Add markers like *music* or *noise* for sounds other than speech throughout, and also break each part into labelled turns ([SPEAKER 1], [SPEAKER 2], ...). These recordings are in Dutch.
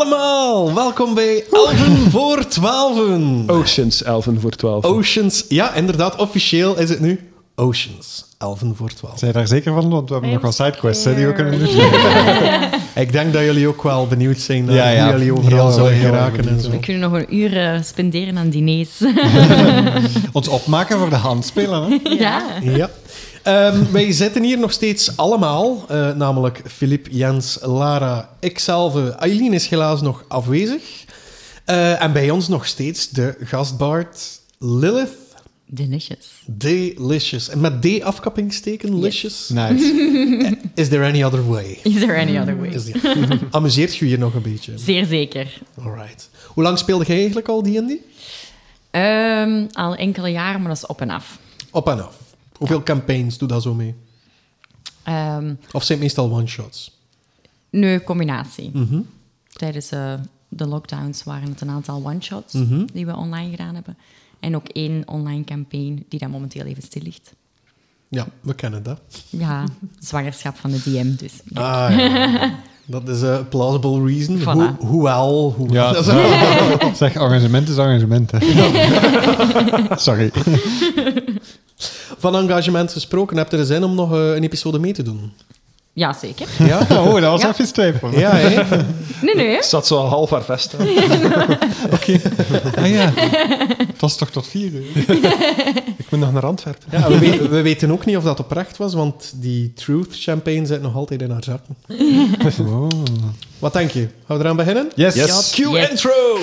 [SPEAKER 1] allemaal, welkom bij
[SPEAKER 2] *laughs*
[SPEAKER 1] Elven voor Twaalfen.
[SPEAKER 3] Oceans, 11 voor 12.
[SPEAKER 1] Oh. Oceans, ja inderdaad, officieel is het nu Oceans, Elven voor Twaalfen.
[SPEAKER 2] Zijn je daar zeker van? Want we hebben nog wel sidequests hè, die we kunnen doen.
[SPEAKER 1] Ik denk dat jullie ook wel benieuwd zijn naar
[SPEAKER 2] Ja, ja.
[SPEAKER 1] hoe jullie overal
[SPEAKER 2] Heel,
[SPEAKER 1] zullen
[SPEAKER 2] heel
[SPEAKER 1] geraken en
[SPEAKER 2] benieuwd.
[SPEAKER 1] zo.
[SPEAKER 4] We kunnen nog een uur eh, spenderen aan diners. *laughs*
[SPEAKER 2] Ons opmaken voor de handspelen. Hè?
[SPEAKER 4] ja.
[SPEAKER 1] Ja. Ehm, wij zitten hier nog steeds allemaal, eh, namelijk Filip, Jens, Lara, ikzelf. eh, Aileen is helaas nog afwezig. Eh, en bij ons nog steeds de gastbaard Lilith
[SPEAKER 4] Delicious.
[SPEAKER 1] Delicious. En met D afkappingsteken, licious. *laughs*
[SPEAKER 2] Nice.
[SPEAKER 1] Is there any other way?
[SPEAKER 4] Is there any other way?
[SPEAKER 1] Is die- Amuseert je je nog een beetje?
[SPEAKER 4] Zeer zeker.
[SPEAKER 1] Alright. Hoe lang speelde jij eigenlijk al D&D?
[SPEAKER 4] Ehm, al enkele jaren, maar dat is op en af.
[SPEAKER 1] Op en af. Hoeveel campaigns doe dat zo mee?
[SPEAKER 4] Ehm
[SPEAKER 1] Of zijn het meestal one-shots?
[SPEAKER 4] nu, combinatie.
[SPEAKER 3] Mhm.
[SPEAKER 4] Tijdens eh, de lockdowns waren het een aantal one-shots
[SPEAKER 3] Mhm.
[SPEAKER 4] die we online gedaan hebben. En ook één online campaign die daar momenteel even stil ligt.
[SPEAKER 1] Ja, we kennen dat.
[SPEAKER 4] Ja, zwangerschap van de DM dus.
[SPEAKER 1] Ah, ja. Dat is een plausible reason.
[SPEAKER 4] Voilà.
[SPEAKER 1] Ho- hoewel, hoewel. *laughs*
[SPEAKER 2] Ja,
[SPEAKER 1] Dat is-
[SPEAKER 2] *laughs* nou, zeg, arrangement is arrangement. Hè. *laughs* Sorry.
[SPEAKER 1] Van engagement gesproken, heb je er zin om nog eh, een episode mee te
[SPEAKER 2] *laughs*
[SPEAKER 1] doen?
[SPEAKER 4] Ja, zeker.
[SPEAKER 1] Ja?
[SPEAKER 2] Oh, dat was
[SPEAKER 4] Ja.
[SPEAKER 2] even twijfel.
[SPEAKER 1] Ja, hè?
[SPEAKER 4] Nee, nee.
[SPEAKER 3] Zat zo al half haar vest. hè.
[SPEAKER 2] Ah, ja. Het was toch tot vier uur?
[SPEAKER 3] Ik moet nog naar Antwerpen.
[SPEAKER 1] Ja, we, weten, we weten ook niet of dat oprecht was, want die Truth Champagne zit nog altijd in haar
[SPEAKER 2] *laughs*
[SPEAKER 1] zakken.
[SPEAKER 2] Oh.
[SPEAKER 1] Wat denk je? Gaan we eraan beginnen?
[SPEAKER 2] Yes.
[SPEAKER 3] Yes.
[SPEAKER 1] Cue
[SPEAKER 4] Yes.
[SPEAKER 1] intro!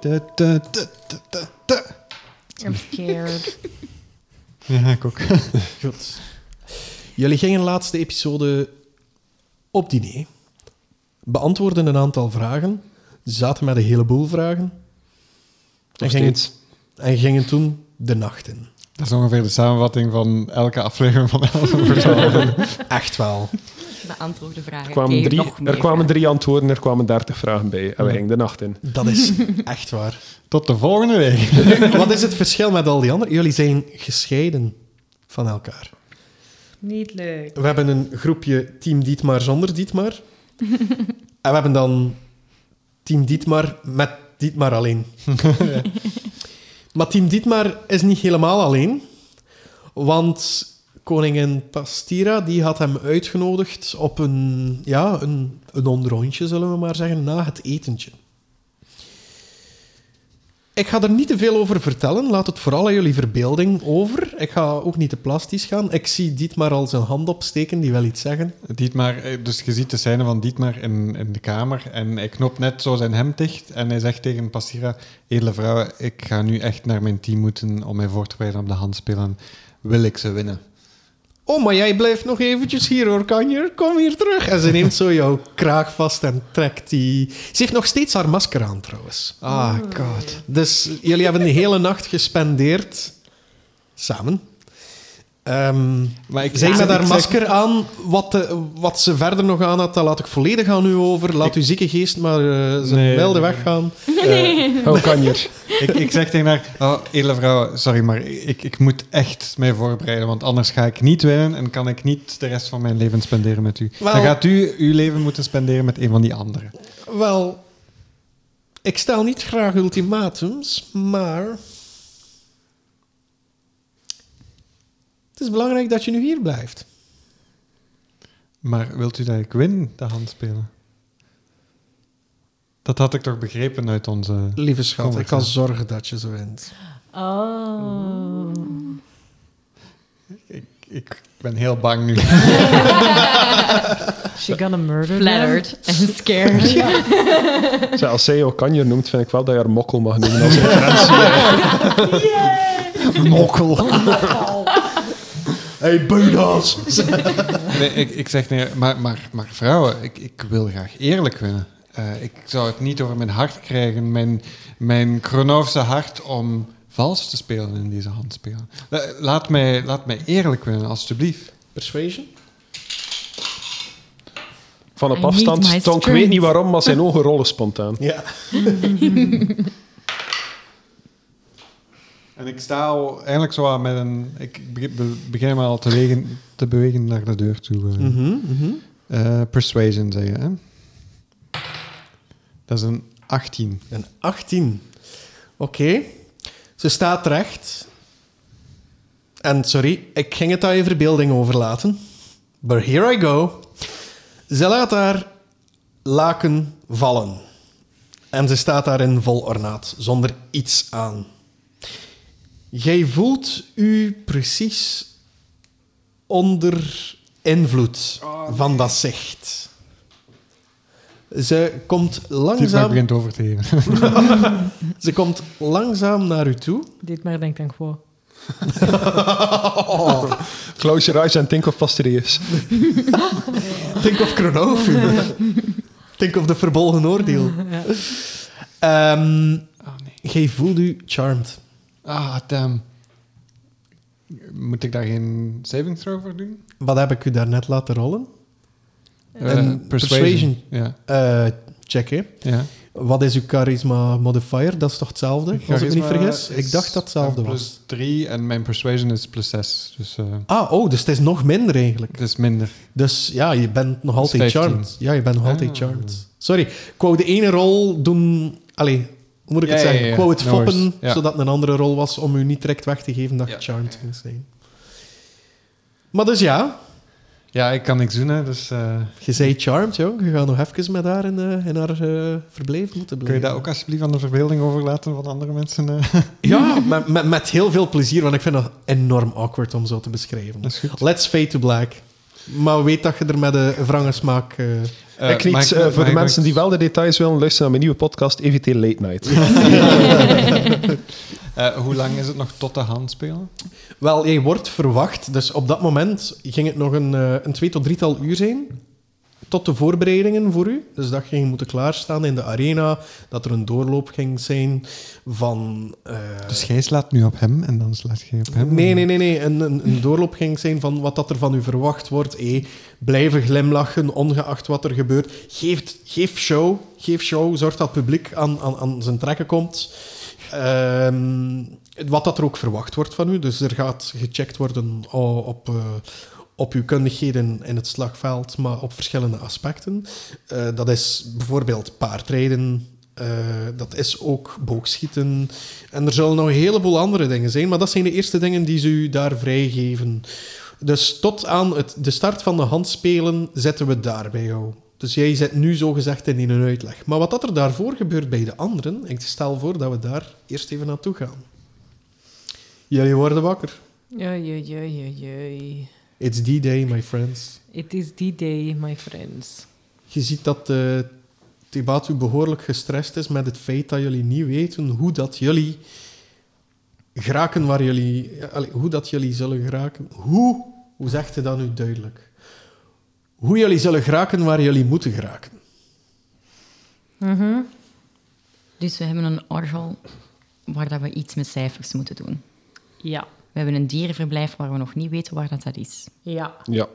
[SPEAKER 2] Da, da, da, da, da, da.
[SPEAKER 4] I'm
[SPEAKER 5] *laughs*
[SPEAKER 4] scared.
[SPEAKER 2] Ja, ik ook. *laughs*
[SPEAKER 1] Goed. Jullie gingen laatste episode op diner, beantwoordden een aantal vragen, zaten met een heleboel vragen en
[SPEAKER 3] Nog
[SPEAKER 1] gingen,
[SPEAKER 3] steeds.
[SPEAKER 1] en gingen toen de nacht in.
[SPEAKER 2] Dat is ongeveer de samenvatting van elke aflevering van 11 over 12.
[SPEAKER 1] Echt wel.
[SPEAKER 4] Beantwoorde vragen.
[SPEAKER 3] Er kwamen,
[SPEAKER 4] tegen
[SPEAKER 3] drie,
[SPEAKER 4] nog meer
[SPEAKER 3] er kwamen drie antwoorden, er kwamen dertig vragen bij. En we gingen de nacht in.
[SPEAKER 1] Dat is echt *laughs* waar.
[SPEAKER 2] *laughs* Tot de volgende week.
[SPEAKER 1] Wat is het verschil met al die anderen? Jullie zijn gescheiden van elkaar.
[SPEAKER 4] Niet leuk.
[SPEAKER 1] We hebben een groepje Team Dietmar zonder Dietmar. en we hebben dan Team Dietmar met Dietmar alleen. maar Team Dietmar is niet helemaal alleen. Want koningin Pastira die had hem uitgenodigd op een, ja, een, een onrondje, zullen we maar zeggen, na het etentje. Ik ga er niet te veel over vertellen. Laat het vooral aan jullie verbeelding over. Ik ga ook niet te plastisch gaan. Ik zie Dietmar al zijn hand opsteken, die wil iets zeggen.
[SPEAKER 2] Dietmar, eh, dus je ziet de scène van Dietmar in, in de kamer en hij knopt net zo zijn hemd dicht en hij zegt tegen Passira, edele vrouwen, ik ga nu echt naar mijn team moeten om mij voor te bereiden op de handspelen. Wil ik ze winnen?
[SPEAKER 1] Oh, maar jij blijft nog eventjes hier hoor, Kanjer. Kom hier terug. En ze neemt zo jouw kraag vast en trekt die... Ze heeft nog steeds haar masker aan trouwens.
[SPEAKER 2] Ah, god.
[SPEAKER 1] Dus jullie hebben de hele nacht gespendeerd. Samen. Ehm,
[SPEAKER 2] Maar ik
[SPEAKER 1] zij
[SPEAKER 2] ik-
[SPEAKER 1] met
[SPEAKER 2] ik
[SPEAKER 1] haar
[SPEAKER 2] zeg-
[SPEAKER 1] masker aan. Wat, de- wat ze verder nog aan had, dat laat ik volledig aan u over. Laat uw zieke geest maar eh zijn
[SPEAKER 2] Nee.
[SPEAKER 1] wilde weggaan.
[SPEAKER 3] Hoe kan je?
[SPEAKER 2] Ik, ik zeg tegen haar, oh, edele vrouwen, sorry, maar ik, ik moet echt mij voorbereiden, want anders ga ik niet winnen en kan ik niet de rest van mijn leven spenderen met u.
[SPEAKER 1] Wel-
[SPEAKER 2] Dan gaat u uw leven moeten spenderen met een van die anderen.
[SPEAKER 1] Wel, ik stel niet graag ultimatums, maar. Het is belangrijk dat je nu hier blijft.
[SPEAKER 2] Maar wilt u dat ik win, de handspelen? Dat had ik toch begrepen uit onze...
[SPEAKER 1] Lieve schat,
[SPEAKER 2] Kom,
[SPEAKER 1] ik kan
[SPEAKER 2] ja.
[SPEAKER 1] zorgen dat je zo wint.
[SPEAKER 4] Oh.
[SPEAKER 2] Ik, ik ben heel bang nu.
[SPEAKER 5] She gonna murder
[SPEAKER 4] Flattered and scared.
[SPEAKER 3] Zij, als zij jou kanjer noemt, vind ik wel dat je haar mokkel mag noemen. Als referentie.
[SPEAKER 2] Mokkel.
[SPEAKER 1] Hey, Budas!
[SPEAKER 2] Nee, ik, ik zeg nee, maar, maar, maar vrouwen, ik, ik wil graag eerlijk winnen. Eh, ik zou het niet over mijn hart krijgen, mijn, mijn Kronovse hart, om vals te spelen in deze handspelen. La- Laat mij, laat mij eerlijk winnen, alstublieft.
[SPEAKER 1] Persuasion?
[SPEAKER 3] Van
[SPEAKER 4] I
[SPEAKER 3] op
[SPEAKER 4] need my
[SPEAKER 3] afstand stonk
[SPEAKER 4] strength.
[SPEAKER 3] weet niet waarom, maar zijn ogen rollen spontaan.
[SPEAKER 1] Ja.
[SPEAKER 2] En ik sta al eigenlijk zo aan met een... Ik be- be- begin me al te, wegen, te bewegen naar de deur toe. eh.
[SPEAKER 1] Mhm,
[SPEAKER 2] Eh, persuasion, zeg je, hè? Dat is een 18.
[SPEAKER 1] Een 18. Oké. Ze staat recht. En sorry, ik ging het aan je verbeelding overlaten. But here I go. Ze laat haar laken vallen. En ze staat daarin vol ornaat, zonder iets aan. Jij voelt u precies onder invloed van dat zicht. Ze komt
[SPEAKER 2] Die maar
[SPEAKER 1] langzaam...
[SPEAKER 2] begint over te geven. *laughs*
[SPEAKER 1] Ze komt langzaam naar u toe.
[SPEAKER 5] *laughs* Dit maar denkt aan gewoon.
[SPEAKER 3] Close your eyes and think of Pastereus.
[SPEAKER 1] Think of Kronofu. Think of de verbolgen oordeel. Ehm,
[SPEAKER 2] Oh, nee.
[SPEAKER 1] Gij voelt u charmed.
[SPEAKER 2] Ah, damn. Moet ik daar geen saving throw voor doen?
[SPEAKER 1] Wat heb ik u daarnet laten rollen?
[SPEAKER 2] Eh,
[SPEAKER 1] Een persuasion.
[SPEAKER 2] Ja,
[SPEAKER 1] Eh, check, hè.
[SPEAKER 2] ja.
[SPEAKER 1] Wat is uw charisma modifier? Dat is toch hetzelfde, als ik me niet
[SPEAKER 2] Charisma
[SPEAKER 1] vergis?
[SPEAKER 2] is
[SPEAKER 1] Ik dacht dat hetzelfde
[SPEAKER 2] een
[SPEAKER 1] was.
[SPEAKER 2] Plus 3 en mijn persuasion is plus 6. Dus eh,
[SPEAKER 1] Ah, oh, dus het is nog minder eigenlijk.
[SPEAKER 2] het is minder.
[SPEAKER 1] Dus ja, je bent nog altijd
[SPEAKER 2] 15.
[SPEAKER 1] charmed. Ja, je bent nog altijd
[SPEAKER 2] Ah.
[SPEAKER 1] charmed. Sorry, ik wou de ene rol doen... Allee, hoe moet ik
[SPEAKER 2] Ja,
[SPEAKER 1] het
[SPEAKER 2] ja,
[SPEAKER 1] zeggen?
[SPEAKER 2] ja,
[SPEAKER 1] Ik wou het
[SPEAKER 2] no
[SPEAKER 1] foppen,
[SPEAKER 2] worries. Ja.
[SPEAKER 1] zodat het een andere rol was om u niet direct weg te geven dat
[SPEAKER 2] Ja.
[SPEAKER 1] je charmed ging zijn. Maar dus ja,
[SPEAKER 2] Ja, ik kan niks doen, hè, dus eh,
[SPEAKER 1] je zei charmed, jong. Je gaat nog even met haar in, eh, in haar eh, verblijf moeten
[SPEAKER 2] kun je
[SPEAKER 1] blijven.
[SPEAKER 2] dat ook alsjeblieft aan de verbeelding overlaten van andere
[SPEAKER 3] *laughs*
[SPEAKER 2] mensen? eh?
[SPEAKER 1] Ja, met, met, met heel veel plezier, want ik vind dat enorm awkward om zo te beschrijven.
[SPEAKER 2] Dat is goed.
[SPEAKER 1] Let's fade to black. Maar weet dat je er met een wrange smaak... eh,
[SPEAKER 2] Eh,
[SPEAKER 3] ik
[SPEAKER 2] mag
[SPEAKER 3] niet, eh,
[SPEAKER 2] mag
[SPEAKER 3] voor de
[SPEAKER 2] ik-
[SPEAKER 3] mensen die wel de details willen, luisteren naar mijn nieuwe podcast EVT Late Night.
[SPEAKER 2] Eh, hoe lang is het nog tot de hand spelen?
[SPEAKER 1] Wel, jij wordt verwacht. Dus op dat moment ging het nog een, eh, een twee tot drietal uur zijn. Tot de voorbereidingen voor u. Dus dat ging moeten klaarstaan in de arena. Dat er een doorloop ging zijn van... eh,
[SPEAKER 2] Dus jij slaat nu op hem en dan slaat jij op hem?
[SPEAKER 1] Nee, nee, nee. nee. Een, een, een doorloop ging zijn van wat dat er van u verwacht wordt. Hé, blijven glimlachen, ongeacht wat er gebeurt. Geef, geef show. Geef show. Zorg dat het publiek aan, aan, aan zijn trekken komt. Ehm, wat dat er ook verwacht wordt van u. Dus er gaat gecheckt worden o- op, eh, op uw kundigheden in het slagveld, maar op verschillende aspecten. Eh, dat is bijvoorbeeld paardrijden. eh, dat is ook boogschieten. En er zullen nog een heleboel andere dingen zijn, maar dat zijn de eerste dingen die ze u daar vrijgeven. Dus tot aan het, de start van de handspelen zitten we daar bij jou. Dus jij zit nu zogezegd in een uitleg. Maar wat dat er daarvoor gebeurt bij de anderen, ik stel voor dat we daar eerst even naartoe gaan. Jullie worden wakker.
[SPEAKER 5] Joi, joi, joi, joi, joi.
[SPEAKER 1] It's the day, my friends.
[SPEAKER 5] It is the day, my friends.
[SPEAKER 1] Je ziet dat eh Tebatu behoorlijk gestrest is met het feit dat jullie niet weten hoe dat jullie geraken waar jullie... ja, allee, hoe dat jullie zullen geraken. Hoe? Hoe zegt hij dat nu duidelijk? Hoe jullie zullen geraken waar jullie moeten geraken.
[SPEAKER 4] Dus we hebben een orgel waar dat we iets met cijfers moeten doen.
[SPEAKER 5] Ja,
[SPEAKER 4] We hebben een dierenverblijf waar we nog niet weten waar dat, dat is.
[SPEAKER 5] ja.
[SPEAKER 3] ja.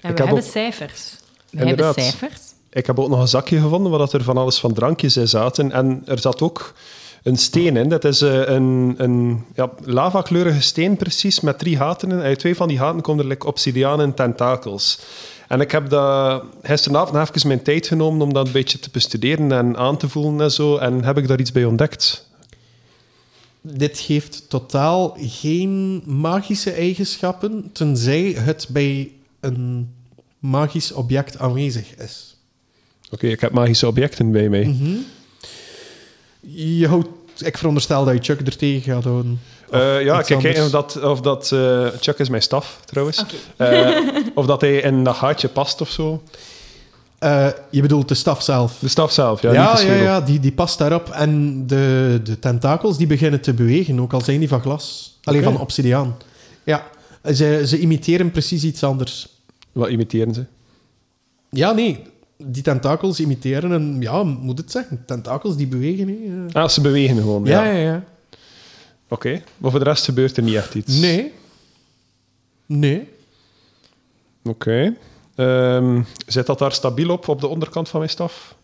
[SPEAKER 5] En
[SPEAKER 3] Ik
[SPEAKER 5] we
[SPEAKER 3] heb
[SPEAKER 5] hebben
[SPEAKER 3] ook-
[SPEAKER 5] cijfers.
[SPEAKER 4] We
[SPEAKER 3] Inderdaad.
[SPEAKER 4] hebben cijfers.
[SPEAKER 3] Ik heb ook nog een zakje gevonden waar dat er van alles van drankjes in zaten. En er zat ook een steen in. Dat is eh, een, een ja, lavakleurige steen precies, met drie gaten in. Uit twee van die gaten komen er like, obsidianen en tentakels. En ik heb dat gisteravond even mijn tijd genomen om dat een beetje te bestuderen en aan te voelen en zo. En heb ik daar iets bij ontdekt?
[SPEAKER 1] Dit geeft totaal geen magische eigenschappen, tenzij het bij een magisch object aanwezig is.
[SPEAKER 3] Oké, ik heb magische objecten bij mij.
[SPEAKER 1] Mhm. Je houdt, ik veronderstel dat je Chuck er tegen gaat houden.
[SPEAKER 3] Eh, ja,
[SPEAKER 1] Hm. iets
[SPEAKER 3] ik kijk
[SPEAKER 1] anders.
[SPEAKER 3] of dat... Of dat eh, Chuck is mijn staf, trouwens. Eh, of dat hij in dat gaatje past of zo.
[SPEAKER 1] Eh, je bedoelt de staf zelf. Dus-
[SPEAKER 3] De staf zelf, ja.
[SPEAKER 1] Ja,
[SPEAKER 3] niet
[SPEAKER 1] ja,
[SPEAKER 3] de
[SPEAKER 1] ja,
[SPEAKER 3] schedel.
[SPEAKER 1] die, die past daarop. En de, de tentakels die beginnen te bewegen, ook al zijn die van glas. Alleen
[SPEAKER 3] Oké.
[SPEAKER 1] van obsidiaan. Ja. Eh, Ze, ze imiteren precies iets anders.
[SPEAKER 3] Wat imiteren ze?
[SPEAKER 1] Ja, nee. Die tentakels imiteren een... Ja, moet het zeggen. Tentakels die bewegen, hè. eh.
[SPEAKER 3] Ah, ze bewegen gewoon. Ja.
[SPEAKER 1] Ja, ja, ja.
[SPEAKER 3] Oké, maar voor de rest gebeurt er niet echt iets.
[SPEAKER 1] Nee. Nee.
[SPEAKER 3] Oké. Ehm, zit dat daar stabiel op, op de onderkant van mijn staf?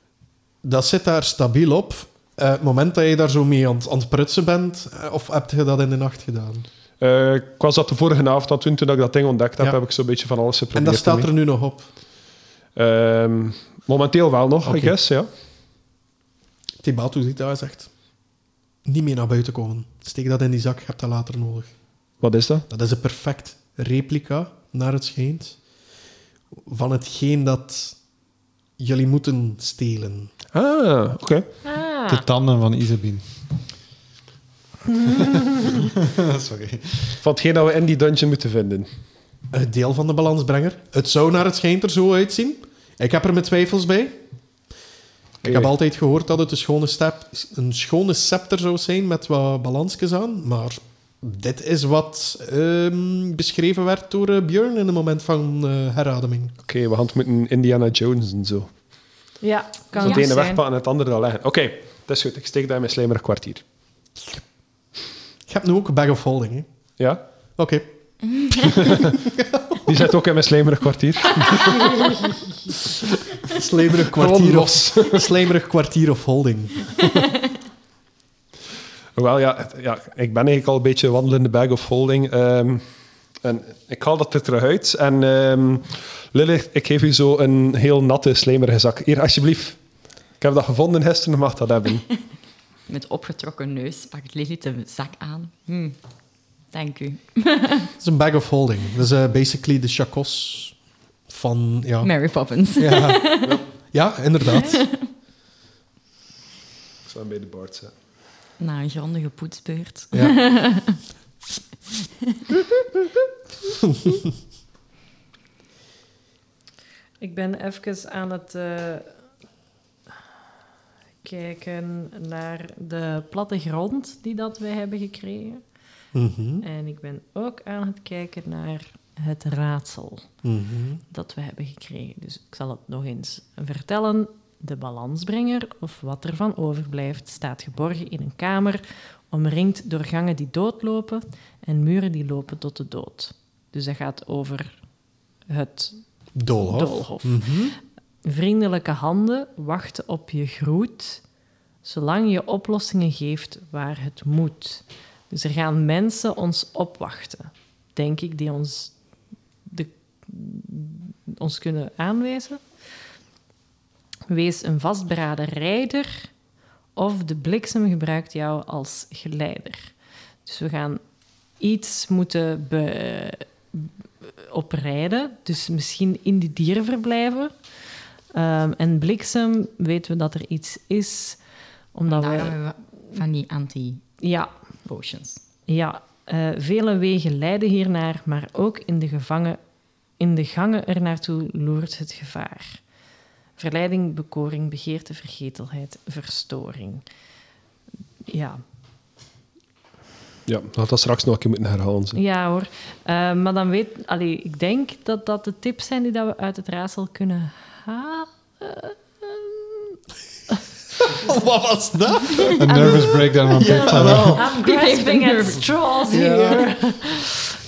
[SPEAKER 1] Dat zit daar stabiel op. Eh, het moment dat je daar zo mee aan, het- aan het prutsen bent, eh, of heb je dat in de nacht gedaan?
[SPEAKER 3] Eh, ik was dat de vorige avond aan het doen, toen ik dat ding ontdekt heb,
[SPEAKER 1] Ja.
[SPEAKER 3] heb ik zo'n beetje van alles
[SPEAKER 1] en
[SPEAKER 3] geprobeerd.
[SPEAKER 1] dat staat er nu nog op.
[SPEAKER 3] ermee. Ehm, momenteel wel nog,
[SPEAKER 1] Oké.
[SPEAKER 3] I guess, ja.
[SPEAKER 1] Tibatu ziet dat en zegt... Niet meer naar buiten komen. Steek dat in die zak, je hebt dat later nodig.
[SPEAKER 3] Wat is dat?
[SPEAKER 1] Dat is een perfect replica, naar het schijnt, van hetgeen dat jullie moeten stelen.
[SPEAKER 3] Ah, oké.
[SPEAKER 2] De tanden van Isabine.
[SPEAKER 4] Ah.
[SPEAKER 2] Sorry.
[SPEAKER 3] Van hetgeen dat we in die dungeon moeten vinden.
[SPEAKER 1] Het eh, deel van de balansbrenger. Het zou naar het schijnt er zo uitzien. Ik heb er mijn twijfels bij. Ik heb altijd gehoord dat het een schone, step, een schone scepter zou zijn met wat balansjes aan. Maar dit is wat ehm, beschreven werd door eh, Björn in het moment van eh, herademing.
[SPEAKER 3] Oké, we gaan het moeten Indiana Jones en zo.
[SPEAKER 5] Ja, kan
[SPEAKER 3] Zo
[SPEAKER 4] Ja.
[SPEAKER 3] het ene
[SPEAKER 4] zijn.
[SPEAKER 3] wegpakken en het andere dan leggen. Oké, dat is goed. Ik steek daar in mijn slijmerig kwartier.
[SPEAKER 1] Je hebt nu ook een bag of holding. hè?
[SPEAKER 3] Ja?
[SPEAKER 1] Oké.
[SPEAKER 3] Die zit ook in mijn slijmerig kwartier.
[SPEAKER 1] Slijmerig
[SPEAKER 3] Gewoon
[SPEAKER 1] kwartier, of,
[SPEAKER 3] los.
[SPEAKER 1] slijmerig kwartier of holding.
[SPEAKER 3] Wel ja, het- ja, ik ben eigenlijk al een beetje een wandelende bag of holding. ehm, en ik haal dat er terug uit. En ehm Lilith, ik geef u zo een heel natte, slijmerige zak. Hier, alsjeblieft. Ik heb dat gevonden gisteren, je mag dat hebben.
[SPEAKER 4] Met opgetrokken neus pakt Lilith de zak aan. Hm, Dank u.
[SPEAKER 1] Het is een bag of holding. Dat is eh, basically de chacos van... Ja,
[SPEAKER 4] Mary Poppins.
[SPEAKER 1] ja. ja inderdaad.
[SPEAKER 3] Ik zal hem bij de board zetten.
[SPEAKER 4] Na een grondige poetsbeurt.
[SPEAKER 1] Ja.
[SPEAKER 5] Ik ben even aan het eh, kijken naar de plattegrond die dat wij hebben gekregen.
[SPEAKER 1] Mhm,
[SPEAKER 5] En ik ben ook aan het kijken naar het raadsel
[SPEAKER 1] mhm.
[SPEAKER 5] dat we hebben gekregen. Dus ik zal het nog eens vertellen. De balansbrenger, of wat ervan overblijft, staat geborgen in een kamer, omringd door gangen die doodlopen en muren die lopen tot de dood. Dus dat gaat over het
[SPEAKER 1] Doolhof. *laughs*
[SPEAKER 5] doolhof.
[SPEAKER 1] Mhm.
[SPEAKER 5] Vriendelijke handen wachten op je groet, zolang je oplossingen geeft waar het moet. Dus er gaan mensen ons opwachten, denk ik, die ons, de, ons kunnen aanwijzen. Wees een vastberaden rijder of de bliksem gebruikt jou als geleider. Dus we gaan iets moeten be, oprijden, dus misschien in die dieren verblijven. Ehm, en bliksem weten we dat er iets is, omdat
[SPEAKER 4] Daarom
[SPEAKER 5] we...
[SPEAKER 4] hebben we van die anti-potions.
[SPEAKER 5] Ja, ja, eh, vele wegen leiden hiernaar, maar ook in de, gevangen, in de gangen ernaartoe loert het gevaar. Verleiding, bekoring, begeerte, vergetelheid, verstoring. Ja,
[SPEAKER 3] Ja, ik had dat straks nog een keer moeten herhalen. zo.
[SPEAKER 5] ja hoor. Eh, maar dan weet... Allee, ik denk dat dat de tips zijn die dat we uit het raadsel kunnen halen.
[SPEAKER 1] Oh, Wat was dat?
[SPEAKER 2] Een nervous breakdown van Pippa.
[SPEAKER 5] I'm grasping at straws here.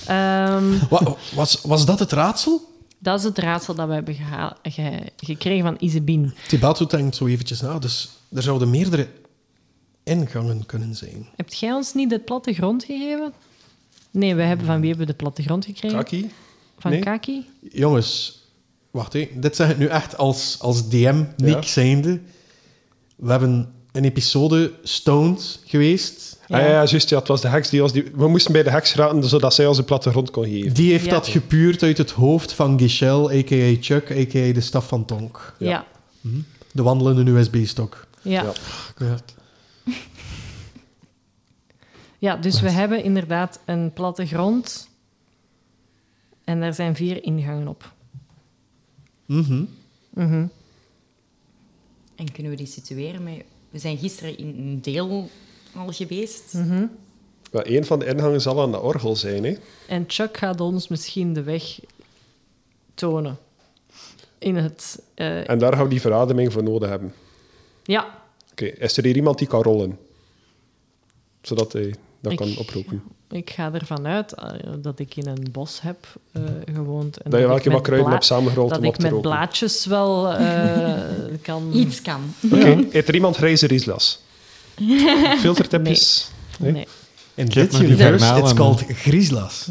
[SPEAKER 5] Ehm,
[SPEAKER 1] Wa- was, was dat het raadsel?
[SPEAKER 5] dat is het raadsel dat we hebben geha- ge- gekregen van Isabine.
[SPEAKER 1] Tibatu denkt zo eventjes na, dus er zouden meerdere ingangen kunnen zijn.
[SPEAKER 5] Hebt jij ons niet de plattegrond gegeven? Nee, we hebben van wie hebben we de plattegrond gekregen?
[SPEAKER 3] Kaki?
[SPEAKER 5] Van
[SPEAKER 3] nee.
[SPEAKER 5] Kaki?
[SPEAKER 1] Jongens, wacht hé. Dit zeg ik nu echt als, als DM, Nick
[SPEAKER 3] Ja.
[SPEAKER 1] zijnde. We hebben een episode Stoned geweest.
[SPEAKER 3] Ja, ja, ja juist. Ja, het was de heks die ons... Die, we moesten bij de heks raten, zodat zij ons de plattegrond kon geven.
[SPEAKER 1] Die heeft
[SPEAKER 5] Ja.
[SPEAKER 1] dat gepuurd uit het hoofd van Gichel, a.k.a. Chuck, a.k.a. de staf van Tonk.
[SPEAKER 3] Ja.
[SPEAKER 5] Ja.
[SPEAKER 1] De wandelende USB-stok.
[SPEAKER 5] Ja.
[SPEAKER 3] Ja.
[SPEAKER 5] ja. dus we hebben inderdaad een plattegrond. En daar zijn vier ingangen op.
[SPEAKER 1] Mhm.
[SPEAKER 5] Mhm.
[SPEAKER 4] En kunnen we die situeren met... We zijn gisteren in een deel al geweest.
[SPEAKER 5] Mhm.
[SPEAKER 3] Maar een van de ingangen zal aan de orgel zijn, hè?
[SPEAKER 5] En Chuck gaat ons misschien de weg tonen. In het... eh,
[SPEAKER 3] En daar gaan we die verademing voor nodig hebben.
[SPEAKER 5] ja,
[SPEAKER 3] Oké, is er hier iemand die kan rollen? Zodat hij dat
[SPEAKER 5] Ik-
[SPEAKER 3] kan oproepen.
[SPEAKER 5] ik ga ervan uit eh, dat ik in een bos heb eh, gewoond. En
[SPEAKER 3] Dat je
[SPEAKER 5] ik
[SPEAKER 3] wel een keer
[SPEAKER 5] met
[SPEAKER 3] wat kruiden
[SPEAKER 5] bla-
[SPEAKER 3] hebt samengerold
[SPEAKER 5] Dat
[SPEAKER 3] om op
[SPEAKER 5] ik
[SPEAKER 3] te
[SPEAKER 5] met
[SPEAKER 3] roken.
[SPEAKER 5] blaadjes
[SPEAKER 3] *laughs*
[SPEAKER 5] wel eh, kan...
[SPEAKER 4] Iets kan.
[SPEAKER 3] Oké, heeft er iemand grijze
[SPEAKER 5] *laughs*
[SPEAKER 3] rieslas? Filtertipjes?
[SPEAKER 5] Nee.
[SPEAKER 1] In
[SPEAKER 2] heb
[SPEAKER 1] dit
[SPEAKER 2] nog die
[SPEAKER 1] universe,
[SPEAKER 2] garnalen.
[SPEAKER 1] it's called Grieslas.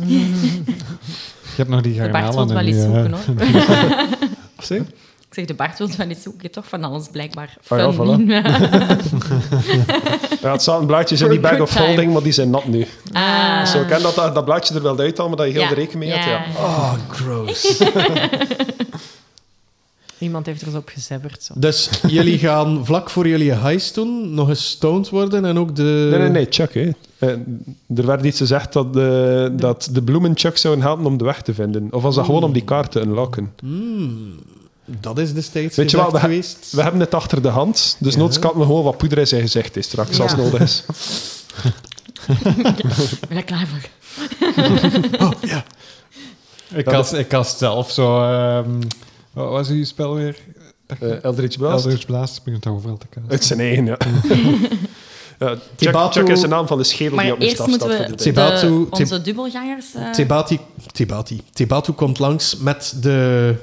[SPEAKER 2] Ik heb nog die
[SPEAKER 4] De Bart
[SPEAKER 2] garnalen.
[SPEAKER 4] wil wel
[SPEAKER 2] en
[SPEAKER 4] eens
[SPEAKER 2] die,
[SPEAKER 4] zoeken,
[SPEAKER 2] eh,
[SPEAKER 4] hoor.
[SPEAKER 3] Zie?
[SPEAKER 4] Ik zeg, de Bart wil wel eens zoeken. Je hebt toch van alles blijkbaar
[SPEAKER 3] Ah
[SPEAKER 4] fun
[SPEAKER 3] ja, voilà.
[SPEAKER 4] in.
[SPEAKER 3] Ja, het zaten blaadjes in die
[SPEAKER 4] For
[SPEAKER 3] bag
[SPEAKER 4] good
[SPEAKER 3] of holding,
[SPEAKER 4] time.
[SPEAKER 3] maar die zijn nat nu.
[SPEAKER 4] Ah.
[SPEAKER 3] Zo, ik ken dat, dat dat blaadje er wel uit al, maar dat je heel
[SPEAKER 4] Ja,
[SPEAKER 3] de rekening mee had. Ja.
[SPEAKER 4] ja.
[SPEAKER 1] Oh, gross.
[SPEAKER 5] Iemand heeft erop gezebberd. Zo.
[SPEAKER 1] dus jullie gaan vlak voor jullie heist doen nog gestoned worden en ook de...
[SPEAKER 3] Nee, nee, nee, Chuck. Hè. Eh, er werd iets gezegd dat de, dat de bloemen Chuck zouden helpen om de weg te vinden. Of was dat gewoon om die kaart te unlocken?
[SPEAKER 1] Hmm, dat is destijds
[SPEAKER 3] Weet je
[SPEAKER 1] gezegd
[SPEAKER 3] wel, we-
[SPEAKER 1] geweest.
[SPEAKER 3] We hebben het achter de hand, dus
[SPEAKER 1] Ja.
[SPEAKER 3] noods kan me gewoon wat poeder in zijn gezicht is straks,
[SPEAKER 5] Ja.
[SPEAKER 3] als nodig is.
[SPEAKER 4] Ik ben er klaar voor.
[SPEAKER 2] Ik
[SPEAKER 3] Dat
[SPEAKER 2] had, ik had zelf zo... ehm, wat was uw spel weer?
[SPEAKER 3] *laughs* Eh Eldritch Blast?
[SPEAKER 2] Eldritch Blast begint overal te komen.
[SPEAKER 3] Uit zijn eigen,
[SPEAKER 4] *laughs*
[SPEAKER 3] ja. ja Chuck,
[SPEAKER 1] Tibatu-
[SPEAKER 3] Chuck is de naam van de schedel die
[SPEAKER 4] Maar
[SPEAKER 3] op mijn
[SPEAKER 4] eerst
[SPEAKER 3] staf staat.
[SPEAKER 4] moeten
[SPEAKER 3] voor
[SPEAKER 4] we
[SPEAKER 3] dit
[SPEAKER 1] Tibatu-
[SPEAKER 3] ding.
[SPEAKER 4] de,
[SPEAKER 1] Tibatu-
[SPEAKER 4] Eh, onze dubbelgangers... eh,
[SPEAKER 1] Tebati, Tebati. Tebatu komt langs met de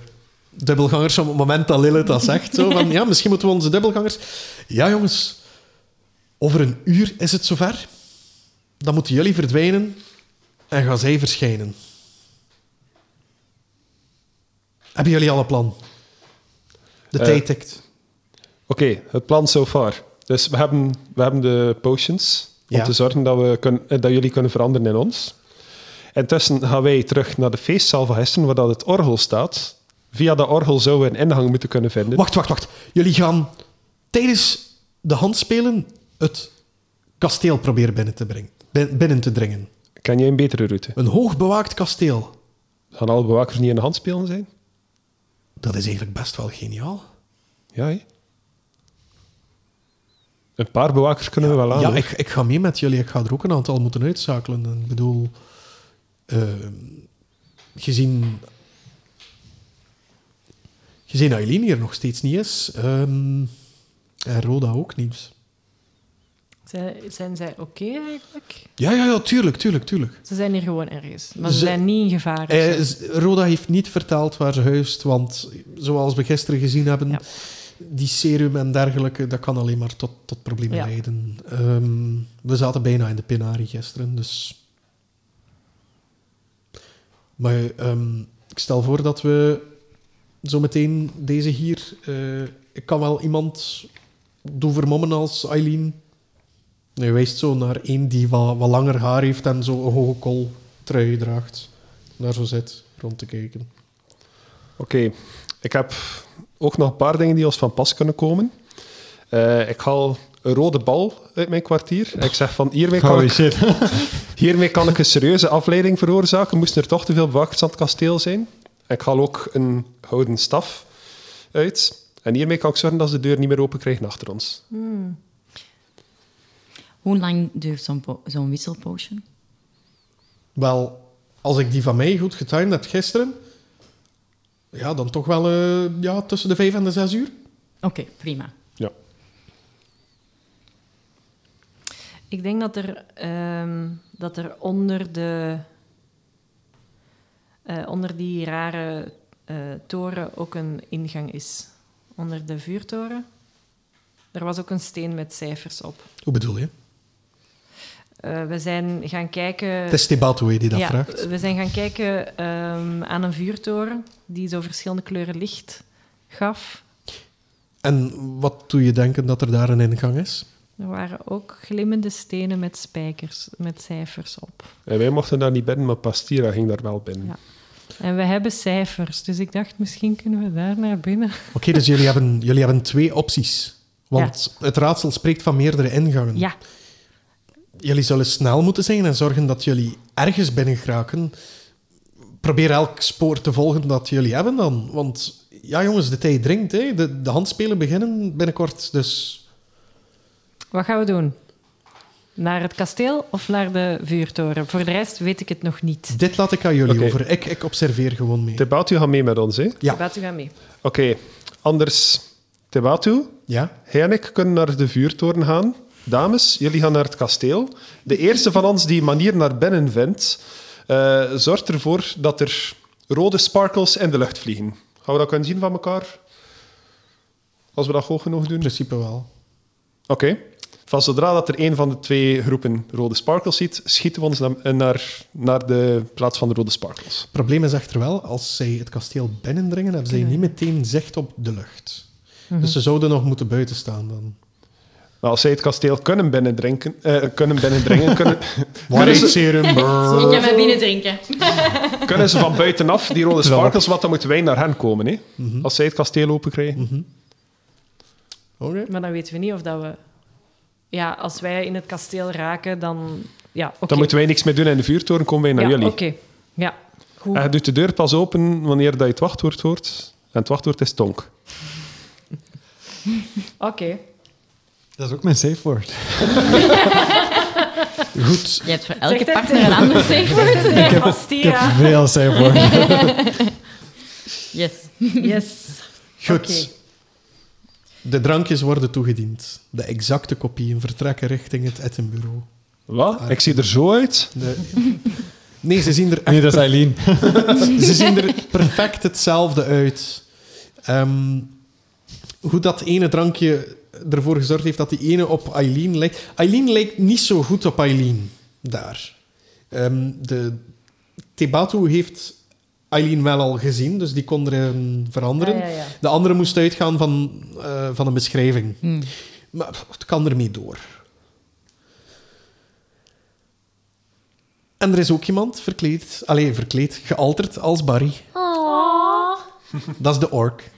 [SPEAKER 1] dubbelgangers op het moment dat Lilith dat zegt. Zo van, ja, misschien moeten we onze dubbelgangers... Ja, jongens. Over een uur is het zover. Dan moeten jullie verdwijnen en gaan zij verschijnen. Hebben jullie al een plan? De
[SPEAKER 3] Eh,
[SPEAKER 1] tijd tikt.
[SPEAKER 3] Oké, het plan so far. Dus we hebben, we hebben de potions om
[SPEAKER 1] Ja.
[SPEAKER 3] te zorgen dat, we kun, eh, dat jullie kunnen veranderen in ons. Intussen gaan wij terug naar de feestzaal van Hessen, waar dat het orgel staat. Via dat orgel zouden we een ingang moeten kunnen vinden.
[SPEAKER 1] Wacht, wacht, wacht. Jullie gaan tijdens de handspelen het kasteel proberen binnen te, brengen, bin- binnen te dringen.
[SPEAKER 3] Kan jij een betere route?
[SPEAKER 1] Een hoog bewaakt kasteel.
[SPEAKER 3] Gaan alle bewakers niet in de hand spelen zijn?
[SPEAKER 1] Dat is eigenlijk best wel geniaal.
[SPEAKER 3] Ja, hè? Een paar bewakers kunnen we wel aan.
[SPEAKER 1] ja,
[SPEAKER 3] hoor.
[SPEAKER 1] ik, ik ga mee met jullie. Ik ga er ook een aantal moeten uitschakelen. En Ik bedoel, ehm, gezien, gezien Aileen hier nog steeds niet is, ehm, en Roda ook niet.
[SPEAKER 5] Zijn, zijn zij oké eigenlijk?
[SPEAKER 1] Ja, ja, ja, tuurlijk, tuurlijk, tuurlijk.
[SPEAKER 5] Ze zijn hier gewoon ergens. Maar ze,
[SPEAKER 1] Ze-
[SPEAKER 5] zijn niet in gevaar. of
[SPEAKER 1] Eh,
[SPEAKER 5] zo.
[SPEAKER 1] z- Roda heeft niet verteld waar ze huist, want zoals we gisteren gezien hebben,
[SPEAKER 5] Ja.
[SPEAKER 1] die serum en dergelijke, dat kan alleen maar tot, tot problemen
[SPEAKER 5] Ja.
[SPEAKER 1] leiden. Ehm, we zaten bijna in de penari gisteren, dus... Maar ehm, ik stel voor dat we zo meteen deze hier... eh, ik kan wel iemand doen vermommen als Eileen. Je wijst zo naar één die wat, wat langer haar heeft en zo een hoge kol trui draagt. Daar zo zit, rond te kijken.
[SPEAKER 3] Oké, ik heb ook nog een paar dingen die ons van pas kunnen komen. Eh, ik haal een rode bal uit mijn kwartier. Ik zeg van hiermee kan,
[SPEAKER 2] Holy
[SPEAKER 3] ik,
[SPEAKER 2] shit.
[SPEAKER 3] *laughs* hiermee kan ik een serieuze afleiding veroorzaken. Moest er toch te veel bewakers aan het kasteel zijn. Ik haal ook een gouden staf uit. En hiermee kan ik zorgen dat ze de deur niet meer open krijgen achter ons.
[SPEAKER 4] Hoe lang duurt zo'n po- zo'n wisselpotion?
[SPEAKER 1] Wel, als ik die van mij goed getimed heb gisteren, ja, dan toch wel eh, ja, tussen de vijf en de zes uur.
[SPEAKER 4] Oké, prima.
[SPEAKER 3] Ja.
[SPEAKER 5] Ik denk dat er, ehm, dat er onder de... eh, onder die rare eh, toren ook een ingang is. Onder de vuurtoren. Er was ook een steen met cijfers op.
[SPEAKER 1] Hoe bedoel je?
[SPEAKER 5] Eh, we zijn gaan kijken...
[SPEAKER 1] Het is Tebatoe die dat
[SPEAKER 5] ja,
[SPEAKER 1] vraagt.
[SPEAKER 5] We zijn gaan kijken ehm, aan een vuurtoren die zo verschillende kleuren licht gaf.
[SPEAKER 1] En wat doe je denken dat er daar een ingang is?
[SPEAKER 5] Er waren ook glimmende stenen met spijkers, met cijfers op.
[SPEAKER 3] En wij mochten daar niet binnen, maar Pastira ging daar wel binnen.
[SPEAKER 5] Ja. En we hebben cijfers, dus ik dacht misschien kunnen we daar naar binnen.
[SPEAKER 1] Oké, dus jullie hebben, jullie hebben twee opties. Want het raadsel spreekt van meerdere ingangen.
[SPEAKER 5] Ja,
[SPEAKER 1] Jullie zullen snel moeten zijn en zorgen dat jullie ergens binnen geraken. Probeer elk spoor te volgen dat jullie hebben dan. Want ja, jongens, de tijd dringt. Hè. De, de handspelen beginnen binnenkort. Dus
[SPEAKER 5] wat gaan we doen? Naar het kasteel of naar de vuurtoren? Voor de rest weet ik het nog niet.
[SPEAKER 1] Dit laat ik aan jullie
[SPEAKER 3] Oké.
[SPEAKER 1] over. Ik, ik observeer gewoon mee.
[SPEAKER 3] Tebatu gaat mee met ons, hè? Oké,
[SPEAKER 1] Ja.
[SPEAKER 5] Laat u gaan mee.
[SPEAKER 3] anders... Tebatu,
[SPEAKER 1] Ja?
[SPEAKER 3] Hij en ik kunnen naar de vuurtoren gaan. Dames, jullie gaan naar het kasteel. De eerste van ons die een manier naar binnen vindt, eh, zorgt ervoor dat er rode sparkles in de lucht vliegen. Gaan we dat kunnen zien van elkaar? Als we dat hoog genoeg doen?
[SPEAKER 1] In principe wel.
[SPEAKER 3] Oké. Van zodra dat er een van de twee groepen rode sparkles ziet, schieten we ons naar, eh, naar, naar de plaats van de rode sparkles.
[SPEAKER 1] Het probleem is echter wel, als zij het kasteel binnendringen, hebben zij niet meteen zicht op de lucht. Dus ze zouden nog moeten buiten staan dan.
[SPEAKER 3] Maar als zij het kasteel kunnen binnendrinken, eh, kunnen, binnendringen kunnen,
[SPEAKER 1] Waar
[SPEAKER 3] is het?
[SPEAKER 2] *laughs*
[SPEAKER 1] serum?
[SPEAKER 4] Ik ga mij binnen drinken.
[SPEAKER 3] Kunnen ze van buitenaf die rode
[SPEAKER 1] Terwijl-
[SPEAKER 3] sparkels, want dan moeten wij naar hen komen, hè? Als zij het kasteel open krijgen.
[SPEAKER 1] Oké.
[SPEAKER 5] Maar dan weten we niet of dat we... Ja, als wij in het kasteel raken, dan... Ja, oké.
[SPEAKER 3] Dan moeten wij niks meer doen in de vuurtoren, komen wij naar
[SPEAKER 5] ja,
[SPEAKER 3] jullie. Eh.
[SPEAKER 5] Oké, ja. Goed.
[SPEAKER 3] En je doet de deur pas open wanneer dat je het wachtwoord hoort. En het wachtwoord is tonk.
[SPEAKER 5] Oké.
[SPEAKER 2] Dat is ook mijn safe word.
[SPEAKER 1] Goed.
[SPEAKER 4] Je hebt voor
[SPEAKER 5] Zeg
[SPEAKER 4] elke
[SPEAKER 5] dat
[SPEAKER 4] partner
[SPEAKER 5] tegen-
[SPEAKER 4] een ander *laughs* safe word.
[SPEAKER 5] Ik
[SPEAKER 2] Ik heb veel safe
[SPEAKER 4] *laughs*
[SPEAKER 2] word.
[SPEAKER 4] Yes.
[SPEAKER 5] Yes.
[SPEAKER 1] Goed.
[SPEAKER 5] Oké.
[SPEAKER 1] De drankjes worden toegediend. De exacte kopieën vertrekken richting het Ettenbureau.
[SPEAKER 3] Wat? Ik zie er zo uit.
[SPEAKER 1] De- Nee, ze zien er
[SPEAKER 2] Nee, dat is Eileen.
[SPEAKER 1] ze zien er perfect hetzelfde uit. Ehm, hoe dat ene drankje ervoor gezorgd heeft dat die ene op Eileen lijkt. Eileen lijkt niet zo goed op Eileen daar. Ehm, de Tebatu heeft Eileen wel al gezien, dus die kon erin veranderen.
[SPEAKER 5] Ah, ja, ja.
[SPEAKER 1] De andere moest uitgaan van, eh, van een beschrijving.
[SPEAKER 4] Hmm.
[SPEAKER 1] Maar pff, het kan ermee door. En er is ook iemand verkleed, alleen verkleed, gealterd als Barry. Dat is de ork.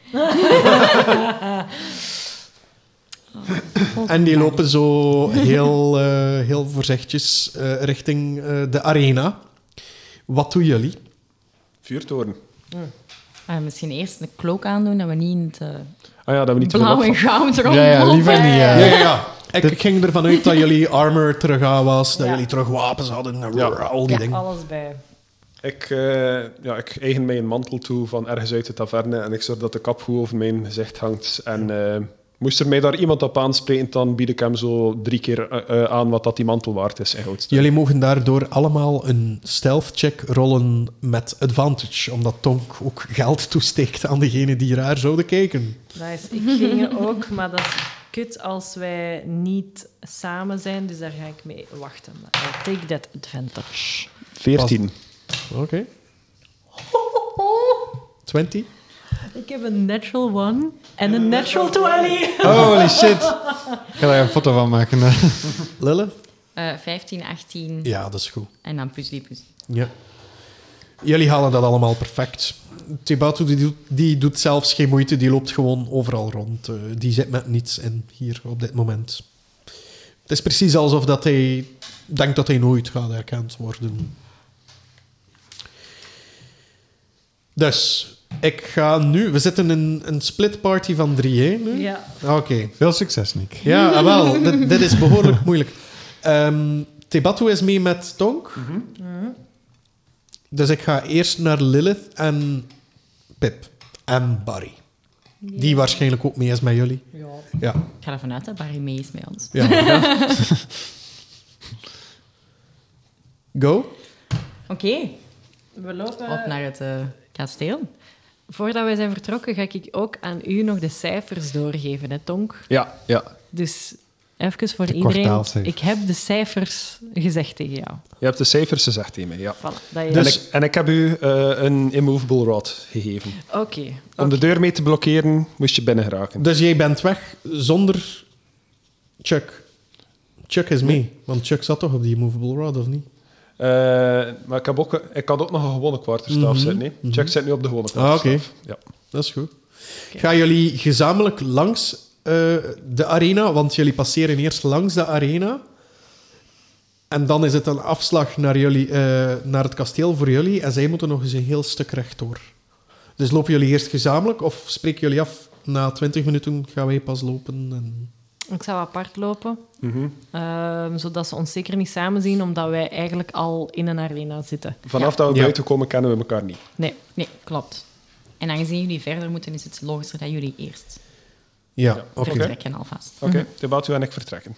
[SPEAKER 1] en die lopen zo heel, eh, heel voorzichtig eh, richting eh, de arena. Wat doen jullie?
[SPEAKER 3] Vuurtoren.
[SPEAKER 4] Ah, misschien eerst een cloak aandoen, dat we niet in het eh,
[SPEAKER 3] Ah ja, dat we niet
[SPEAKER 4] blauw en
[SPEAKER 3] vanaf-
[SPEAKER 4] goud rondlopen.
[SPEAKER 2] Ja, ja, liever niet.
[SPEAKER 1] Ja,
[SPEAKER 2] eh.
[SPEAKER 1] ja, ja. Ik ging ervan uit dat jullie armor terug aan was, dat
[SPEAKER 5] Ja.
[SPEAKER 1] jullie terug wapens hadden,
[SPEAKER 3] Ja.
[SPEAKER 1] al die
[SPEAKER 4] Ja.
[SPEAKER 1] dingen.
[SPEAKER 5] Alles bij.
[SPEAKER 3] Ik, eh, ja, ik eigen mij een mantel toe van ergens uit de taverne en ik zorg dat de kap goed over mijn gezicht hangt. En eh, moest er mij daar iemand op aanspreken, dan bied ik hem zo drie keer eh, eh, aan wat dat die mantel waard is in goudstukken.
[SPEAKER 1] Jullie mogen daardoor allemaal een stealth check rollen met advantage, omdat Tonk ook geld toesteekt aan degenen die raar zouden kijken.
[SPEAKER 5] Nice. Ik ging er ook, maar dat is kut als wij niet samen zijn. Dus daar ga ik mee wachten. Maar I'll take that advantage.
[SPEAKER 3] 14.
[SPEAKER 1] Oké. 20?
[SPEAKER 5] Ik heb een natural one en een natural 20.
[SPEAKER 2] Holy shit. eh, Ik ga daar een foto van maken. hè.
[SPEAKER 1] Lille?
[SPEAKER 4] Eh, 15, 18
[SPEAKER 1] Ja, dat is goed.
[SPEAKER 4] en dan puzzel, puzzel.
[SPEAKER 1] Ja. Jullie halen dat allemaal perfect. Tibatu die doet, die doet zelfs geen moeite, die loopt gewoon overal rond. Eh, die zit met niets in hier op dit moment. Het is precies alsof dat hij denkt dat hij nooit gaat herkend worden. Dus, ik ga nu... We zitten in een split party van drieën nu.
[SPEAKER 5] Ja.
[SPEAKER 1] Oké.
[SPEAKER 2] Veel succes, Nick.
[SPEAKER 1] Ja, ah, wel. dit, dit is behoorlijk moeilijk. Ehm Tebatu is mee met Tonk. Dus ik ga eerst naar Lilith en Pip. En Barry. Die waarschijnlijk ook mee is met jullie.
[SPEAKER 5] Ja.
[SPEAKER 1] Ja.
[SPEAKER 4] Ik ga ervan uit dat Barry mee is met ons.
[SPEAKER 1] ja. Go.
[SPEAKER 4] Oké,
[SPEAKER 5] We lopen...
[SPEAKER 4] op naar het eh, kasteel.
[SPEAKER 5] Voordat wij zijn vertrokken, ga ik ook aan u nog de cijfers doorgeven, hè, Tonk?
[SPEAKER 3] Ja, ja.
[SPEAKER 5] Dus even voor
[SPEAKER 2] De
[SPEAKER 5] iedereen.
[SPEAKER 2] kwartaalcijfers.
[SPEAKER 5] Ik heb de cijfers gezegd tegen jou.
[SPEAKER 3] Je hebt de cijfers gezegd tegen mij, ja.
[SPEAKER 5] Voilà, dat je...
[SPEAKER 1] Dus-
[SPEAKER 3] en, ik, en ik heb u eh, een immovable rod gegeven.
[SPEAKER 5] Oké.
[SPEAKER 3] Om de deur mee te blokkeren, moest je binnen geraken.
[SPEAKER 1] Dus jij bent weg zonder Chuck. Chuck is mee. Want Chuck zat toch op die movable rod, of niet?
[SPEAKER 3] Eh, maar ik, heb ook, ik had ook nog een gewone kwarterstaaf zitten. hè. Chuck zit nu op de gewone
[SPEAKER 1] Ah,
[SPEAKER 3] kwarterstaaf.
[SPEAKER 1] oké.
[SPEAKER 3] ja.
[SPEAKER 1] Dat is goed. Gaan jullie gezamenlijk langs eh, de arena? Want jullie passeren eerst langs de arena. En dan is het een afslag naar, jullie, eh, naar het kasteel voor jullie. En zij moeten nog eens een heel stuk rechtdoor. Dus lopen jullie eerst gezamenlijk of spreken jullie af? Na 20 minuten gaan wij pas lopen. En...
[SPEAKER 5] Ik zou apart lopen,
[SPEAKER 3] Mhm.
[SPEAKER 5] ehm, zodat ze ons zeker niet samen zien, omdat wij eigenlijk al in een arena zitten.
[SPEAKER 3] Vanaf dat we
[SPEAKER 1] Ja.
[SPEAKER 3] buiten komen, kennen we elkaar niet.
[SPEAKER 5] Nee,
[SPEAKER 4] Nee, klopt. En aangezien jullie verder moeten, is het logischer dat jullie eerst
[SPEAKER 1] Ja, oké.
[SPEAKER 4] vertrekken alvast.
[SPEAKER 3] Oké, de en ik vertrekken.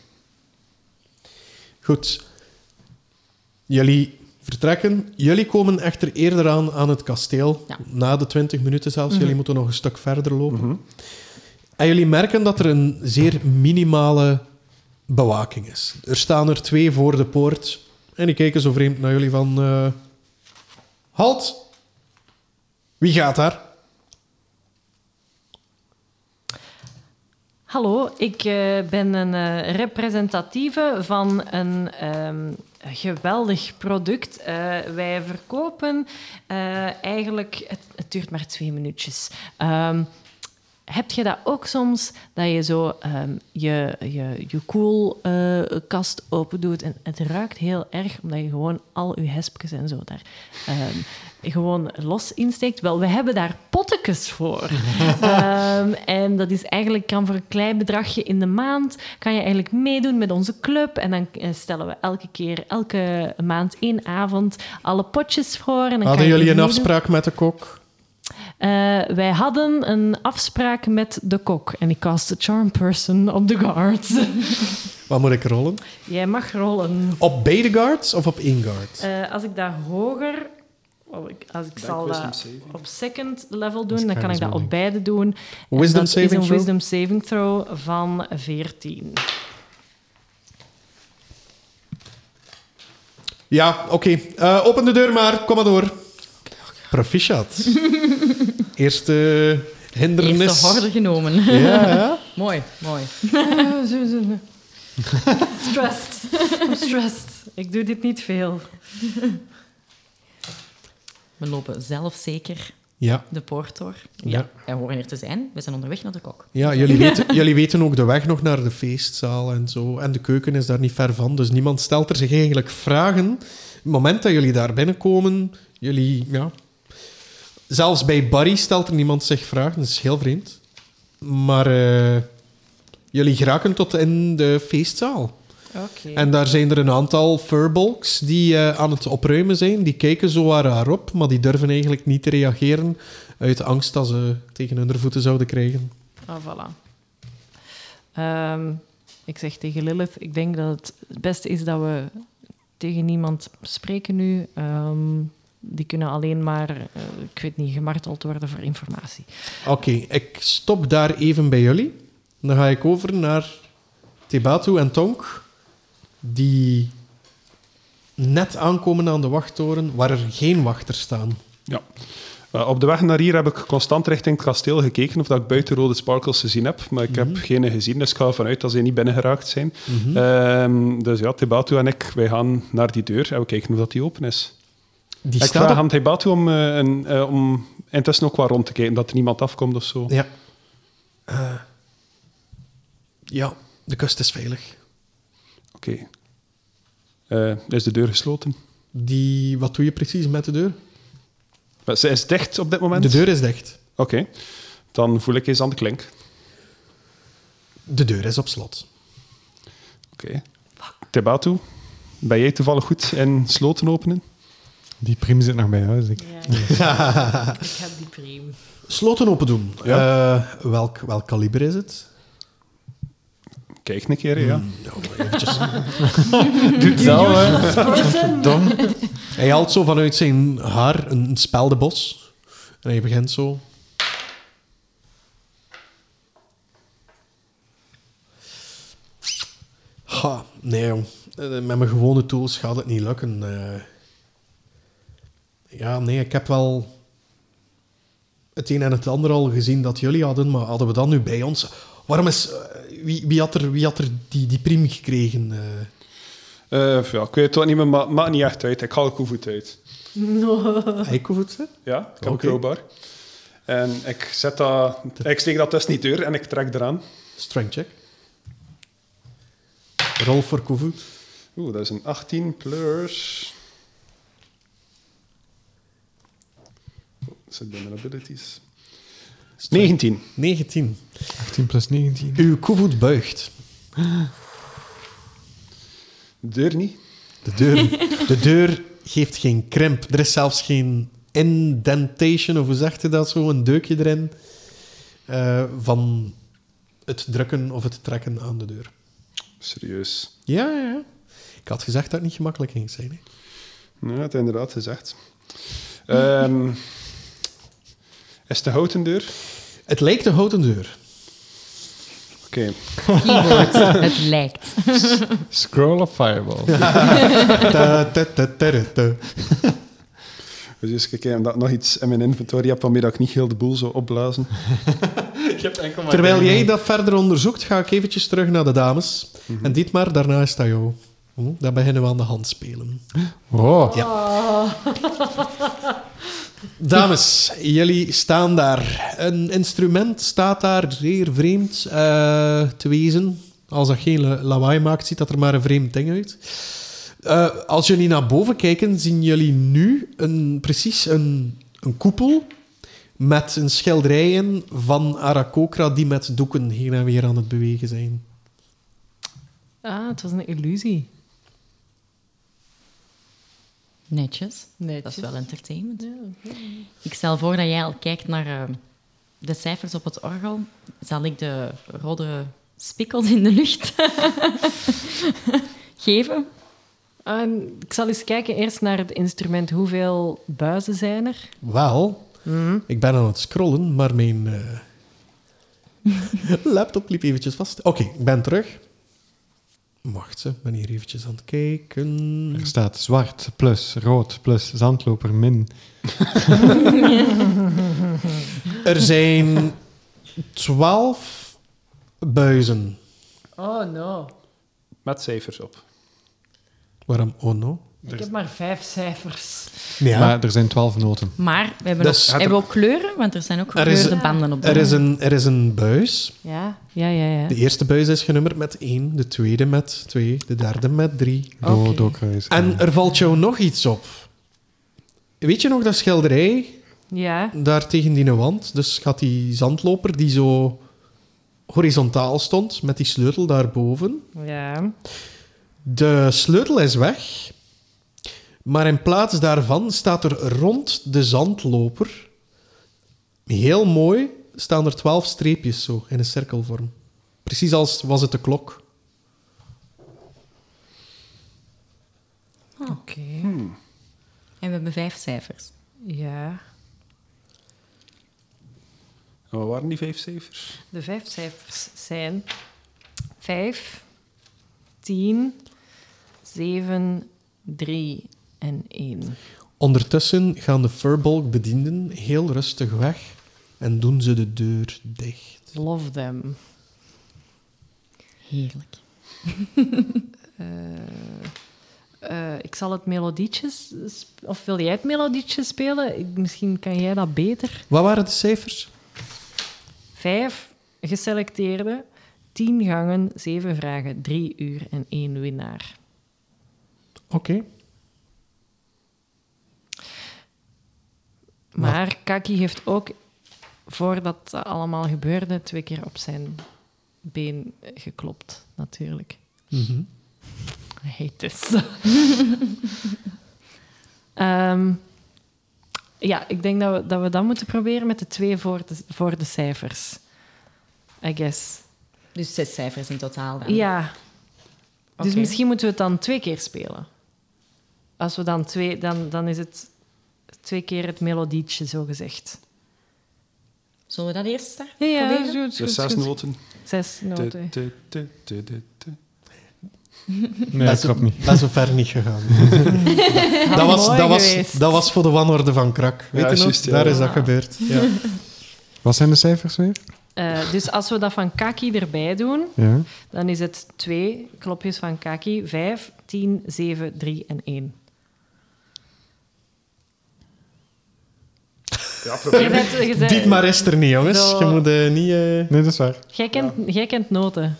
[SPEAKER 1] Goed. Jullie vertrekken. Jullie komen echter eerder aan aan het kasteel.
[SPEAKER 4] Ja.
[SPEAKER 1] Na de 20 minuten zelfs.
[SPEAKER 5] Mhm.
[SPEAKER 1] Jullie moeten nog een stuk verder lopen. En jullie merken dat er een zeer minimale bewaking is. Er staan er twee voor de poort. En die kijken zo vreemd naar jullie van... eh, halt! Wie gaat daar?
[SPEAKER 5] Hallo, ik eh, ben een eh, representatieve van een ehm, geweldig product. Eh, wij verkopen eh, eigenlijk, het, het duurt maar twee minuutjes. Ehm, heb je dat ook soms, dat je zo ehm, je, je, je koelkast open doet en het ruikt heel erg, omdat je gewoon al je hespjes en zo daar ehm, gewoon los insteekt? Wel, we hebben daar pottekes
[SPEAKER 1] *laughs*
[SPEAKER 5] voor. Ehm, en dat is eigenlijk, kan voor een klein bedragje in de maand, kan je eigenlijk meedoen met onze club. En dan eh, stellen we elke keer, elke maand één avond, alle potjes voor. En dan kan
[SPEAKER 1] Hadden
[SPEAKER 5] je
[SPEAKER 1] jullie een
[SPEAKER 5] meedoen.
[SPEAKER 1] afspraak met de kok?
[SPEAKER 5] Eh, wij hadden een afspraak met de kok. En ik cast de charm person op de guards.
[SPEAKER 1] Wat moet ik rollen?
[SPEAKER 5] *laughs* Jij mag rollen.
[SPEAKER 1] Op beide guards of op één guard?
[SPEAKER 5] Eh, als ik dat hoger... oh, ik- Als ik zal dat op second level doen, dan kan ik dat op beide doen. En
[SPEAKER 1] Wisdom
[SPEAKER 5] dat
[SPEAKER 1] saving
[SPEAKER 5] is een
[SPEAKER 1] throw?
[SPEAKER 5] wisdom saving throw van *laughs* 14.
[SPEAKER 1] Ja, oké. Eh, open de deur maar. Kom maar door. *laughs* Proficiat. Eerste hindernis.
[SPEAKER 4] Eerst de horde genomen.
[SPEAKER 1] Ja, *laughs* ja.
[SPEAKER 4] *laughs* mooi, mooi.
[SPEAKER 5] Ah, *laughs* Stressed. I'm stressed. Ik doe dit niet veel.
[SPEAKER 4] We lopen zelfzeker
[SPEAKER 1] Ja,
[SPEAKER 4] de poort door.
[SPEAKER 1] Ja.
[SPEAKER 4] Wij horen er te zijn. We zijn onderweg naar de kok. *laughs*
[SPEAKER 1] ja jullie, weten, jullie weten ook de weg nog naar de feestzaal en zo. En de keuken is daar niet ver van, dus niemand stelt er zich eigenlijk vragen. Het moment dat jullie daar binnenkomen, jullie, ja... Zelfs bij Barry stelt er niemand zich vragen, dat is heel vreemd. Maar eh, jullie geraken tot in de feestzaal.
[SPEAKER 5] Oké.
[SPEAKER 1] En daar zijn er een aantal furbolks die eh, aan het opruimen zijn. Die kijken zo waar haar op, maar die durven eigenlijk niet te reageren uit angst dat ze tegen hun voeten zouden krijgen.
[SPEAKER 5] Ah, voilà. Ehm, ik zeg tegen Lilith, ik denk dat het het beste is dat we tegen niemand spreken nu. Ehm, die kunnen alleen maar, eh, ik weet niet, gemarteld worden voor informatie.
[SPEAKER 1] Oké, ik stop daar even bij jullie. Dan ga ik over naar Tebatu en Tonk, die net aankomen aan de wachttoren, waar er geen wachters staan.
[SPEAKER 3] Eh, op de weg naar hier heb ik constant richting het kasteel gekeken of dat ik buiten rode sparkles gezien heb. Maar ik heb geen gezien, dus ik ga ervan uit dat ze niet binnengeraakt zijn. Ehm, dus ja, Tebatu en ik, wij gaan naar die deur en we kijken of dat die open is.
[SPEAKER 1] Die
[SPEAKER 3] ik
[SPEAKER 1] staat
[SPEAKER 3] vraag
[SPEAKER 1] op-
[SPEAKER 3] aan Tebatu om, eh, een, eh, om intussen ook wat rond te kijken, dat er niemand afkomt of zo.
[SPEAKER 1] Ja. Eh, ja, de kust is veilig.
[SPEAKER 3] Oké. Eh, is de deur gesloten?
[SPEAKER 1] Die, wat doe je precies met de deur?
[SPEAKER 3] Maar Ze is dicht op dit moment?
[SPEAKER 1] De deur is dicht.
[SPEAKER 3] Oké. Dan voel ik eens aan de klink.
[SPEAKER 1] De deur is op slot.
[SPEAKER 3] Oké. Tebatu, ben jij toevallig goed in sloten openen?
[SPEAKER 2] Die priem zit nog bij jou, dus ik...
[SPEAKER 5] ik heb die priem.
[SPEAKER 1] Sloten open doen. Eh, welk, welk kaliber is het?
[SPEAKER 3] Kijk een keer, ja.
[SPEAKER 1] Hmm.
[SPEAKER 2] Doet wel, hè. Dom.
[SPEAKER 1] Hij haalt zo vanuit zijn haar een speldebos. En hij begint zo. Ha, nee jong. Eh, Met mijn gewone tools gaat het niet lukken. eh. ja, nee, ik heb wel het een en het ander al gezien dat jullie hadden, maar hadden we dat nu bij ons? Waarom is... eh, wie, wie, had er, wie had er die, die priem gekregen? eh?
[SPEAKER 3] Eh, ja, ik weet het ook niet meer, maar maakt niet echt uit. Ik haal koevoet uit.
[SPEAKER 1] Eikovoetsen?
[SPEAKER 3] Ja, ik heb
[SPEAKER 1] Oké.
[SPEAKER 3] een crowbar. En ik zet dat... Ik steek dat tussen die deur en ik trek eraan.
[SPEAKER 1] Strength check. Rol voor Koevoet.
[SPEAKER 3] Oeh, dat is een 18 plus... Oh, Zit bij mijn abilities. 19.
[SPEAKER 1] 19.
[SPEAKER 2] 18 plus 19.
[SPEAKER 1] Uw Koevoet buigt.
[SPEAKER 3] Deur niet.
[SPEAKER 1] De deur, de deur geeft geen krimp. Er is zelfs geen indentation, of hoe zegt je dat zo? Een deukje erin eh, van het drukken of het trekken aan de deur.
[SPEAKER 3] Serieus.
[SPEAKER 1] Ja, ja, ja. Ik had gezegd dat het niet gemakkelijk ging zijn. Hè.
[SPEAKER 3] Nou, het inderdaad gezegd. Ehm, is de houten deur?
[SPEAKER 1] Het lijkt een houten *laughs* deur.
[SPEAKER 3] Oké.
[SPEAKER 4] Keyword. het lijkt.
[SPEAKER 2] Scroll of Fireball.
[SPEAKER 1] Ta, ta, ta, ta, ta.
[SPEAKER 3] Dus eens kijken dat ik nog iets in mijn inventory heb waarmee dat ik niet heel de boel zou opblazen.
[SPEAKER 2] ik heb enkel maar
[SPEAKER 1] Terwijl jij dat verder onderzoekt, ga ik eventjes terug naar de dames. En dit maar, daarna is dat jou. Hm, Dan beginnen we aan de hand spelen.
[SPEAKER 2] Oh.
[SPEAKER 1] Dames, *laughs* jullie staan daar. Een instrument staat daar zeer vreemd eh, te wezen. Als dat geen la- lawaai maakt, ziet dat er maar een vreemd ding uit. Eh, als jullie naar boven kijken, zien jullie nu een, precies een, een koepel met een schilderij in van Arakokra die met doeken heen en weer aan het bewegen zijn.
[SPEAKER 5] Ah, het was een illusie.
[SPEAKER 4] Netjes.
[SPEAKER 5] Netjes.
[SPEAKER 4] Dat is wel entertainment.
[SPEAKER 5] Ja.
[SPEAKER 4] Ik stel voor dat jij al kijkt naar eh, de cijfers op het orgel. Zal ik de rode spikkels in de lucht *laughs* geven?
[SPEAKER 5] Ah, En ik zal eens kijken eerst naar het instrument. Hoeveel buizen zijn er?
[SPEAKER 1] Wel, ik ben aan het scrollen, maar mijn eh, laptop liep eventjes vast. Oké, ik ben terug. Wacht, hè, ik ben hier eventjes aan het kijken.
[SPEAKER 2] Er staat zwart plus rood plus zandloper min.
[SPEAKER 1] Er zijn twaalf buizen.
[SPEAKER 5] Oh no.
[SPEAKER 3] Met cijfers op.
[SPEAKER 1] Waarom? Oh no.
[SPEAKER 5] Ik heb maar vijf cijfers.
[SPEAKER 1] Ja.
[SPEAKER 2] Maar er zijn twaalf noten.
[SPEAKER 4] Maar we hebben,
[SPEAKER 1] Dat is-
[SPEAKER 4] ook, hebben we ook kleuren, want er zijn ook
[SPEAKER 1] Er is-
[SPEAKER 4] gekleurde banden op de
[SPEAKER 1] er, is een, er is een buis.
[SPEAKER 5] Ja, ja, ja. ja.
[SPEAKER 1] De eerste buis is genummerd met 1, de tweede met 2, de derde met 3.
[SPEAKER 2] Door
[SPEAKER 5] Oké.
[SPEAKER 2] doorkruis.
[SPEAKER 1] En er valt jou nog iets op. Weet je nog dat schilderij
[SPEAKER 5] Ja.
[SPEAKER 1] daar tegen die wand. Dus gaat die zandloper die zo horizontaal stond met die sleutel daarboven.
[SPEAKER 5] ja.
[SPEAKER 1] De sleutel is weg. Maar in plaats daarvan staat er rond de zandloper, heel mooi, staan er twaalf streepjes zo in een cirkelvorm. Precies als was het de klok.
[SPEAKER 5] Oké.
[SPEAKER 4] En we hebben vijf cijfers.
[SPEAKER 5] Ja.
[SPEAKER 3] En wat waren die vijf cijfers?
[SPEAKER 5] De vijf cijfers zijn 5, 10, 7, 3 en 1.
[SPEAKER 1] Ondertussen gaan de furbolg bedienden heel rustig weg en doen ze de deur dicht.
[SPEAKER 5] Love them.
[SPEAKER 4] Heerlijk.
[SPEAKER 5] Eh, ik zal het melodietje... sp- Of wil jij het melodietje spelen? Ik- misschien kan jij dat beter.
[SPEAKER 1] Wat waren de cijfers?
[SPEAKER 5] Vijf geselecteerde, 10 gangen, 7 vragen, 3 uur en 1 winnaar.
[SPEAKER 1] Oké.
[SPEAKER 5] Maar Kaki heeft ook, voordat dat allemaal gebeurde, twee keer op zijn been geklopt, natuurlijk.
[SPEAKER 1] Mhm.
[SPEAKER 5] I hate *laughs* this. Ehm, ja, ik denk dat we, dat we dat moeten proberen met de twee voor de, voor de cijfers. I guess.
[SPEAKER 4] Dus zes cijfers in totaal dan.
[SPEAKER 5] Ja. Dus
[SPEAKER 4] Oké.
[SPEAKER 5] misschien moeten we het dan twee keer spelen. Als we dan twee... Dan, dan is het twee keer het melodietje, zo gezegd.
[SPEAKER 4] Zullen we dat eerst starten?
[SPEAKER 5] Ja, ja,
[SPEAKER 4] Proberen?
[SPEAKER 3] Dus
[SPEAKER 5] goed, goed,
[SPEAKER 3] zes
[SPEAKER 5] goed.
[SPEAKER 3] noten.
[SPEAKER 5] Zes noten.
[SPEAKER 3] Te, te, te, te, te.
[SPEAKER 2] Nee,
[SPEAKER 1] dat
[SPEAKER 2] dat
[SPEAKER 1] is
[SPEAKER 2] klopt niet.
[SPEAKER 1] Dat is zo ver niet
[SPEAKER 5] *laughs*
[SPEAKER 1] gegaan. dat, was,
[SPEAKER 5] mooi
[SPEAKER 1] dat, was,
[SPEAKER 5] geweest.
[SPEAKER 1] dat was voor de wanorde van Krak. Weet
[SPEAKER 3] Ja,
[SPEAKER 1] je nog?
[SPEAKER 3] juist, ja.
[SPEAKER 1] Daar is dat gebeurd. Ja.
[SPEAKER 2] *laughs* Wat zijn de cijfers weer?
[SPEAKER 5] Eh, dus als we dat van Kaki erbij doen,
[SPEAKER 2] Ja.
[SPEAKER 5] dan is het twee klopjes van Kaki. Vijf, tien, zeven, drie en één.
[SPEAKER 3] Ja,
[SPEAKER 5] Je
[SPEAKER 3] probeer.
[SPEAKER 5] *laughs* bent- je bent-
[SPEAKER 1] Dit maar is er niet, jongens.
[SPEAKER 5] Zo.
[SPEAKER 1] Je moet eh, niet... eh,
[SPEAKER 2] Nee, dat is waar.
[SPEAKER 5] Jij kent, jij kent noten.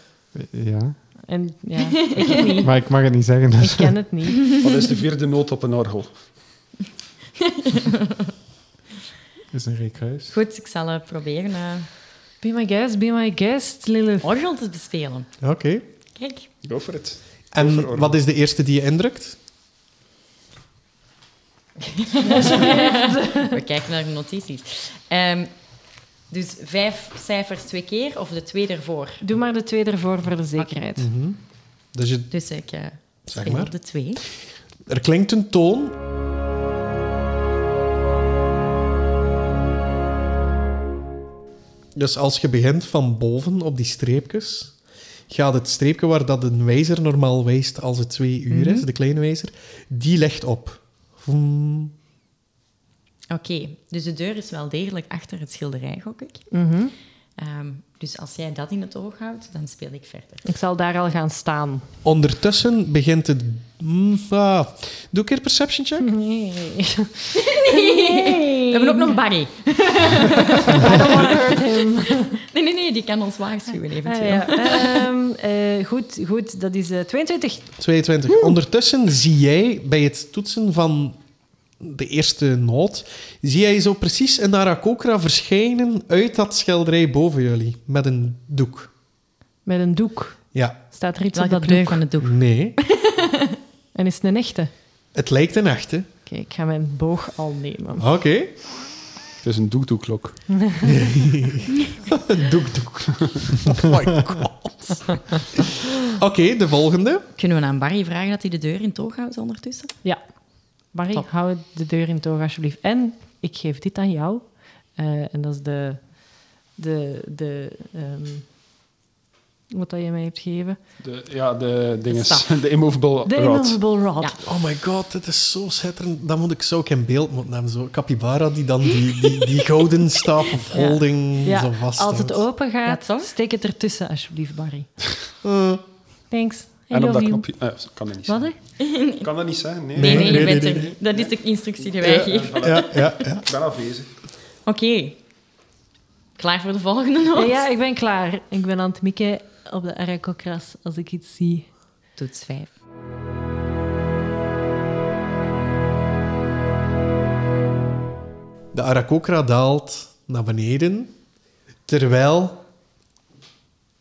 [SPEAKER 2] Ja.
[SPEAKER 5] En, ja, ik het niet.
[SPEAKER 2] Maar ik mag het niet zeggen.
[SPEAKER 5] Ik
[SPEAKER 2] Dus.
[SPEAKER 5] ken het niet.
[SPEAKER 3] Wat is de vierde noot op een orgel?
[SPEAKER 2] is een reekruis.
[SPEAKER 4] Goed, ik zal eh, proberen eh
[SPEAKER 5] Be my guest, be my guest, Lilith.
[SPEAKER 4] orgel te bespelen.
[SPEAKER 1] Oké.
[SPEAKER 4] Kijk,
[SPEAKER 3] Go for it.
[SPEAKER 1] En
[SPEAKER 3] Overal.
[SPEAKER 1] wat is de eerste die je indrukt?
[SPEAKER 4] we kijken naar de notities. Ehm, dus vijf cijfers twee keer of de twee ervoor?
[SPEAKER 5] Doe maar de twee ervoor voor de zekerheid.
[SPEAKER 1] Dus je,
[SPEAKER 4] Dus ik eh
[SPEAKER 1] zeg
[SPEAKER 4] speel
[SPEAKER 1] maar.
[SPEAKER 4] op de twee.
[SPEAKER 1] Er klinkt een toon. Dus als je begint van boven op die streepjes, gaat het streepje waar dat een wijzer normaal wijst als het twee uur is,
[SPEAKER 5] Mhm.
[SPEAKER 1] de kleine wijzer, die legt op. Vroom.
[SPEAKER 4] Oké, dus de deur is wel degelijk achter het schilderij, gok ik.
[SPEAKER 5] Mhm.
[SPEAKER 4] Ehm, dus als jij dat in het oog houdt, dan speel ik *laughs* verder.
[SPEAKER 5] Ik zal daar al gaan staan.
[SPEAKER 1] Ondertussen begint het... Mm, ah. Doe ik keer perception check?
[SPEAKER 5] *laughs*
[SPEAKER 4] We hebben ook nog Barry.
[SPEAKER 5] I don't wanna hurt him.
[SPEAKER 4] Nee, nee, nee, die kan ons waarschuwen eventueel.
[SPEAKER 5] Ah, ja. Ehm, eh, goed, goed, dat is eh, 22.
[SPEAKER 1] 22. Ondertussen zie jij bij het toetsen van de eerste noot, zie jij zo precies een Arakokra verschijnen uit dat schilderij boven jullie. Met een doek.
[SPEAKER 5] Met een doek.
[SPEAKER 1] Ja.
[SPEAKER 5] Staat er iets
[SPEAKER 4] Welke
[SPEAKER 5] op dat
[SPEAKER 4] kleur
[SPEAKER 5] doek?
[SPEAKER 4] van het doek?
[SPEAKER 1] Nee.
[SPEAKER 5] En is het een echte? Oké,
[SPEAKER 1] Het lijkt een echte.
[SPEAKER 5] ik ga mijn boog al nemen.
[SPEAKER 1] Oké.
[SPEAKER 3] Het is een doekdoeklok.
[SPEAKER 1] *laughs* Doek, doek. *laughs* Oh my god. Oké, de volgende.
[SPEAKER 4] Kunnen we aan Barry vragen dat hij de deur in het oog houdt ondertussen?
[SPEAKER 5] Ja. Barry,
[SPEAKER 4] Top.
[SPEAKER 5] hou de deur in toog alsjeblieft. En ik geef dit aan jou. Eh, en dat is de... de, de ehm, wat dat je mij hebt gegeven.
[SPEAKER 3] De, ja, de dinges.
[SPEAKER 4] Staf.
[SPEAKER 3] De immovable
[SPEAKER 5] De
[SPEAKER 3] rod.
[SPEAKER 5] Immovable Rod.
[SPEAKER 4] Ja.
[SPEAKER 1] Oh my god, dit is zo schitterend. Dan moet ik zo ook in beeld moeten hebben. Zo'n capybara die dan die, die, die gouden staaf of
[SPEAKER 5] *laughs* Ja.
[SPEAKER 1] holding
[SPEAKER 5] Ja,
[SPEAKER 1] zo vast
[SPEAKER 5] als het open gaat,
[SPEAKER 4] Ja, toch?
[SPEAKER 5] steek het ertussen alsjeblieft,
[SPEAKER 3] *laughs*
[SPEAKER 5] Barry. Thanks. I
[SPEAKER 3] Eh. En op
[SPEAKER 5] love
[SPEAKER 3] dat
[SPEAKER 5] you.
[SPEAKER 3] knopje... eh, kan dat niet
[SPEAKER 5] Wat?
[SPEAKER 3] zijn.
[SPEAKER 5] hè?
[SPEAKER 3] Kan dat niet zijn? Nee.
[SPEAKER 4] Nee, nee,
[SPEAKER 1] nee,
[SPEAKER 4] je bent
[SPEAKER 1] nee,
[SPEAKER 4] er
[SPEAKER 1] nee.
[SPEAKER 4] niet. Dat is de instructie die wij geven.
[SPEAKER 3] Voilà.
[SPEAKER 1] Ja, ja, ja.
[SPEAKER 3] Ik ben afwezig.
[SPEAKER 4] Oké. Klaar voor de volgende
[SPEAKER 5] Ja,
[SPEAKER 4] noot?
[SPEAKER 5] ja, ik ben klaar. Ik ben aan het mikken op de Arakokras als ik iets zie.
[SPEAKER 4] Toets vijf.
[SPEAKER 1] De Arakokra daalt naar beneden, terwijl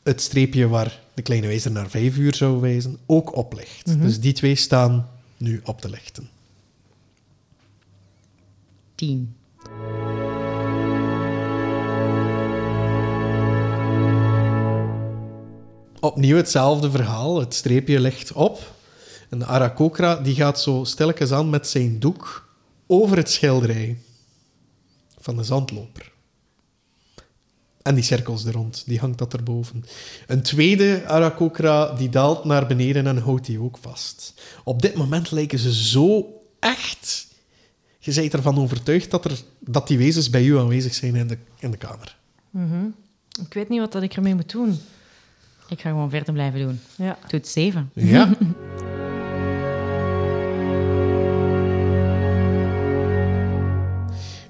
[SPEAKER 1] het streepje waar de kleine wijzer naar vijf uur zou wijzen ook oplicht.
[SPEAKER 5] Mhm.
[SPEAKER 1] Dus die twee staan nu op te lichten.
[SPEAKER 4] Tien.
[SPEAKER 1] Opnieuw hetzelfde verhaal. Het streepje ligt op. En de Arakokra die gaat zo stilletjes aan met zijn doek over het schilderij van de zandloper. En die cirkels er rond, die hangt dat erboven. Een tweede Arakokra die daalt naar beneden en houdt die ook vast. Op dit moment lijken ze zo echt. Je bent ervan overtuigd dat, er, dat die wezens bij u aanwezig zijn in de, in de kamer.
[SPEAKER 5] Ik weet niet wat dat ik ermee moet doen.
[SPEAKER 4] Ik ga gewoon verder blijven doen.
[SPEAKER 5] Ja.
[SPEAKER 4] Toets zeven.
[SPEAKER 1] Ja.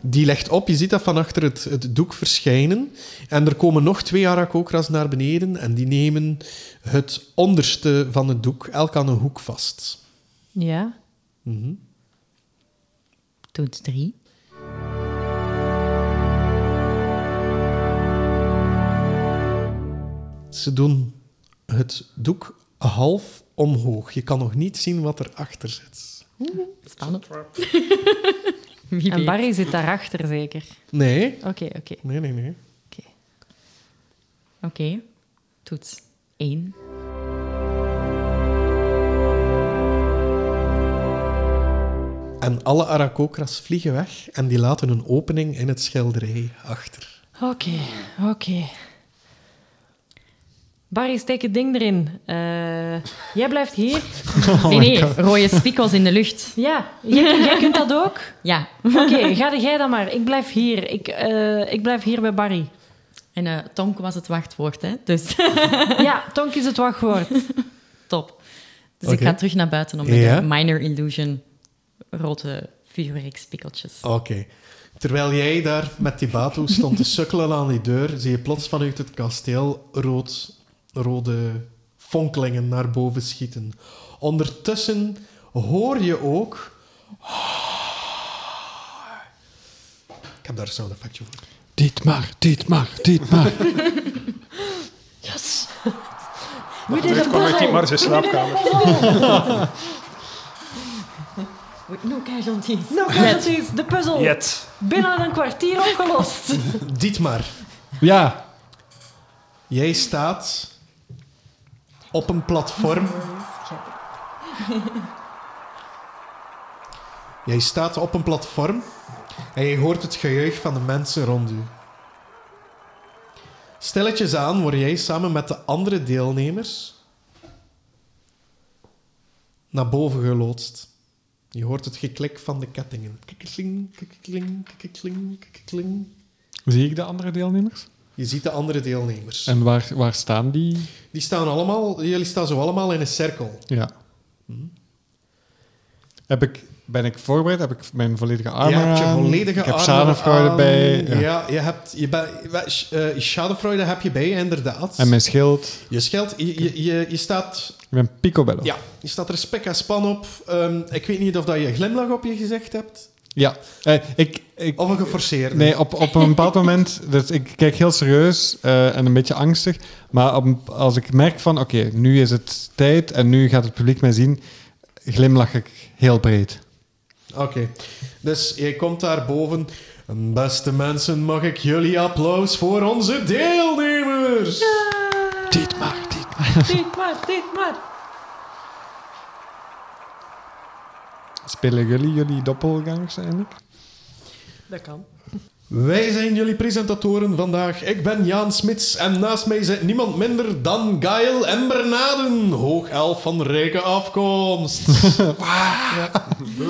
[SPEAKER 1] Die legt op, je ziet dat van achter het, het doek verschijnen. En er komen nog twee Arakokras naar beneden en die nemen het onderste van het doek, elk aan een hoek vast.
[SPEAKER 5] Ja.
[SPEAKER 1] Mhm.
[SPEAKER 4] Toets drie.
[SPEAKER 1] Ze doen het doek half omhoog. Je kan nog niet zien wat erachter zit.
[SPEAKER 4] Spannend. Wie
[SPEAKER 5] En
[SPEAKER 4] weet.
[SPEAKER 5] Barry zit daarachter zeker.
[SPEAKER 1] Nee,
[SPEAKER 5] Oké, oké.
[SPEAKER 1] nee, nee, nee.
[SPEAKER 4] Oké. Toets één.
[SPEAKER 1] En alle Arakokras vliegen weg en die laten een opening in het schilderij achter.
[SPEAKER 5] Oké, oké. Barry, steek het ding erin. Eh, jij blijft hier.
[SPEAKER 1] Oh
[SPEAKER 4] nee, nee. Rode spiegels in de lucht.
[SPEAKER 5] Ja, jij, jij kunt dat ook.
[SPEAKER 4] Ja.
[SPEAKER 5] Oké, ga jij dan maar. Ik blijf hier. Ik, eh, ik blijf hier bij Barry.
[SPEAKER 4] En eh Tonk was het wachtwoord, hè. Dus *laughs*
[SPEAKER 5] Ja, Tonk is het wachtwoord.
[SPEAKER 4] top. Dus ik
[SPEAKER 1] Oké.
[SPEAKER 4] ga terug naar buiten om met
[SPEAKER 1] Ja.
[SPEAKER 4] de minor illusion rode vuurwerkspikkeltjes.
[SPEAKER 1] Oké. Terwijl jij daar met die bato stond te sukkelen aan die deur, zie je plots vanuit het kasteel rood, rode fonkelingen naar boven schieten. Ondertussen hoor je ook... Ah. Ik heb daar een sound effectje voor.
[SPEAKER 2] Dit maar, dit maar, dit maar.
[SPEAKER 5] Yes.
[SPEAKER 4] We did a
[SPEAKER 3] terugkomt uit die
[SPEAKER 4] puzzle.
[SPEAKER 3] Mars in slaapkamer.
[SPEAKER 4] We- Oh. No casualties.
[SPEAKER 5] Nou, casualties, de puzzel.
[SPEAKER 3] Jet.
[SPEAKER 5] Binnen een kwartier opgelost.
[SPEAKER 1] Dietmar,
[SPEAKER 2] Ja,
[SPEAKER 1] jij staat op een platform. Jij staat op een platform en je hoort het gejuich van de mensen rond u. Stilletjes aan word jij samen met de andere deelnemers naar boven geloodst. Je hoort het geklik van de kettingen. Kikkekling, kikkekling, kikkekling, kikkekling.
[SPEAKER 2] zie ik de andere deelnemers?
[SPEAKER 1] Je ziet de andere deelnemers.
[SPEAKER 2] En waar, waar staan die?
[SPEAKER 1] Die staan allemaal, jullie staan zo allemaal in een cirkel.
[SPEAKER 2] Ja.
[SPEAKER 1] Mhm.
[SPEAKER 2] Heb ik, ben ik voorbereid? Heb ik mijn volledige armor
[SPEAKER 1] je hebt je
[SPEAKER 2] aan?
[SPEAKER 1] volledige
[SPEAKER 2] Ik heb
[SPEAKER 1] armor
[SPEAKER 2] schadenfreude
[SPEAKER 1] aan.
[SPEAKER 2] bij. eh. Ja.
[SPEAKER 1] Ja, je hebt je ben- wa- sh- eh, schadenfreude heb je bij inderdaad.
[SPEAKER 2] En mijn schild.
[SPEAKER 1] je schild, je, je, je, je staat,
[SPEAKER 2] Ik ben picobello.
[SPEAKER 1] ja, je staat er spek en span op. Ehm, ik weet niet of dat je een glimlach op je gezicht hebt
[SPEAKER 2] Ja. Eh, ik, ik,
[SPEAKER 1] of een geforceerde.
[SPEAKER 2] Nee, op, op een bepaald *laughs* moment, dus ik kijk heel serieus eh, en een beetje angstig, maar op- als ik merk van, oké, nu is het tijd en nu gaat het publiek mij zien, glimlach ik heel breed.
[SPEAKER 1] Oké, dus je komt daar boven. Beste mensen, mag ik jullie applaus voor onze deelnemers?
[SPEAKER 5] Dit maar, dit maar. Dit maar, dit maar.
[SPEAKER 2] Spelen jullie jullie doppelgangers eigenlijk?
[SPEAKER 5] Dat kan.
[SPEAKER 1] Wij zijn jullie presentatoren vandaag. Ik ben Jaan Smits en naast mij zit niemand minder dan Gael Embernaden, hoogelf van rijke afkomst. Ja.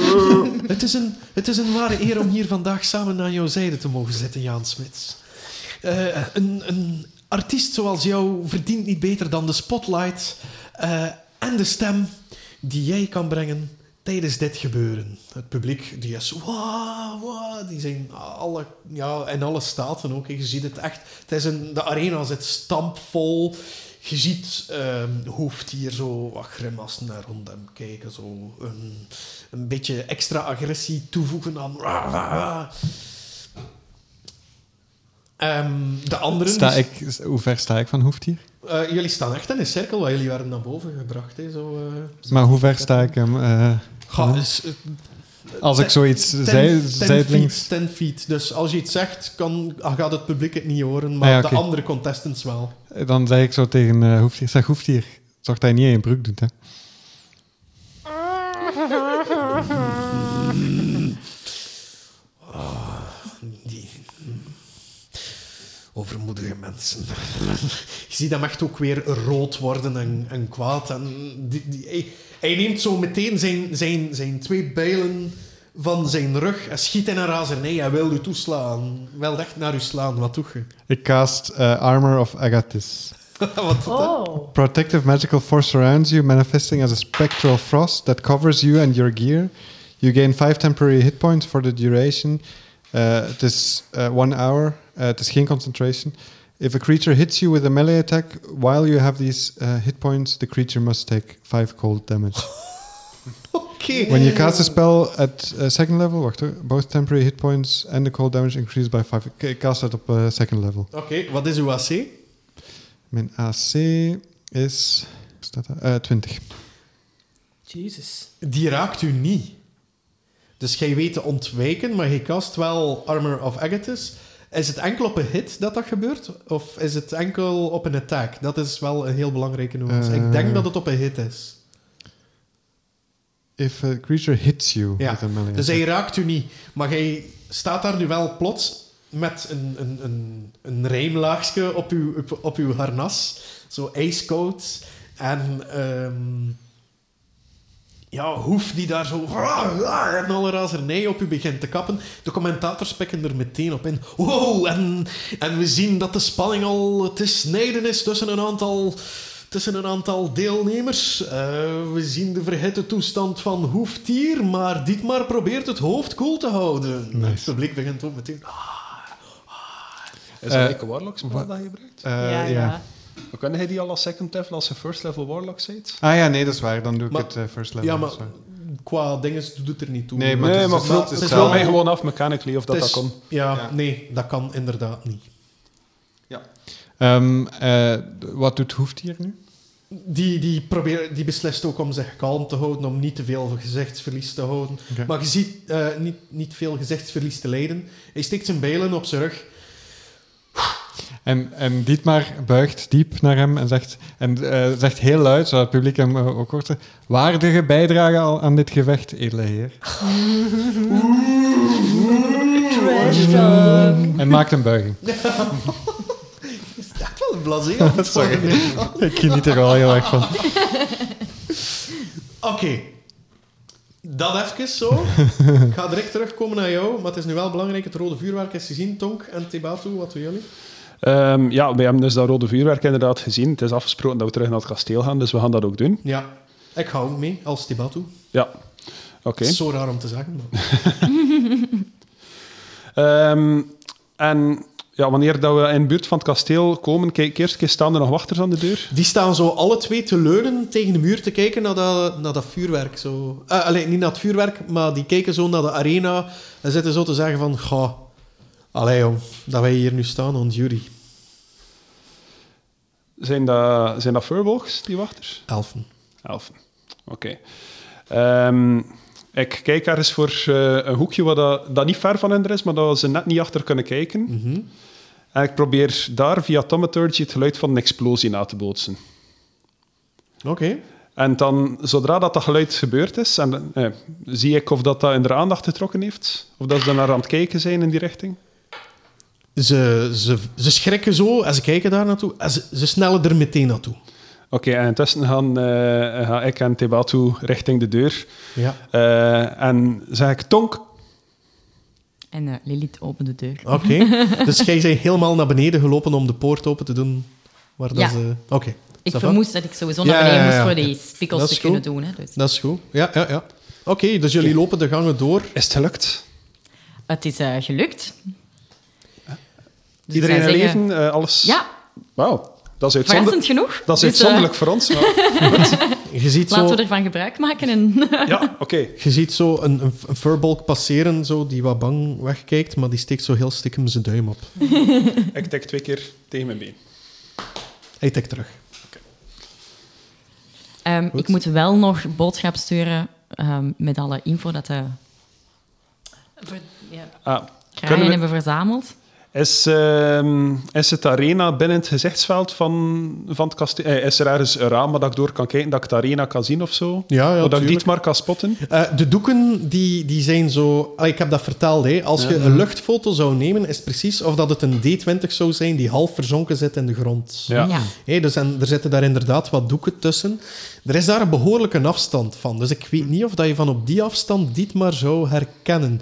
[SPEAKER 1] *laughs* het, is een, het is een ware eer om hier vandaag samen aan jouw zijde te mogen zitten, Jaan Smits. Eh, een, een artiest zoals jou verdient niet beter dan de spotlight eh, en de stem die jij kan brengen tijdens dit gebeuren. Het publiek die is wauw, wauw, die zijn alle, ja, in alle staten ook. hè. Je ziet het echt. Het is een, de arena zit stampvol. Je ziet ehm Hoeft hier zo wat grimassen naar rond hem kijken. Zo een, een beetje extra agressie toevoegen aan... Ehm, de anderen...
[SPEAKER 2] Sta
[SPEAKER 1] die-
[SPEAKER 2] ik, hoe ver sta ik van Hoeftier?
[SPEAKER 1] eh, jullie staan echt in een cirkel, want jullie werden naar boven gebracht. Hè, zo, eh.
[SPEAKER 2] Maar hoe ver sta ik hem? eh,
[SPEAKER 1] Ga,
[SPEAKER 2] Ja.
[SPEAKER 1] is-
[SPEAKER 2] als ik zoiets
[SPEAKER 1] Ten,
[SPEAKER 2] zij,
[SPEAKER 1] ten
[SPEAKER 2] zijdelings...
[SPEAKER 1] feet, ten feet. Dus als je iets zegt, kan, ah, gaat het publiek het niet horen, maar
[SPEAKER 2] Ah ja,
[SPEAKER 1] de
[SPEAKER 2] oké.
[SPEAKER 1] andere contestants wel.
[SPEAKER 2] Dan zeg ik zo tegen eh, Hoeftier, zeg Hoeftier, zorg dat je niet in je broek doet, hè.
[SPEAKER 1] Ah, Die overmoedige mensen. je ziet hem echt ook weer rood worden en, en kwaad. En die, die, hij, hij neemt zo meteen zijn, zijn, zijn twee bijlen van zijn rug en schiet in een razernij. Hij wil u toeslaan. Wel echt naar u slaan. Wat doe je? *laughs*
[SPEAKER 2] Ik cast eh, Armor of Agathis.
[SPEAKER 1] Wat doet dat?
[SPEAKER 5] Oh.
[SPEAKER 2] Protective magical force surrounds you, manifesting as a spectral frost that covers you and your gear. You gain five temporary hit points for the duration. Uh, het is eh, one hour. Eh, het is geen concentration. If a creature hits you with a melee attack while you have these eh, hit points, the creature must take five cold damage.
[SPEAKER 1] Oké.
[SPEAKER 2] When you cast a spell at eh, second level, wacht hoor, both temporary hit points and the cold damage increase by five. Ik- Ik cast dat op eh, second level.
[SPEAKER 1] Oké, wat is uw AC?
[SPEAKER 2] Mijn AC is staat daar? Eh, 20.
[SPEAKER 5] Jezus.
[SPEAKER 1] Die raakt u niet. Dus jij weet te ontwijken, maar je cast wel Armor of Agathis. Is het enkel op een hit dat dat gebeurt? Of is het enkel op een attack? Dat is wel een heel belangrijke nuance.
[SPEAKER 2] Eh.
[SPEAKER 1] Ik denk dat het op een hit is.
[SPEAKER 2] If a creature hits you
[SPEAKER 1] Ja,
[SPEAKER 2] with a melee
[SPEAKER 1] Dus
[SPEAKER 2] attack.
[SPEAKER 1] hij raakt u niet. Maar jij staat daar nu wel plots met een, een, een, een rijmlaagje op uw, op, op uw harnas. Zo ijskoud. En ehm, ja, hoef die daar zo... Ah, En alle razernij op u begint te kappen. De commentators pikken er meteen op in. Wow! En, en we zien dat de spanning al te snijden is tussen een aantal... Tussen een aantal deelnemers. Eh, we zien de verhitte toestand van Hoeftier, maar Dietmar probeert het hoofd koel te houden.
[SPEAKER 2] Nice.
[SPEAKER 1] Het publiek begint ook meteen. "Ah,
[SPEAKER 3] Is dat
[SPEAKER 2] Eh,
[SPEAKER 3] niet een warlock spel
[SPEAKER 2] wat-
[SPEAKER 3] dat je gebruikt?
[SPEAKER 2] Eh,
[SPEAKER 5] ja, ja.
[SPEAKER 3] Hoe kan hij die al als second level, als een first level warlock zit?
[SPEAKER 2] Ah ja, nee, dat is waar. Dan doe ik
[SPEAKER 1] Maar-
[SPEAKER 2] het eh, first level.
[SPEAKER 1] ja, maar
[SPEAKER 2] sorry.
[SPEAKER 1] qua dinges doet het er niet toe.
[SPEAKER 2] Nee, maar
[SPEAKER 3] Nee,
[SPEAKER 2] het is-
[SPEAKER 3] maar
[SPEAKER 2] het is-
[SPEAKER 1] het
[SPEAKER 2] het is
[SPEAKER 1] is
[SPEAKER 3] Stel
[SPEAKER 1] wel-
[SPEAKER 2] wel...
[SPEAKER 3] mij gewoon af, mechanically, of dat
[SPEAKER 1] Het
[SPEAKER 3] dat
[SPEAKER 1] is-
[SPEAKER 3] kan.
[SPEAKER 1] Ja,
[SPEAKER 2] Ja.
[SPEAKER 1] nee, dat kan inderdaad niet.
[SPEAKER 2] Ehm, eh, wat doet Hoeft hier nu?
[SPEAKER 1] die, die, probeert, die beslist ook om zich kalm te houden, om niet te veel gezichtsverlies te houden.
[SPEAKER 2] Oké.
[SPEAKER 1] Maar je ziet eh, niet, niet veel gezichtsverlies te lijden. Hij steekt zijn bijlen op zijn rug.
[SPEAKER 2] En, en Dietmar buigt diep naar hem en zegt, en, eh, zegt heel luid, zodat het publiek hem eh, ook hoort, eh, waardige bijdrage al aan dit gevecht, edele heer.
[SPEAKER 5] Trash talk.
[SPEAKER 2] En maakt een buiging.
[SPEAKER 1] Is dat wel een blasé antwoord?
[SPEAKER 2] Ik geniet er wel heel erg van.
[SPEAKER 1] Oké. Dat even zo. Ik ga direct terugkomen naar jou, maar het is nu wel belangrijk. Het rode vuurwerk is gezien, Tonk en Tebatu, wat doen jullie?
[SPEAKER 3] Ehm, ja, we hebben dus dat rode vuurwerk inderdaad gezien. Het is afgesproken dat we terug naar het kasteel gaan, dus we gaan dat ook doen.
[SPEAKER 1] Ja, ik hou ook mee als Tebatu.
[SPEAKER 3] Ja, oké.
[SPEAKER 1] Het is zo raar om te zeggen, maar...
[SPEAKER 3] Ehm, en ja, wanneer dat we in de buurt van het kasteel komen, kijk, eerst keer staan er nog wachters aan de deur.
[SPEAKER 1] Die staan zo alle twee te leunen tegen de muur te kijken naar dat, naar dat vuurwerk. Zo. Eh, allee, niet naar het vuurwerk, maar die kijken zo naar de arena en zitten zo te zeggen van... Ga, allee jong, dat wij hier nu staan, ons jury.
[SPEAKER 3] Zijn dat, zijn dat furbolgs, die wachters?
[SPEAKER 1] Elfen.
[SPEAKER 3] Elfen. Oké. Ehm, ik kijk ergens voor eh, een hoekje wat dat, dat niet ver van hen is, maar dat ze net niet achter kunnen kijken. En ik probeer daar via Tomaturgy het geluid van een explosie na te bootsen.
[SPEAKER 1] Oké.
[SPEAKER 3] En dan, zodra dat, dat geluid gebeurd is, en, eh, zie ik of dat, dat in de aandacht getrokken heeft. Of dat ze daar naar aan het kijken zijn in die richting.
[SPEAKER 1] Ze, ze, ze schrikken zo en ze kijken daar naartoe en ze, ze snellen er meteen naartoe.
[SPEAKER 3] Oké, en intussen gaan, eh, ga ik en Tebatu richting de deur.
[SPEAKER 1] Ja.
[SPEAKER 3] Eh, en zeg ik tonk.
[SPEAKER 4] En eh, Lilith opent de deur.
[SPEAKER 1] Oké.
[SPEAKER 4] *laughs*
[SPEAKER 1] dus jij bent helemaal naar beneden gelopen om de poort open te doen. Waar dat
[SPEAKER 4] Ja.
[SPEAKER 1] ze... Oké.
[SPEAKER 4] Ik
[SPEAKER 1] Ça va?
[SPEAKER 4] vermoed dat ik sowieso
[SPEAKER 1] Ja,
[SPEAKER 4] naar beneden
[SPEAKER 1] ja, ja,
[SPEAKER 4] moest voor
[SPEAKER 1] oké.
[SPEAKER 4] die spikkels
[SPEAKER 1] Dat
[SPEAKER 4] te
[SPEAKER 1] is
[SPEAKER 4] kunnen
[SPEAKER 1] goed.
[SPEAKER 4] doen. Hè, dus.
[SPEAKER 1] Dat is goed. Ja, ja, ja. Oké, dus jullie lopen de gangen door.
[SPEAKER 3] Is het
[SPEAKER 4] Dus
[SPEAKER 3] gelukt?
[SPEAKER 4] Het is eh, gelukt. Dus ik
[SPEAKER 3] Iedereen in
[SPEAKER 4] zou zeggen-
[SPEAKER 3] leven? eh, alles?
[SPEAKER 4] Ja,
[SPEAKER 3] Wauw. Dat is uitzonder-
[SPEAKER 4] verrassend genoeg.
[SPEAKER 3] dat is
[SPEAKER 4] Dus, eh,
[SPEAKER 3] uitzonderlijk voor ons.
[SPEAKER 4] *laughs*
[SPEAKER 3] maar-
[SPEAKER 1] Je ziet zo...
[SPEAKER 4] Laten we ervan gebruik maken. En *laughs*
[SPEAKER 3] ja, oké.
[SPEAKER 1] Je ziet zo een, een, een furbolg passeren, zo, die wat bang wegkijkt, maar die steekt zo heel stiekem zijn duim op.
[SPEAKER 3] Ik tik twee keer tegen mijn been.
[SPEAKER 1] Hij tikt terug.
[SPEAKER 4] Ehm,
[SPEAKER 1] Goed.
[SPEAKER 4] ik moet wel nog boodschap sturen ehm, met alle info dat de
[SPEAKER 5] Voor- ja.
[SPEAKER 3] Ah,
[SPEAKER 4] kraaien
[SPEAKER 3] Kunnen we-
[SPEAKER 4] hebben verzameld.
[SPEAKER 3] Is, ehm, is het arena binnen het gezichtsveld van, van het kasteel? eh, is er ergens een raam waar dat ik door kan kijken, dat ik de arena kan zien of zo?
[SPEAKER 1] Ja, ja,
[SPEAKER 3] dat ik
[SPEAKER 1] tuurlijk.
[SPEAKER 3] Oh, Dietmar kan spotten?
[SPEAKER 1] Eh, de doeken die, die zijn zo. ah, ik heb dat verteld. Hè. Als je een luchtfoto zou nemen, is het precies of dat het een D20 zou zijn die half verzonken zit in de grond.
[SPEAKER 3] Ja.
[SPEAKER 1] Hé, dus en er zitten daar inderdaad wat doeken tussen. Er is daar een behoorlijke afstand van. Dus ik weet niet of dat je van op die afstand dit maar zou herkennen.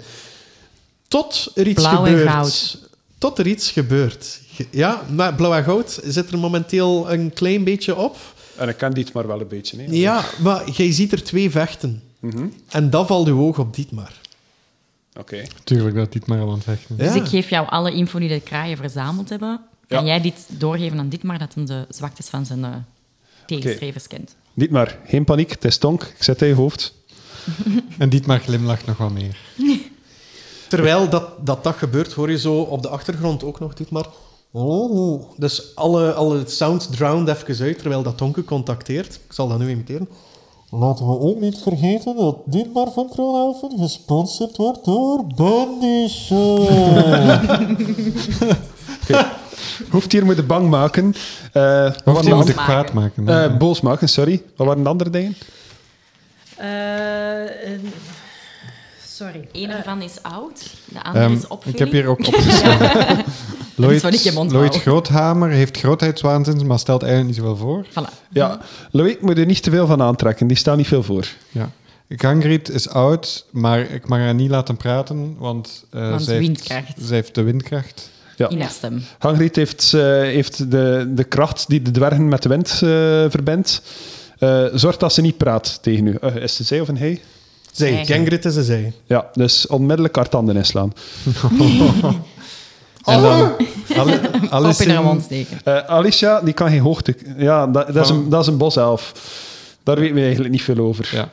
[SPEAKER 1] Tot er iets
[SPEAKER 4] Blauw en
[SPEAKER 1] gebeurt.
[SPEAKER 4] goud.
[SPEAKER 1] Tot er iets gebeurt. Ge- Ja, maar blauw en goud zit er momenteel een klein beetje op.
[SPEAKER 3] En ik ken Dietmar wel een beetje. hè.
[SPEAKER 1] Ja, maar jij ziet er twee vechten.
[SPEAKER 3] Mhm.
[SPEAKER 1] En dat valt uw oog op Dietmar.
[SPEAKER 3] Oké.
[SPEAKER 2] Tuurlijk dat Dietmar al aan het vechten is.
[SPEAKER 1] Ja.
[SPEAKER 4] Dus ik geef jou alle info die de kraaien verzameld hebben.
[SPEAKER 3] Ja.
[SPEAKER 4] En jij dit doorgeven aan dit maar dat hem de zwaktes van zijn eh, tegenstrevers kent.
[SPEAKER 3] Dietmar, geen paniek, het is tonk. Ik zet in je hoofd.
[SPEAKER 2] En Dietmar glimlacht nog wel meer.
[SPEAKER 1] Terwijl dat, dat dat gebeurt, hoor je zo op de achtergrond ook nog dit maar. Oh. Dus alle, alle sounds drowned even uit terwijl dat Tonke contacteert. Ik zal dat nu imiteren.
[SPEAKER 6] Laten we ook niet vergeten dat Dienbar van Kroonhoven gesponsord wordt door Bandy Show.
[SPEAKER 3] Hoeft hier moeten bang maken. Eh, wat
[SPEAKER 2] Of
[SPEAKER 3] waren
[SPEAKER 2] die
[SPEAKER 3] de
[SPEAKER 2] moet ik
[SPEAKER 3] andere-
[SPEAKER 2] kwaad maken.
[SPEAKER 3] eh, boos maken, sorry. Wat waren de andere dingen?
[SPEAKER 5] Eh, eh, sorry.
[SPEAKER 4] Eén ervan is oud, de andere
[SPEAKER 2] Ehm,
[SPEAKER 4] is opvulling.
[SPEAKER 2] ik heb hier ook opgeschreven.
[SPEAKER 4] is wat ik
[SPEAKER 2] Lloyd,
[SPEAKER 4] je mond
[SPEAKER 2] Lloyd
[SPEAKER 4] wou.
[SPEAKER 2] Groothamer heeft grootheidswaanzin, maar stelt eigenlijk niet zoveel voor.
[SPEAKER 4] Voilà.
[SPEAKER 3] Ja, Loïc moet er niet te veel van aantrekken. Die staan niet veel voor.
[SPEAKER 2] Ja. Gangrid is oud, maar ik mag haar niet laten praten, want, eh,
[SPEAKER 4] Want
[SPEAKER 2] zij, heeft,
[SPEAKER 4] windkracht.
[SPEAKER 2] zij heeft de windkracht.
[SPEAKER 3] Ja.
[SPEAKER 4] In haar stem.
[SPEAKER 3] Hangrid heeft, eh, heeft de, de kracht die de dwergen met de wind eh, verbindt. Eh zorg dat ze niet praat tegen u. Eh, is het zij of een hij?
[SPEAKER 1] Zij,
[SPEAKER 4] Zij.
[SPEAKER 1] Gangrit is een zij.
[SPEAKER 3] Ja, dus onmiddellijk haar tanden inslaan.
[SPEAKER 2] En dan, Al-
[SPEAKER 4] Alles in haar
[SPEAKER 2] Alicin,
[SPEAKER 4] mond steken.
[SPEAKER 3] Eh, Alicia, die kan geen hoogte... Ja, dat, dat, is een, dat is een boself. Daar weten we eigenlijk niet veel over.
[SPEAKER 2] ja.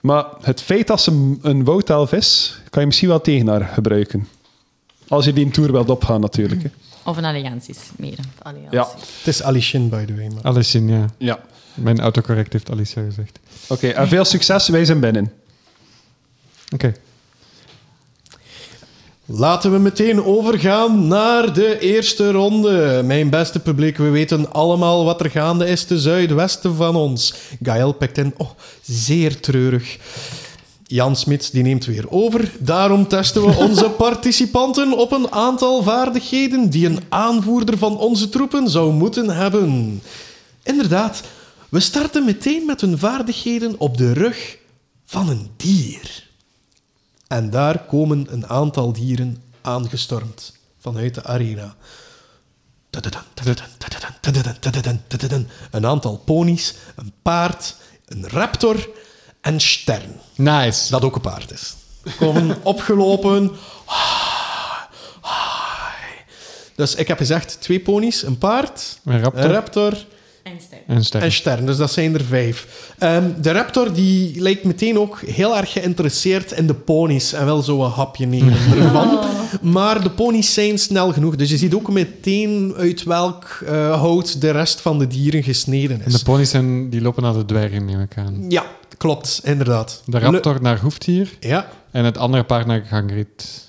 [SPEAKER 3] Maar het feit dat ze een- een woudelf is, kan je misschien wel tegen haar gebruiken. Als je die een tour wilt opgaan, natuurlijk. hè.
[SPEAKER 4] Of een allianties, meer.
[SPEAKER 5] Alliantie.
[SPEAKER 3] Ja.
[SPEAKER 1] Het is Alishin, by the way. Maar.
[SPEAKER 2] Alice in, ja.
[SPEAKER 3] Ja.
[SPEAKER 2] Mijn autocorrect heeft Alicia gezegd.
[SPEAKER 3] Oké, en veel succes. Wij zijn binnen.
[SPEAKER 2] Oké.
[SPEAKER 1] Laten we meteen overgaan naar de eerste ronde. Mijn beste publiek, we weten allemaal wat er gaande is ten zuidwesten van ons. Gael Pectin, oh, zeer treurig. Jan Smits die neemt weer over. Daarom testen we onze participanten op een aantal vaardigheden die een aanvoerder van onze troepen zou moeten hebben. Inderdaad, we starten meteen met hun vaardigheden op de rug van een dier. En daar komen een aantal dieren aangestormd vanuit de arena. Tadadan, tadadan, tadadan, tadadan, tadadan, tadadan. Een aantal ponies, een paard, een raptor en Stern,
[SPEAKER 2] Nice.
[SPEAKER 1] dat ook een paard is. Komen opgelopen. Dus ik heb gezegd twee ponies, een paard,
[SPEAKER 2] Een raptor.
[SPEAKER 1] een raptor
[SPEAKER 4] En sterk.
[SPEAKER 2] en sterren.
[SPEAKER 1] en sterren, dus dat zijn er vijf. Ehm, de raptor die lijkt meteen ook heel erg geïnteresseerd in de ponies. En wel zo een hapje
[SPEAKER 2] *laughs*
[SPEAKER 1] nemen ervan.
[SPEAKER 2] Oh.
[SPEAKER 1] Maar de ponies zijn snel genoeg. Dus je ziet ook meteen uit welk eh, hout de rest van de dieren gesneden
[SPEAKER 2] En de
[SPEAKER 1] is.
[SPEAKER 2] ponies zijn, die lopen naar de dwergen, neem ik aan.
[SPEAKER 1] Ja, klopt, inderdaad.
[SPEAKER 2] De raptor naar hoefdier
[SPEAKER 1] Le- ja,
[SPEAKER 2] en het andere paard naar gangriet.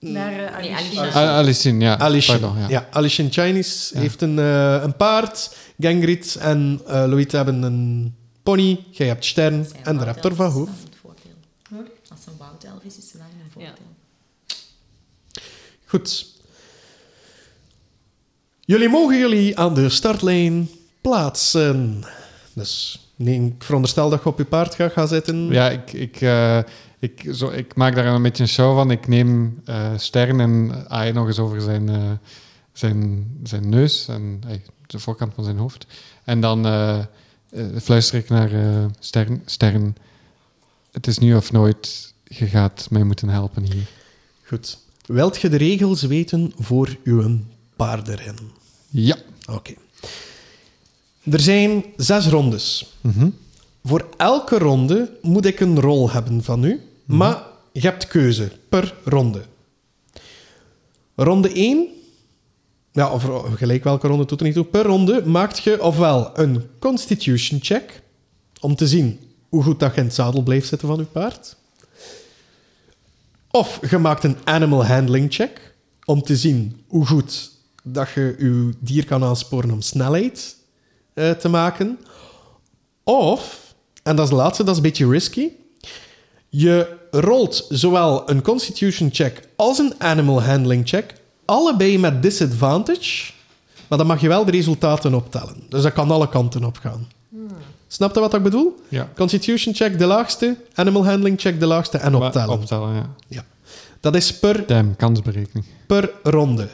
[SPEAKER 5] Naar eh,
[SPEAKER 4] Nee,
[SPEAKER 5] Alicia.
[SPEAKER 4] Alicia.
[SPEAKER 2] Ah, Alice in, ja.
[SPEAKER 1] Alishin.
[SPEAKER 2] Pardon,
[SPEAKER 1] ja.
[SPEAKER 2] ja.
[SPEAKER 1] Alishin Chinese
[SPEAKER 2] Ja.
[SPEAKER 1] heeft een, eh, een paard. Gangrit en eh Loït hebben een pony. Jij hebt Stern en de raptor van Hoef.
[SPEAKER 4] Als een woudelf is, is ze wel een
[SPEAKER 5] voordeel.
[SPEAKER 1] Goed. Jullie mogen jullie aan de startlijn plaatsen. Dus nee, ik veronderstel dat je op je paard gaat gaan zitten.
[SPEAKER 2] Ja, ik, ik, eh, ik, zo, ik maak daar een beetje een show van. Ik neem eh Stern en AI nog eens over zijn, eh, zijn, zijn neus en ai, de voorkant van zijn hoofd. En dan eh, eh, fluister ik naar eh, Stern, Stern, het is nu of nooit, je gaat mij moeten helpen hier.
[SPEAKER 1] Goed. Wilt je de regels weten voor uw paardenren?
[SPEAKER 2] Ja.
[SPEAKER 1] Oké. Er zijn zes rondes.
[SPEAKER 2] Mhm.
[SPEAKER 1] Voor elke ronde moet ik een rol hebben van u, maar je hebt keuze per ronde. Ronde 1, ja, of ro- gelijk welke ronde doet er niet toe, per ronde maakt je ofwel een constitution check, om te zien hoe goed dat je in het zadel blijft zitten van je paard. Of je maakt een animal handling check, om te zien hoe goed dat je je dier kan aansporen om snelheid eh, te maken. Of, en dat is de laatste, dat is een beetje risky. Je rolt zowel een constitution check als een animal handling check. Allebei met disadvantage. Maar dan mag je wel de resultaten optellen. Dus dat kan alle kanten op gaan. Snap je wat ik bedoel?
[SPEAKER 2] Hmm. ja.
[SPEAKER 1] Constitution check de laagste, animal handling check de laagste en optellen.
[SPEAKER 2] Maar Optellen, ja.
[SPEAKER 1] Dat is per,
[SPEAKER 2] Damn, kansberekening.
[SPEAKER 1] per ronde.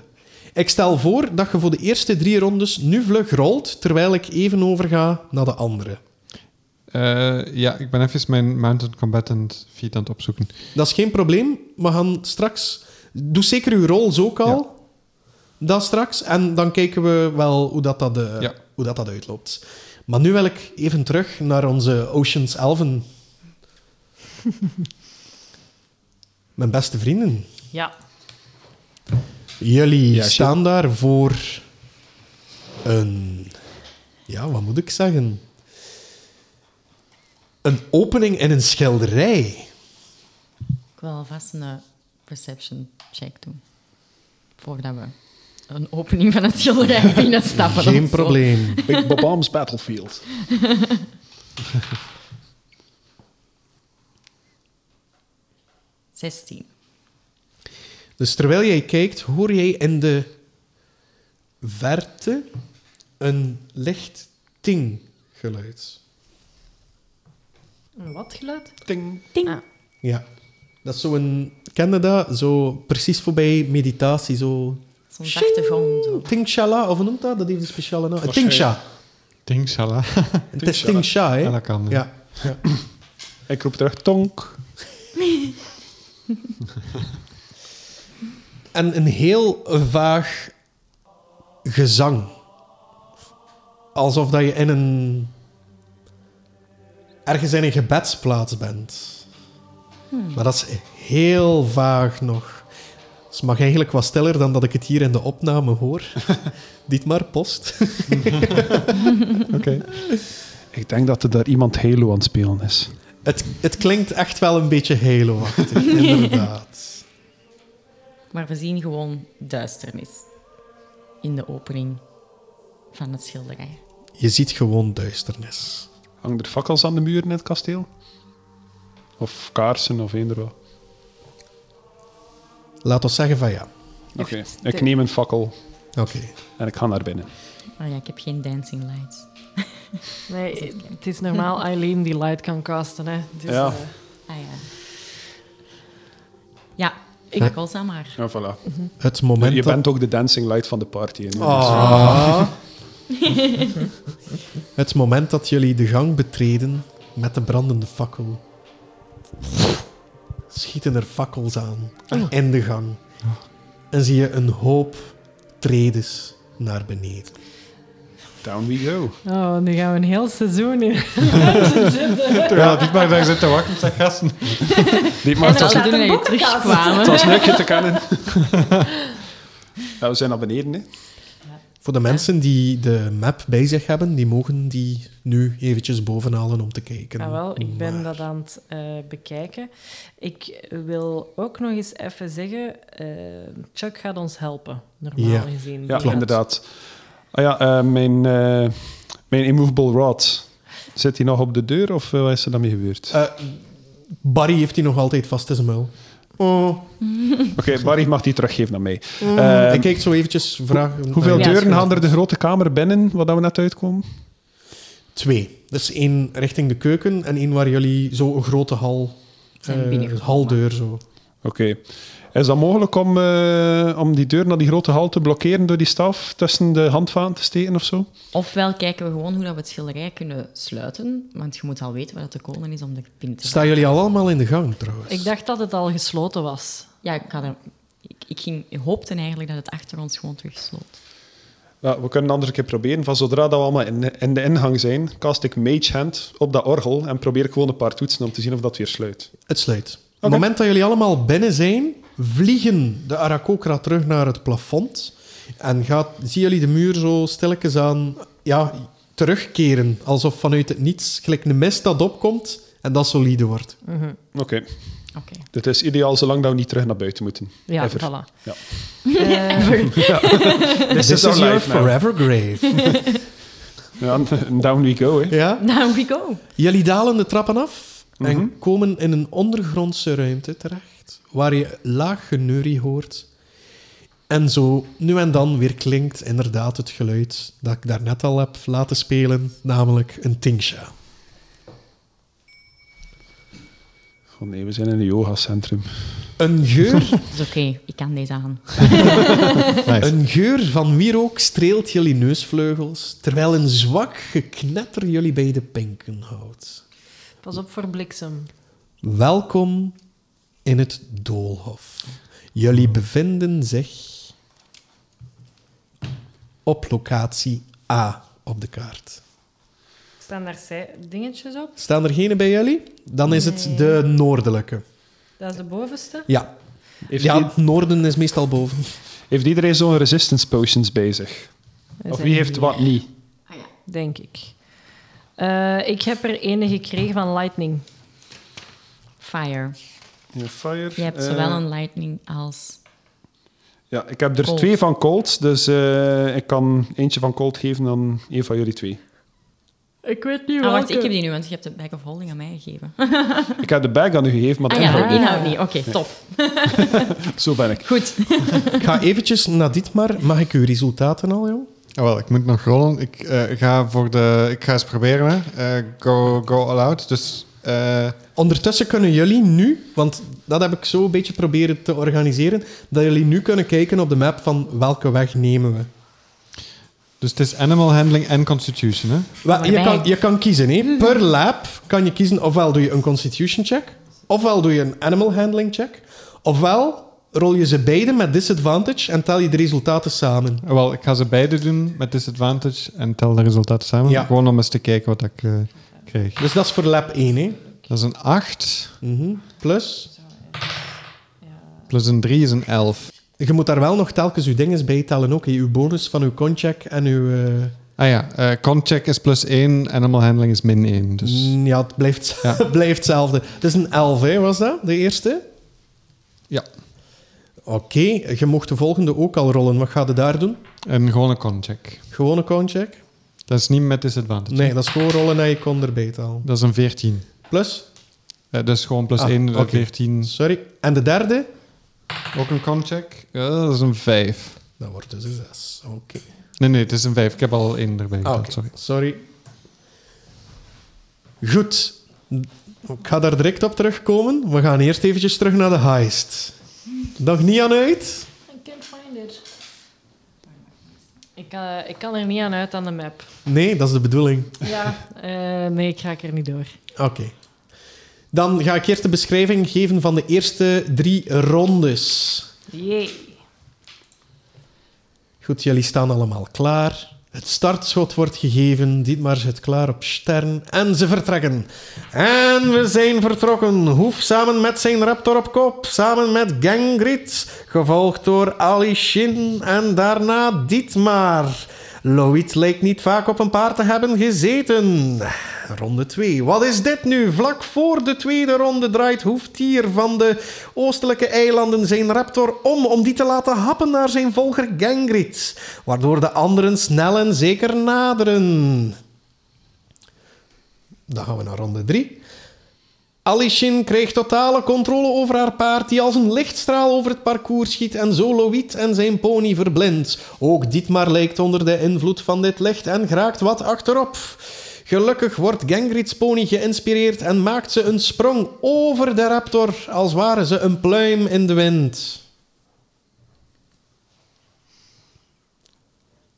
[SPEAKER 1] Ik stel voor dat je voor de eerste drie rondes nu vlug rolt, terwijl ik even overga naar de andere.
[SPEAKER 2] Eh, ja, ik ben even mijn Mountain Combatant feat aan het opzoeken.
[SPEAKER 1] Dat is geen probleem. We gaan straks... Doe zeker uw roles ook al. Dat straks. En dan kijken we wel hoe dat, dat, eh,
[SPEAKER 2] Ja.
[SPEAKER 1] hoe dat, dat uitloopt. Maar nu wil ik even terug naar onze Ocean's Elven. Mijn beste vrienden.
[SPEAKER 5] Ja.
[SPEAKER 1] Jullie
[SPEAKER 3] Ja, shit.
[SPEAKER 1] staan daar voor een... Ja, wat moet ik zeggen? Een opening in een schilderij.
[SPEAKER 4] Ik wil alvast een eh, perception check doen. Voordat we een opening van het
[SPEAKER 3] *laughs*
[SPEAKER 4] schilderij binnenstappen.
[SPEAKER 1] Geen
[SPEAKER 4] of zo.
[SPEAKER 1] probleem.
[SPEAKER 3] Big Bob's Battlefield.
[SPEAKER 4] Zestien.
[SPEAKER 1] Dus terwijl jij kijkt, hoor jij in de verte een licht ting-geluid.
[SPEAKER 5] Een wat geluid?
[SPEAKER 3] Ting.
[SPEAKER 5] Ah.
[SPEAKER 1] Ja. Dat is zo'n... Ken je dat? Zo precies voorbij meditatie, zo...
[SPEAKER 4] Zo'n zachte gong. Zo.
[SPEAKER 1] Tingshala, of hoe noemt dat? Dat heeft een speciale naam. Eh, Tingsha.
[SPEAKER 2] Tingsala.
[SPEAKER 1] Het is Tingsha, hè?
[SPEAKER 2] *laughs* Ja, dat kan, hè.
[SPEAKER 1] Ja.
[SPEAKER 3] Ik roep terug tonk.
[SPEAKER 1] En een heel vaag gezang. Alsof dat je in een... Ergens in een gebedsplaats bent. Maar dat is heel vaag nog. Het mag eigenlijk wat stiller dan dat ik het hier in de opname hoor. Dit maar post.
[SPEAKER 3] Ik denk dat er daar iemand Halo aan het spelen is.
[SPEAKER 1] Het, het klinkt echt wel een beetje Halo-achtig, inderdaad.
[SPEAKER 4] Maar we zien gewoon duisternis in de opening van het schilderij.
[SPEAKER 1] Je ziet gewoon duisternis.
[SPEAKER 3] Hangen er fakkels aan de muren in het kasteel? Of kaarsen of eender wat?
[SPEAKER 1] Laat ons zeggen van ja.
[SPEAKER 3] Oké, ik neem een fakkel
[SPEAKER 1] Oké.
[SPEAKER 3] en ik ga naar binnen.
[SPEAKER 4] Oh ja, ik heb geen dancing lights.
[SPEAKER 5] Nee, het is *laughs* normaal Eileen die light kan casten. Hè. Dus,
[SPEAKER 3] Ja.
[SPEAKER 5] eh,
[SPEAKER 4] Ah ja. Ja, ik ga dan maar.
[SPEAKER 3] Ja, voilà.
[SPEAKER 1] Het moment
[SPEAKER 3] Je
[SPEAKER 1] dat-
[SPEAKER 3] bent ook de dancing light van de party. hè.
[SPEAKER 1] Ah. *laughs* het moment dat jullie de gang betreden met de brandende fakkel, schieten er fakkels aan in de gang. En zie je een hoop tredes naar beneden.
[SPEAKER 3] Down we go.
[SPEAKER 5] Oh, nu gaan we een heel seizoen in.
[SPEAKER 2] Terwijl Dietmar daar zit te wachten, zeg gasten.
[SPEAKER 3] Dit maar het was,
[SPEAKER 4] toen jullie terugkwamen... *laughs*
[SPEAKER 3] het was leuk je te kennen. ja, we zijn naar beneden, hè.
[SPEAKER 1] Voor de mensen die de map bij zich hebben, die mogen die nu eventjes bovenhalen om te kijken.
[SPEAKER 5] Ah, wel, ik ben
[SPEAKER 1] Maar-
[SPEAKER 5] dat aan het eh, bekijken. Ik wil ook nog eens even zeggen, eh, Chuck gaat ons helpen, normaal
[SPEAKER 1] Ja.
[SPEAKER 5] gezien.
[SPEAKER 3] Ja,
[SPEAKER 5] Die had-
[SPEAKER 3] inderdaad. Ah ja, eh, mijn, eh, mijn immovable rod. Zit die nog op de deur of eh, wat is er daarmee gebeurd?
[SPEAKER 1] Eh, Barry heeft die nog altijd vast in zijn muil. Oh,
[SPEAKER 3] Oké, Barry mag die teruggeven aan mij.
[SPEAKER 5] Mm,
[SPEAKER 3] Eh,
[SPEAKER 1] Hij kijkt zo eventjes vragen.
[SPEAKER 3] hoeveel
[SPEAKER 5] Ja,
[SPEAKER 3] deuren
[SPEAKER 5] is
[SPEAKER 3] gaan er de grote kamer binnen, waar dat we net uitkomen?
[SPEAKER 1] Twee. Dus één richting de keuken en één waar jullie zo een grote hal...
[SPEAKER 4] Zijn
[SPEAKER 1] eh,
[SPEAKER 4] binnengekomen.
[SPEAKER 1] haldeur zo.
[SPEAKER 3] Oké. Is dat mogelijk om, eh, om die deur naar die grote hal te blokkeren door die staf tussen de handvaan te steken of zo?
[SPEAKER 4] Ofwel kijken we gewoon hoe dat we het schilderij kunnen sluiten, want je moet al weten waar dat de kolen is om de pin te
[SPEAKER 1] Staan jullie al allemaal in de gang trouwens?
[SPEAKER 5] Ik dacht dat het al gesloten was.
[SPEAKER 4] Ja, ik, had er, ik, ik ging, ik hoopte eigenlijk dat het achter ons gewoon terug sloot.
[SPEAKER 3] Ja, we kunnen anders een keer proberen. Van zodra dat we allemaal in, in de ingang zijn, cast ik Mage Hand op dat orgel en probeer ik gewoon een paar toetsen om te zien of dat weer sluit.
[SPEAKER 1] Het sluit. Op het moment dat jullie allemaal binnen zijn, vliegen de Arakokra terug naar het plafond. En gaat, zien jullie de muur zo stilletjes aan ja, terugkeren. Alsof vanuit het niets gelijk een mist dat opkomt en dat solide wordt.
[SPEAKER 3] Oké,
[SPEAKER 4] Oké.
[SPEAKER 3] dit is ideaal zolang dat we niet terug naar buiten moeten.
[SPEAKER 5] Ja,
[SPEAKER 3] Ever.
[SPEAKER 5] voilà.
[SPEAKER 3] Ja.
[SPEAKER 5] *laughs* Eh,
[SPEAKER 3] This
[SPEAKER 1] This
[SPEAKER 3] is our
[SPEAKER 1] is your
[SPEAKER 3] life now.
[SPEAKER 1] forever
[SPEAKER 3] *laughs*
[SPEAKER 1] grave.
[SPEAKER 3] Ja, *laughs* down we go, hè.
[SPEAKER 1] ja?
[SPEAKER 4] Now we go.
[SPEAKER 1] Jullie dalen de trappen af en komen in een ondergrondse ruimte terecht, waar je laag geneurie hoort. En zo nu en dan weer klinkt inderdaad het geluid dat ik daarnet al heb laten spelen, namelijk een tingsha.
[SPEAKER 3] Oh nee, we zijn in een yogacentrum.
[SPEAKER 1] Een geur,
[SPEAKER 4] Dat is oké, ik kan deze aan.
[SPEAKER 1] een geur van wierook streelt jullie neusvleugels, terwijl een zwak geknetter jullie bij de pinken houdt.
[SPEAKER 5] pas op voor bliksem.
[SPEAKER 1] Welkom in het doolhof. Jullie bevinden zich op locatie A op de kaart.
[SPEAKER 5] Staan daar zij dingetjes op?
[SPEAKER 1] Staan er geen bij jullie? Dan is het de noordelijke.
[SPEAKER 5] Dat is de bovenste.
[SPEAKER 1] Ja,
[SPEAKER 3] Heeft,
[SPEAKER 1] ja het noorden is meestal boven.
[SPEAKER 3] heeft iedereen zo'n resistance potions bezig?
[SPEAKER 5] Er
[SPEAKER 3] Of
[SPEAKER 5] zijn
[SPEAKER 3] wie heeft wat niet?
[SPEAKER 4] Ah ja.
[SPEAKER 5] Denk ik. Eh, ik heb er ene gekregen van Lightning.
[SPEAKER 4] Fire.
[SPEAKER 3] fire. eh,
[SPEAKER 4] Je hebt zowel een lightning als...
[SPEAKER 3] Ja, ik heb er
[SPEAKER 4] Colt.
[SPEAKER 3] twee van Colt, dus eh, ik kan eentje van Colt geven aan een van jullie twee.
[SPEAKER 5] Ik weet niet
[SPEAKER 4] Ah, wacht, ik heb die nu, want je hebt de bag of holding aan mij gegeven.
[SPEAKER 3] Ik heb de bag aan u gegeven, maar
[SPEAKER 4] Ah
[SPEAKER 3] de
[SPEAKER 4] ja,
[SPEAKER 3] inhoud
[SPEAKER 4] de inhoud niet. Oké, top.
[SPEAKER 3] niet. Zo ben ik.
[SPEAKER 4] Goed.
[SPEAKER 1] *laughs* Ik ga eventjes naar dit maar. Mag ik uw resultaten al, joh?
[SPEAKER 2] Oh, wel, ik moet nog rollen. Ik, eh, ga, voor de, ik ga eens proberen. Hè. Eh, go, go all out. Dus eh,
[SPEAKER 1] Ondertussen kunnen jullie nu, want dat heb ik zo een beetje proberen te organiseren, dat jullie nu kunnen kijken op de map van welke weg nemen we.
[SPEAKER 2] Dus het is animal handling en constitution, hè?
[SPEAKER 1] Wel, je,
[SPEAKER 4] Waarbij-
[SPEAKER 1] kan, je kan kiezen, hè. per lab kan je kiezen ofwel doe je een constitution check, ofwel doe je een animal handling check, ofwel rol je ze beide met disadvantage en tel je de resultaten samen.
[SPEAKER 2] Oh, Wel, ik ga ze beide doen met disadvantage en tel de resultaten samen.
[SPEAKER 1] Ja.
[SPEAKER 2] Gewoon om eens te kijken wat ik eh, kreeg.
[SPEAKER 1] Dus dat is voor lab 1, hè.
[SPEAKER 2] Dat is een 8
[SPEAKER 1] Mhm. Plus,
[SPEAKER 2] plus een 3 is een 11.
[SPEAKER 1] Je moet daar wel nog telkens je dinges bij tellen ook. hè. Je bonus van uw contract en uw... eh,
[SPEAKER 2] Ah ja, eh concheck is plus 1, animal handling is min 1. Dus
[SPEAKER 1] mm, Ja, het blijft,
[SPEAKER 2] Ja.
[SPEAKER 1] het *laughs* blijft hetzelfde. Het is een 11, hè, was dat? De eerste?
[SPEAKER 2] Ja.
[SPEAKER 1] Oké, je mocht de volgende ook al rollen. Wat ga je daar doen?
[SPEAKER 2] een gewone concheck.
[SPEAKER 1] Gewoon een concheck?
[SPEAKER 2] Dat is niet met disadvantage.
[SPEAKER 1] Nee, dat is gewoon rollen en je kon erbij talen.
[SPEAKER 2] Dat is een 14.
[SPEAKER 1] Plus?
[SPEAKER 2] Eh, dus gewoon plus
[SPEAKER 1] Ah,
[SPEAKER 2] 1,
[SPEAKER 1] oké.
[SPEAKER 2] 14.
[SPEAKER 1] Sorry. En de derde?
[SPEAKER 2] Ook een concheck? Ja, dat is een 5.
[SPEAKER 1] Dat wordt dus een 6. Oké.
[SPEAKER 2] Nee, nee, het is een 5. Ik heb al 1 erbij
[SPEAKER 1] Ah,
[SPEAKER 2] gedaan,
[SPEAKER 1] oké.
[SPEAKER 2] sorry.
[SPEAKER 1] Sorry. Goed. Ik ga daar direct op terugkomen. We gaan eerst eventjes terug naar de heist. Nog niet aan uit?
[SPEAKER 5] I can't find it. Ik, eh, ik kan er niet aan uit aan de map.
[SPEAKER 1] Nee, dat is de bedoeling.
[SPEAKER 5] Ja. nee, ik raak er niet door.
[SPEAKER 1] Oké. Dan ga ik eerst de beschrijving geven van de eerste drie rondes.
[SPEAKER 5] Jee.
[SPEAKER 1] Goed, jullie staan allemaal klaar. Het startschot wordt gegeven. Dietmar zit klaar op Stern. En ze vertrekken. En we zijn vertrokken. Hoef samen met zijn raptor op kop. Samen met Gangrit. Gevolgd door Ali Shin. En daarna Dietmar. Loït lijkt niet vaak op een paard te hebben gezeten. Ronde 2. Wat is dit nu? Vlak voor de tweede ronde draait Hoeftier van de oostelijke eilanden zijn raptor om om die te laten happen naar zijn volger Gangrit, waardoor de anderen snel en zeker naderen. Dan gaan we naar ronde 3. Alishin kreeg totale controle over haar paard, die als een lichtstraal over het parcours schiet en zo Loït en zijn pony verblindt. Ook Dietmar lijkt onder de invloed van dit licht en geraakt wat achterop. Gelukkig wordt Gangrits pony geïnspireerd en maakt ze een sprong over de raptor, als waren ze een pluim in de wind.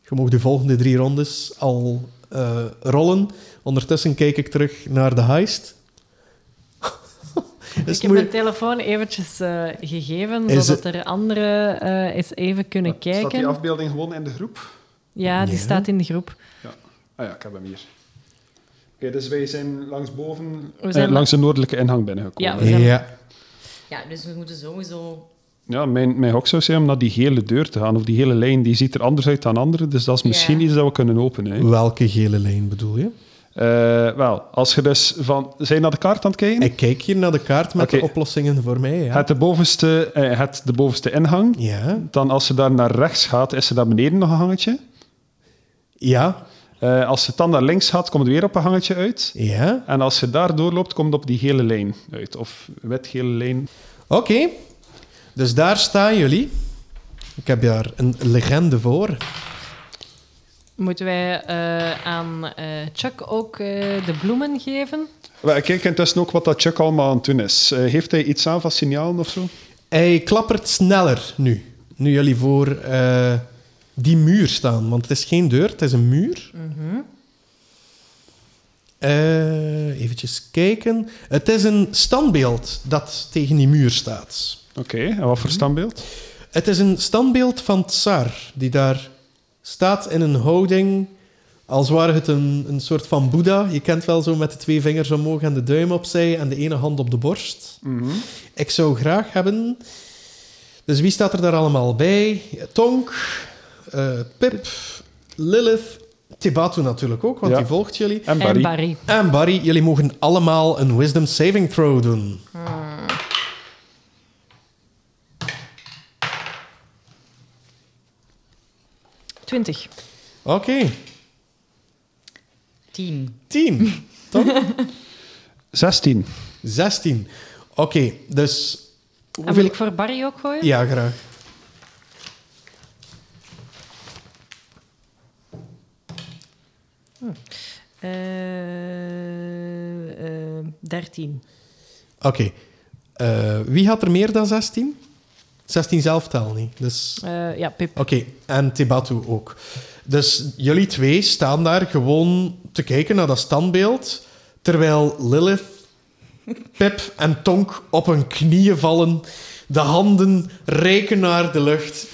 [SPEAKER 1] Je mag de volgende drie rondes al eh, rollen. Ondertussen kijk ik terug naar de heist. *laughs* Is
[SPEAKER 5] Ik heb mijn
[SPEAKER 1] moeilijk-
[SPEAKER 5] telefoon eventjes eh, gegeven,
[SPEAKER 1] Is
[SPEAKER 5] zodat er anderen eh, eens even kunnen
[SPEAKER 3] Staat die
[SPEAKER 5] kijken.
[SPEAKER 3] afbeelding gewoon in de groep?
[SPEAKER 5] Ja, die
[SPEAKER 1] Ja.
[SPEAKER 5] staat in de groep.
[SPEAKER 3] Ah ja, ik heb hem hier. Oké, dus wij zijn langsboven...
[SPEAKER 5] We zijn-
[SPEAKER 3] Eh, langs de noordelijke ingang binnengekomen. Ja,
[SPEAKER 5] Ja, we zijn-
[SPEAKER 1] Ja.
[SPEAKER 4] Ja, dus we moeten sowieso...
[SPEAKER 3] mijn, mijn hok zou zijn om naar die hele deur te gaan. Of die hele lijn, die ziet er anders uit dan andere. Dus dat is misschien
[SPEAKER 4] Ja.
[SPEAKER 3] iets dat we kunnen openen. Hè.
[SPEAKER 1] Welke gele lijn bedoel je?
[SPEAKER 3] Eh, wel, als je dus van... Zijn je naar de kaart aan het kijken?
[SPEAKER 1] Ik kijk hier naar de kaart met de
[SPEAKER 3] Oké.
[SPEAKER 1] oplossingen voor mij. Ja.
[SPEAKER 3] Het, de bovenste, eh, het de bovenste ingang.
[SPEAKER 1] Ja.
[SPEAKER 3] Dan als ze daar naar rechts gaat, is er daar beneden nog een hangetje.
[SPEAKER 1] Ja.
[SPEAKER 3] Eh, als ze dan naar links gaat, komt er weer op een hangetje uit.
[SPEAKER 1] Ja.
[SPEAKER 3] En als ze daar doorloopt, komt op die gele lijn uit. Of wit-gele lijn.
[SPEAKER 1] Oké. Dus daar staan jullie. Ik heb daar een legende voor.
[SPEAKER 5] Moeten wij eh, aan eh, Chuck ook eh, de bloemen geven?
[SPEAKER 3] Wel, ik kijk intussen ook wat dat Chuck allemaal aan het doen is. Eh, heeft hij iets aan van signalen of zo?
[SPEAKER 1] Hij klappert sneller nu. Nu jullie voor eh, die muur staan. Want het is geen deur, het is een muur. Eh, eventjes kijken. Het is een standbeeld dat tegen die muur staat.
[SPEAKER 3] Oké, en wat voor standbeeld?
[SPEAKER 1] Het is een standbeeld van Tsar, die daar staat in een houding, als ware het een, een soort van Boeddha. Je kent wel zo met de twee vingers omhoog en de duim opzij en de ene hand op de borst.
[SPEAKER 3] Mhm.
[SPEAKER 1] Ik zou graag hebben... Dus wie staat er daar allemaal bij? Tonk, eh, Pip, Lilith, Tibatu natuurlijk ook, want
[SPEAKER 3] Ja.
[SPEAKER 1] die volgt jullie.
[SPEAKER 3] En Barry.
[SPEAKER 5] En Barry.
[SPEAKER 1] En Barry, jullie mogen allemaal een Wisdom Saving Throw doen.
[SPEAKER 5] Twintig.
[SPEAKER 1] Oké,
[SPEAKER 4] Tien.
[SPEAKER 1] team. Tonk?
[SPEAKER 3] 16.
[SPEAKER 1] 16. Oké, dus.
[SPEAKER 5] En wil ik voor Barry ook gooien?
[SPEAKER 1] Ja, graag.
[SPEAKER 5] Eh, eh, Dertien.
[SPEAKER 1] Oké. Eh, wie had er meer dan 16? 16 zelf tel niet. Dus.
[SPEAKER 5] Eh, ja, Pip.
[SPEAKER 1] Oké, en Tibatu ook. Dus jullie twee staan daar gewoon te kijken naar dat standbeeld. Terwijl Lilith, Pip en Tonk op hun knieën vallen. De handen reiken naar de lucht.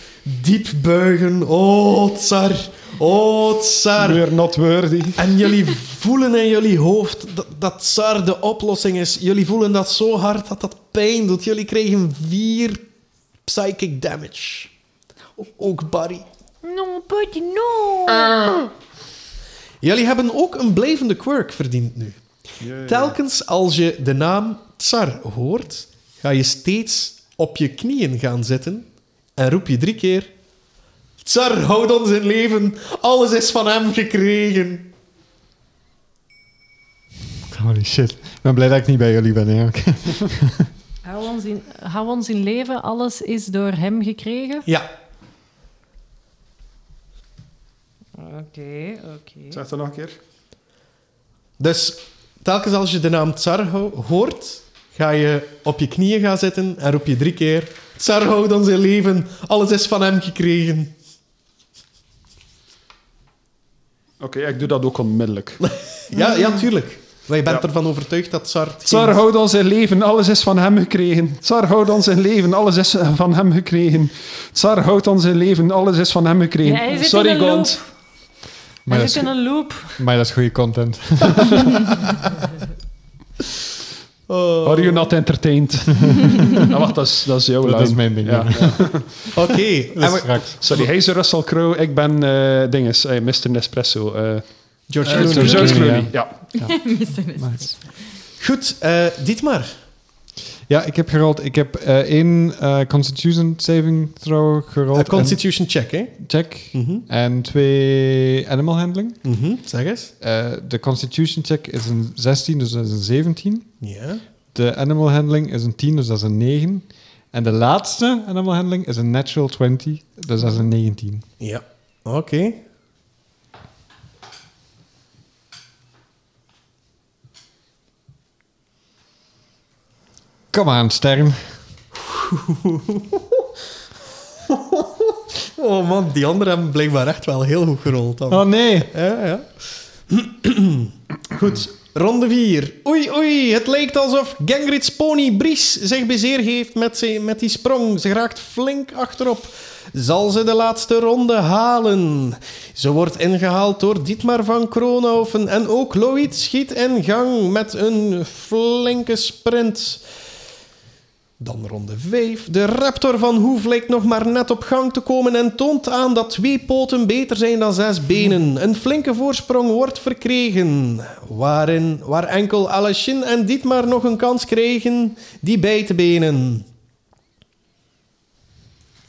[SPEAKER 1] Diep buigen. Oh, tsar. Oh, tsar.
[SPEAKER 3] We're not worthy.
[SPEAKER 1] En jullie voelen in jullie hoofd dat, dat SAR de oplossing is. Jullie voelen dat zo hard dat dat pijn doet. Jullie kregen vier psychic damage. Ook Barry.
[SPEAKER 5] No, buddy, no.
[SPEAKER 1] Jullie hebben ook een blijvende quirk verdiend nu. Telkens als je de naam Tsar hoort, ga je steeds op je knieën gaan zitten en roep je drie keer: Tsar, houd ons in leven, alles is van hem gekregen.
[SPEAKER 2] Holy shit. Ik ben blij dat ik niet bij jullie ben, hè.
[SPEAKER 5] Hou, ons in, hou ons in leven, alles is door hem gekregen.
[SPEAKER 1] Ja,
[SPEAKER 5] Oké, oké.
[SPEAKER 3] Zeg dat nog een keer.
[SPEAKER 1] dus telkens als je de naam Tsar ho- hoort, ga je op je knieën gaan zitten en roep je drie keer: Tsar, houd ons in leven, alles is van hem gekregen.
[SPEAKER 3] Oké, ik doe dat ook onmiddellijk.
[SPEAKER 1] Ja, ja tuurlijk. Wij bent
[SPEAKER 3] Ja.
[SPEAKER 1] ervan overtuigd dat Tsar. hetgeen-
[SPEAKER 3] Tsar houdt ons in leven, alles is van hem gekregen. Tsar houdt ons in leven, alles is van hem gekregen. Tsar houdt ons in leven, alles is van hem gekregen.
[SPEAKER 5] Ja, hij zit in
[SPEAKER 3] Sorry,
[SPEAKER 5] een loop.
[SPEAKER 3] Gond.
[SPEAKER 2] Maar
[SPEAKER 5] Hij
[SPEAKER 2] dat,
[SPEAKER 5] zit in
[SPEAKER 2] is,
[SPEAKER 5] een loop.
[SPEAKER 2] maar dat is goede content.
[SPEAKER 1] Oh.
[SPEAKER 3] Are you not
[SPEAKER 5] *laughs*
[SPEAKER 3] entertained? ah, wacht, dat is, dat is jouw
[SPEAKER 2] Dat
[SPEAKER 3] lijn.
[SPEAKER 2] is mijn ding,
[SPEAKER 3] Ja.
[SPEAKER 1] Oké, en *laughs*
[SPEAKER 2] Dat is
[SPEAKER 1] we-
[SPEAKER 2] *laughs* straks.
[SPEAKER 3] Sorry, hij is Russell Crowe, ik ben eh dinges, eh, Mr. Nespresso. eh,
[SPEAKER 1] George
[SPEAKER 3] eh,
[SPEAKER 1] Clooney.
[SPEAKER 3] George
[SPEAKER 2] Clooney,
[SPEAKER 3] Clooney,
[SPEAKER 2] ja.
[SPEAKER 3] ja.
[SPEAKER 4] Mister is-
[SPEAKER 1] Goed, eh Dietmar.
[SPEAKER 2] Ja, ik heb gerold. Ik heb eh één eh, Constitution saving throw gerold.
[SPEAKER 1] Een eh, constitution check, hè?
[SPEAKER 2] en check.
[SPEAKER 1] Mhm.
[SPEAKER 2] En twee animal handling.
[SPEAKER 1] Mhm, Zeg eens.
[SPEAKER 2] Eh, de Constitution check is een 16, dus dat is een 17.
[SPEAKER 1] Ja.
[SPEAKER 2] De animal handling is een 10, dus dat is een 9. En de laatste animal handling is een natural 20, dus dat is een 19.
[SPEAKER 1] Ja. Oké.
[SPEAKER 2] Kom aan, Stern.
[SPEAKER 1] Oh man, die anderen hebben blijkbaar echt wel heel goed gerold dan.
[SPEAKER 2] Oh nee.
[SPEAKER 1] Ja, ja. Goed, ronde 4. Oei, oei, het lijkt alsof Gangrit's pony Bries zich bezeer heeft met, zijn, met die sprong. Ze raakt flink achterop. Zal ze de laatste ronde halen? Ze wordt ingehaald door Dietmar van Kroonhoven. En ook Lloyd schiet in gang met een flinke sprint. Dan ronde 5. De raptor van Hoef lijkt nog maar net op gang te komen en toont aan dat twee poten beter zijn dan zes benen. Een flinke voorsprong wordt verkregen, waarin, waar enkel Alashin en Dietmar nog een kans kregen die bij te benen.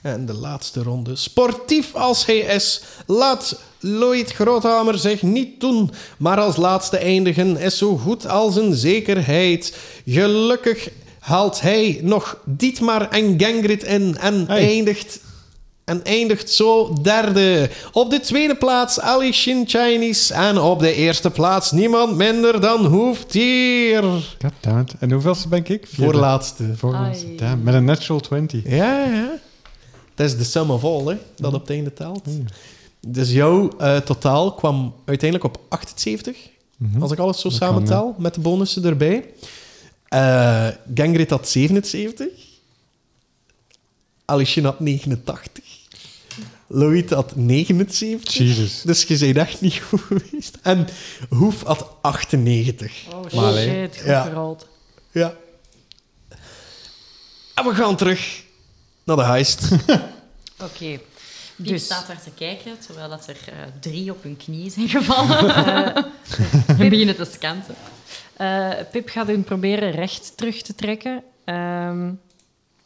[SPEAKER 1] En de laatste ronde. Sportief als hij is, laat Lloyd Groothamer zich niet doen. Maar als laatste eindigen is zo goed als een zekerheid. Gelukkig haalt hij nog Dietmar en Gangrid in en
[SPEAKER 2] Hey.
[SPEAKER 1] eindigt... En eindigt zo derde. Op de tweede plaats Ali Shin Chinese. En op de eerste plaats niemand minder dan Hoeftier.
[SPEAKER 2] God damn it. En hoeveelste ben ik? Vierde.
[SPEAKER 1] Voorlaatste.
[SPEAKER 2] Voorlaatste.
[SPEAKER 5] Ai.
[SPEAKER 2] Damn, met een natural 20.
[SPEAKER 1] Ja, ja. Dat is de sum of all, hè,
[SPEAKER 2] Mm.
[SPEAKER 1] dat op het einde telt. Dus jouw eh, totaal kwam uiteindelijk op 78,
[SPEAKER 2] Mhm.
[SPEAKER 1] als ik alles zo
[SPEAKER 2] Dat kan,
[SPEAKER 1] samentel, met de bonussen erbij. Eh Gangrit had 77. Alishin had 89. Loït had 79.
[SPEAKER 2] Jesus.
[SPEAKER 1] Dus je bent echt niet goed geweest. En Hoef had 98.
[SPEAKER 5] Oh shit,
[SPEAKER 2] Maar, hè.
[SPEAKER 5] goed
[SPEAKER 1] Ja.
[SPEAKER 5] gerold.
[SPEAKER 1] Ja. En we gaan terug naar de heist.
[SPEAKER 4] Oké. Piet
[SPEAKER 5] Dus.
[SPEAKER 4] staat daar te kijken, terwijl dat er eh, drie op hun knieën zijn *laughs* gevallen. Eh, *laughs* en beginnen te scanten.
[SPEAKER 5] Eh, Pip gaat hun proberen recht terug te trekken. Ehm,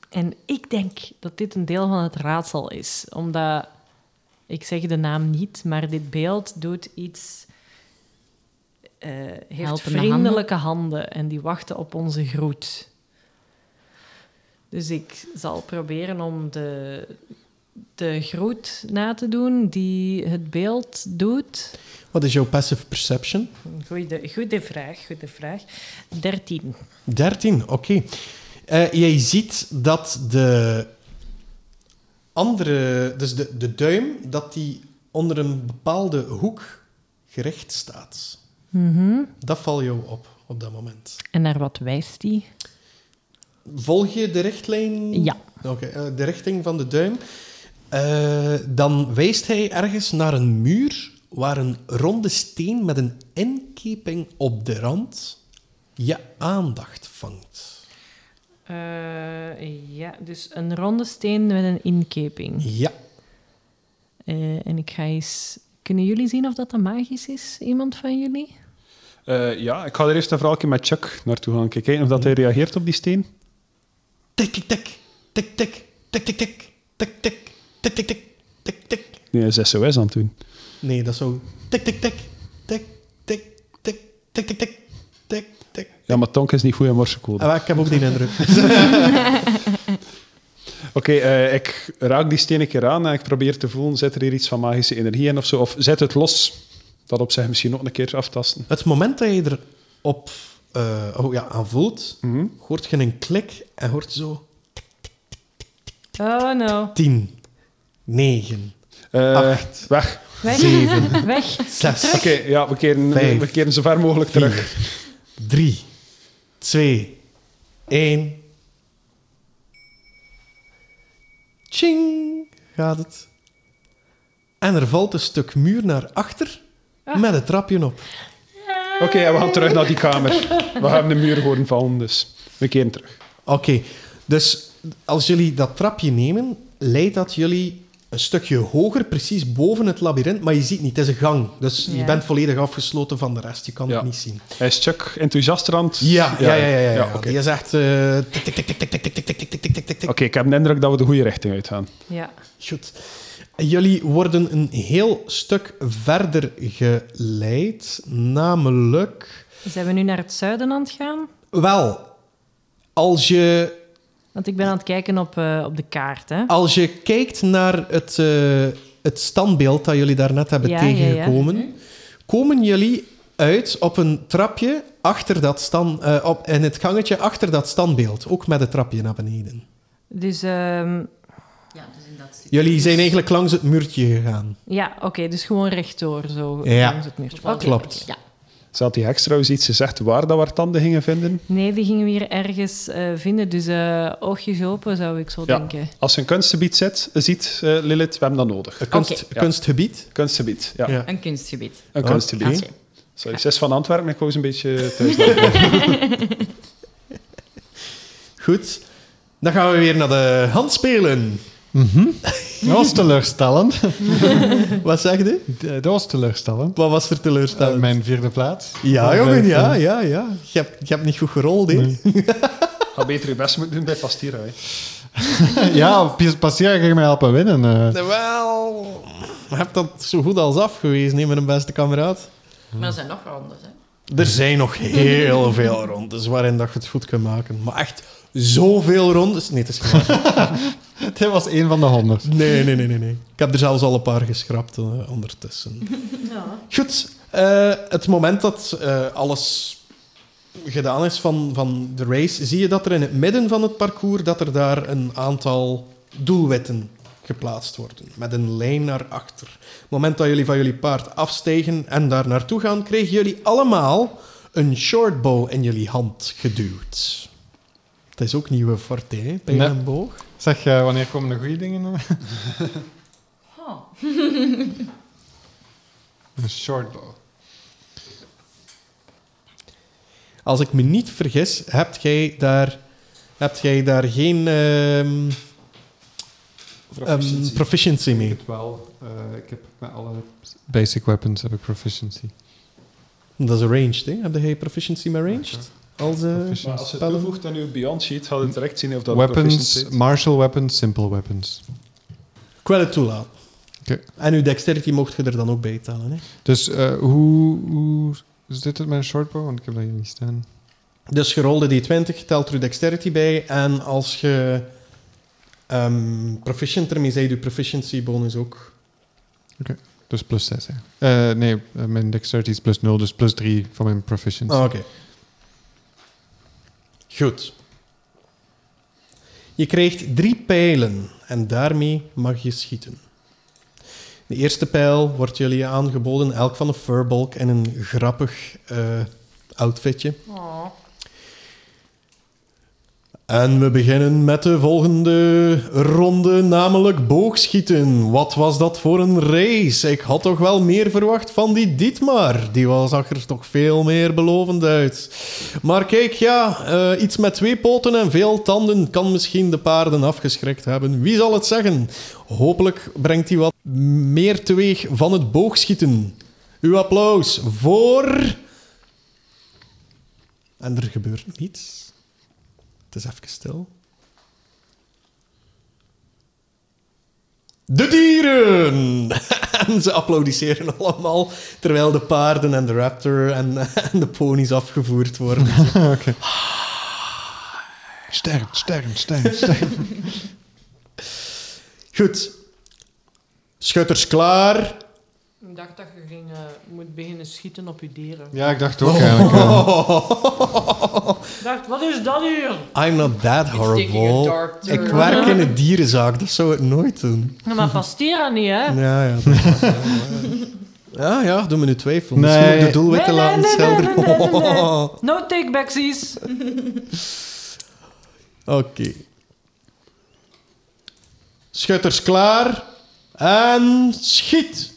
[SPEAKER 5] en ik denk dat dit een deel van het raadsel is. Omdat, ik zeg de naam niet, maar dit beeld doet iets... eh heeft
[SPEAKER 4] Helpende
[SPEAKER 5] vriendelijke handen. en die wachten op onze groet. Dus ik zal proberen om de, de groet na te doen die het beeld doet.
[SPEAKER 1] Wat is jouw passive perception?
[SPEAKER 5] Goede, goede vraag, goede vraag. 13.
[SPEAKER 1] 13, oké. Eh, jij ziet dat de andere, dus de, de duim, dat die onder een bepaalde hoek gericht staat. Dat valt jou op op dat moment.
[SPEAKER 5] En naar wat wijst die?
[SPEAKER 1] Volg je de richtlijn?
[SPEAKER 5] Ja.
[SPEAKER 1] Oké, eh, de richting van de duim. Eh, dan wijst hij ergens naar een muur waar een ronde steen met een inkeping op de rand je aandacht vangt.
[SPEAKER 5] Eh, ja, dus een ronde steen met een inkeping.
[SPEAKER 1] Ja.
[SPEAKER 5] Eh, en ik ga eens... Kunnen jullie zien of dat, dat magisch is? Iemand van jullie?
[SPEAKER 3] Eh, ja, ik ga er eerst en vooral een keer met Chuck naartoe gaan kijken. Kijken of dat hij reageert op die steen.
[SPEAKER 1] Tik, tik, tik. Tik, tik. Tik, tik, tik. Tik, tik. Tik, tik, tik. Tik, tik.
[SPEAKER 3] Nee, hij is SOS aan het doen.
[SPEAKER 1] Nee, dat zou... Tik, tik, tik. Tik, tik, tik. Tik, tik, tik. Tik, tik.
[SPEAKER 3] Ja, maar Tonk is niet goed in morsecode.
[SPEAKER 1] Ah, maar ik heb ook die indruk.
[SPEAKER 3] Oké, eh, ik raak die steen een keer aan en ik probeer te voelen, zit er hier iets van magische energie in of zo? Of zet het los? Dat op zich misschien nog een keer aftasten.
[SPEAKER 1] Het moment dat je erop eh, oh ja, aan voelt,
[SPEAKER 3] Mhm.
[SPEAKER 1] hoort je een klik en hoort zo
[SPEAKER 5] Oh no. *laughs*
[SPEAKER 1] 10, 9,
[SPEAKER 3] Eh,
[SPEAKER 1] Acht.
[SPEAKER 3] Weg.
[SPEAKER 5] Weg. *laughs* Weg.
[SPEAKER 1] 6,
[SPEAKER 3] Oké, ja, we keren,
[SPEAKER 1] Vijf.
[SPEAKER 3] we keren zo ver mogelijk terug.
[SPEAKER 1] 3, 2, 1. Ching gaat het. En er valt een stuk muur naar achter met het trapje op.
[SPEAKER 3] Oké, en we gaan terug naar die kamer. We hebben de muur horen vallen, dus we keren terug.
[SPEAKER 1] Oké, dus als jullie dat trapje nemen, leidt dat jullie een stukje hoger, precies boven het labyrint, maar je ziet niet, het is een gang. Dus je
[SPEAKER 4] Ja.
[SPEAKER 1] bent volledig afgesloten van de rest, je kan
[SPEAKER 3] Ja.
[SPEAKER 1] het niet zien.
[SPEAKER 3] Hij is Chuck enthousiaster aan het-
[SPEAKER 1] Ja, ja, ja, ja. ja,
[SPEAKER 3] Ja, oké.
[SPEAKER 1] Die is echt... eh, tik, tik, tik, tik, tik, tik, tik, tik, tik, tik, tik, tik, tik, tik.
[SPEAKER 3] Oké, ik heb de indruk dat we de goede richting uitgaan.
[SPEAKER 5] Ja.
[SPEAKER 1] Goed. Jullie worden een heel stuk verder geleid, namelijk...
[SPEAKER 5] Zijn we nu naar het zuiden aan het gaan?
[SPEAKER 1] Wel, als je
[SPEAKER 5] Want ik ben aan het kijken op, eh, op de kaart, hè.
[SPEAKER 1] Als je kijkt naar het, eh, het standbeeld dat jullie daarnet hebben
[SPEAKER 5] Ja, Mhm. ja, ja.
[SPEAKER 1] tegengekomen, komen jullie uit op een trapje achter dat stand, eh, op, in het gangetje achter dat standbeeld, ook met het trapje naar beneden.
[SPEAKER 5] Dus ehm,
[SPEAKER 4] Ja, dus in dat stuk.
[SPEAKER 1] Jullie zijn eigenlijk langs het muurtje gegaan.
[SPEAKER 5] ja, oké. dus gewoon rechtdoor, zo
[SPEAKER 1] Ja.
[SPEAKER 5] langs het muurtje.
[SPEAKER 1] Dat
[SPEAKER 5] Oké.
[SPEAKER 1] klopt.
[SPEAKER 4] Ja.
[SPEAKER 3] Ze had die heks trouwens iets gezegd waar dat we haar tanden gingen vinden.
[SPEAKER 5] Nee, die gingen we hier ergens eh, vinden. Dus eh, oogjes open, zou ik zo
[SPEAKER 3] Ja.
[SPEAKER 5] denken.
[SPEAKER 3] Als ze een kunstgebied zit, ziet, eh, Lilith, we hebben dat nodig.
[SPEAKER 1] Een kunst,
[SPEAKER 4] Oké.
[SPEAKER 3] Ja.
[SPEAKER 1] kunstgebied.
[SPEAKER 3] Kunstgebied, ja.
[SPEAKER 1] Ja.
[SPEAKER 4] Een kunstgebied.
[SPEAKER 7] Oh.
[SPEAKER 3] Een kunstgebied.
[SPEAKER 4] Als je-
[SPEAKER 3] Sorry, ze is van Antwerpen, ik wou ze een beetje thuis laten.
[SPEAKER 1] Goed. Dan gaan we weer naar de hand spelen.
[SPEAKER 2] Dat was teleurstellend. *laughs* eh,
[SPEAKER 1] Wat zeg je?
[SPEAKER 2] Dat was teleurstellend. Eh,
[SPEAKER 1] Wat was er teleurstellend?
[SPEAKER 2] Mijn vierde plaats. *laughs*
[SPEAKER 1] Ja,
[SPEAKER 2] Mijn
[SPEAKER 1] jongen,
[SPEAKER 2] vijfde.
[SPEAKER 1] ja, ja, ja. Je hebt, je hebt niet goed gerold, hè?
[SPEAKER 3] Had beter je best moeten doen bij Pastira. Hè.
[SPEAKER 2] Ja, Pies- Pastira ging mij helpen winnen. *laughs* eh.
[SPEAKER 1] Nou, Wel, je hebt dat zo goed als afgewezen, hè, mijn beste kameraad.
[SPEAKER 4] Maar er zijn nog rondes, hè?
[SPEAKER 1] Er zijn nog heel veel rondes waarin dat je het goed kunt maken. Maar echt zoveel rondes. Nee, het is geen-
[SPEAKER 2] Dit was één van de honderd.
[SPEAKER 1] nee, nee, nee, nee, nee. Ik heb er zelfs al een paar geschrapt eh, ondertussen. Goed, eh, het moment dat eh, alles gedaan is van, van de race, zie je dat er in het midden van het parcours dat er daar een aantal doelwitten geplaatst worden. Met een lijn naar achter. het moment dat jullie van jullie paard afstegen en daar naartoe gaan, kregen jullie allemaal een shortbow in jullie hand geduwd. Het is ook nieuwe forte, hè, pijl
[SPEAKER 2] Nee.
[SPEAKER 1] en boog.
[SPEAKER 2] Zeg, eh, wanneer komen de goede dingen? *laughs* eh?
[SPEAKER 4] Oh.
[SPEAKER 2] Een shortbow.
[SPEAKER 1] Als ik me niet vergis, hebt jij daar, hebt jij daar geen ehm, ehm, proficiency
[SPEAKER 2] Ik
[SPEAKER 1] mee?
[SPEAKER 2] heb wel. eh, ik heb met alle basic weapons heb ik proficiency.
[SPEAKER 1] Dat is arranged, hè? Heb jij proficiency met ranged? Als, eh,
[SPEAKER 3] Maar
[SPEAKER 2] Proficiency.
[SPEAKER 3] als je het
[SPEAKER 1] Spellen.
[SPEAKER 3] toevoegt aan uw Beyond Sheet, gaat het direct zien of dat
[SPEAKER 2] Weapons,
[SPEAKER 3] proficiency is.
[SPEAKER 2] martial weapons, simple weapons.
[SPEAKER 1] Credit toelaat.
[SPEAKER 2] Oké.
[SPEAKER 1] En uw dexterity mocht je er dan ook bij talen, hè?
[SPEAKER 2] Dus eh, hoe, hoe zit het met een shortbow? Want ik heb dat hier niet staan.
[SPEAKER 1] Dus je rolde die 20, telt er uw dexterity bij. En als je ehm, proficient ermee zei, je proficiency bonus ook.
[SPEAKER 2] Dus plus 6, ja. Eh, nee, eh, mijn dexterity is plus 0, dus plus 3 van mijn proficiency.
[SPEAKER 1] Ah, Oké. Goed. Je krijgt drie pijlen en daarmee mag je schieten. De eerste pijl wordt jullie aangeboden, elk van een furbolk en een grappig eh, outfitje. Eh,
[SPEAKER 4] Oh.
[SPEAKER 1] En we beginnen met de volgende ronde, namelijk boogschieten. Wat was dat voor een race? Ik had toch wel meer verwacht van die Dietmar. Die was- zag er toch veel meer belovend uit. Maar kijk, ja, eh, iets met twee poten en veel tanden kan misschien de paarden afgeschrikt hebben. Wie zal het zeggen? Hopelijk brengt hij wat meer teweeg van het boogschieten. Uw applaus voor... En er gebeurt niets. Het is even stil. De dieren! *laughs* En ze applaudisseren allemaal, terwijl de paarden en de raptor en, en de ponies afgevoerd worden.
[SPEAKER 2] Sterren, sterren, sterren, sterren.
[SPEAKER 1] Goed. Schutters klaar.
[SPEAKER 5] Ik dacht dat je ging, eh, moet beginnen schieten op je dieren.
[SPEAKER 2] Ja, ik dacht ook eigenlijk. eh,
[SPEAKER 5] Ik dacht, wat is dat hier?
[SPEAKER 1] I'm not that horrible. Ik werk
[SPEAKER 5] *laughs*
[SPEAKER 1] in een dierenzaak, dat zou ik nooit doen.
[SPEAKER 5] maar pastera niet, hè?
[SPEAKER 1] Ja, ja. dat is waar, ja, ja. Ja, ja, doe me nu twijfelen.
[SPEAKER 2] Nee.
[SPEAKER 1] Misschien ook de Oh. doelwitten
[SPEAKER 5] Nee, nee,
[SPEAKER 1] laten
[SPEAKER 5] nee, nee,
[SPEAKER 1] schilderen.
[SPEAKER 5] nee, nee,
[SPEAKER 1] *laughs*
[SPEAKER 5] nee. No takebacksies.
[SPEAKER 1] Oké. Schutters klaar. En schiet.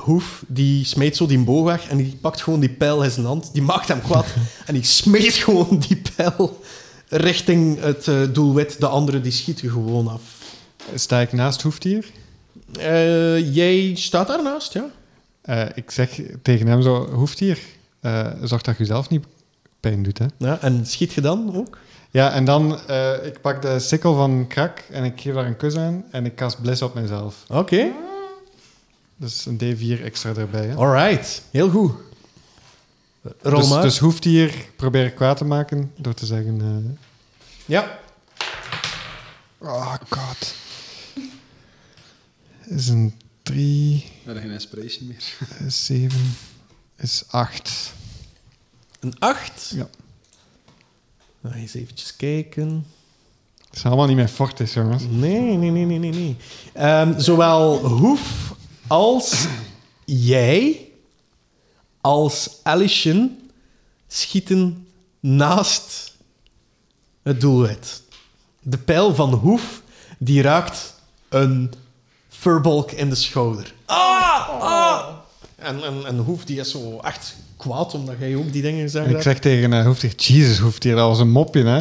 [SPEAKER 1] Hoef, die smijt zo die boog weg en die pakt gewoon die pijl in zijn hand. Die maakt hem
[SPEAKER 2] *laughs*
[SPEAKER 1] kwaad en die smijt gewoon die pijl richting het eh, doelwit. De anderen die schieten gewoon af.
[SPEAKER 2] eh, Sta ik naast Hoeftier?
[SPEAKER 1] Eh, jij staat daarnaast, ja?
[SPEAKER 2] Eh, ik zeg tegen hem zo, Hoeftier, eh, zorg dat je zelf niet pijn doet, hè.
[SPEAKER 1] ja? En schiet je dan ook?
[SPEAKER 2] Ja, en dan, eh, ik pak de sikkel van Krak en ik geef daar een kus aan en ik kast Bliss op mezelf.
[SPEAKER 1] Oké,
[SPEAKER 2] Dus een D4 extra erbij, hè.
[SPEAKER 1] alright. Heel goed. Rol
[SPEAKER 2] Dus,
[SPEAKER 1] maar.
[SPEAKER 2] dus Hoeftier probeer ik kwaad te maken door te zeggen... eh,
[SPEAKER 1] Ja,
[SPEAKER 2] oh, god. Is een 3,
[SPEAKER 7] We hebben geen inspiration meer.
[SPEAKER 2] is 7, is 8.
[SPEAKER 1] een 8.
[SPEAKER 2] Ja.
[SPEAKER 1] Nou, eens eventjes kijken.
[SPEAKER 2] Het is allemaal niet meer fortis, jongens.
[SPEAKER 1] Nee, nee, nee, nee, nee. nee. Ehm, zowel Hoef als jij als Alishin schieten naast het doelwit. De pijl van Hoef die raakt een furbolk in de schouder. Ah! ah! En, en, en Hoef die is zo echt kwaad omdat jij ook die dingen zegt.
[SPEAKER 2] Ik zeg tegen eh Hoeftier, Jesus Hoeftier, dat was een mopje, hè.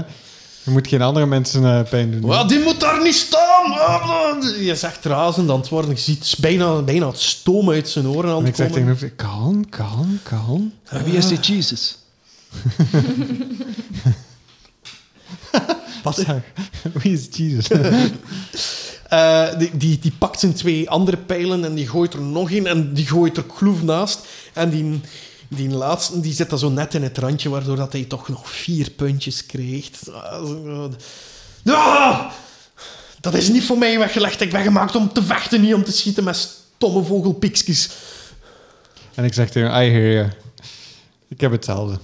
[SPEAKER 2] Je moet geen andere mensen eh, pijn doen.
[SPEAKER 1] Wel, die moet daar niet staan! Ah, bla. Je zegt razend aan het worden. Je ziet bijna, bijna het stoom uit zijn oren aan
[SPEAKER 2] En
[SPEAKER 1] het
[SPEAKER 2] ik zeg tegen
[SPEAKER 1] komen.
[SPEAKER 2] Hoeftier, kalm, kalm, kalm.
[SPEAKER 7] En Ah, wie is die Jesus?
[SPEAKER 1] Wat?
[SPEAKER 2] *laughs* Wie is Jesus?
[SPEAKER 1] Eh, die, die, die pakt zijn twee andere pijlen en die gooit er nog in en die gooit er kloef naast. En die, die laatste die zit dan zo net in het randje, waardoor dat hij toch nog vier puntjes krijgt. Ah, zo- Ah! Dat is niet voor mij weggelegd. Ik ben gemaakt om te vechten, niet om te schieten met stomme vogelpiekjes.
[SPEAKER 2] en ik zeg tegen hem, I hear you. Ik heb hetzelfde.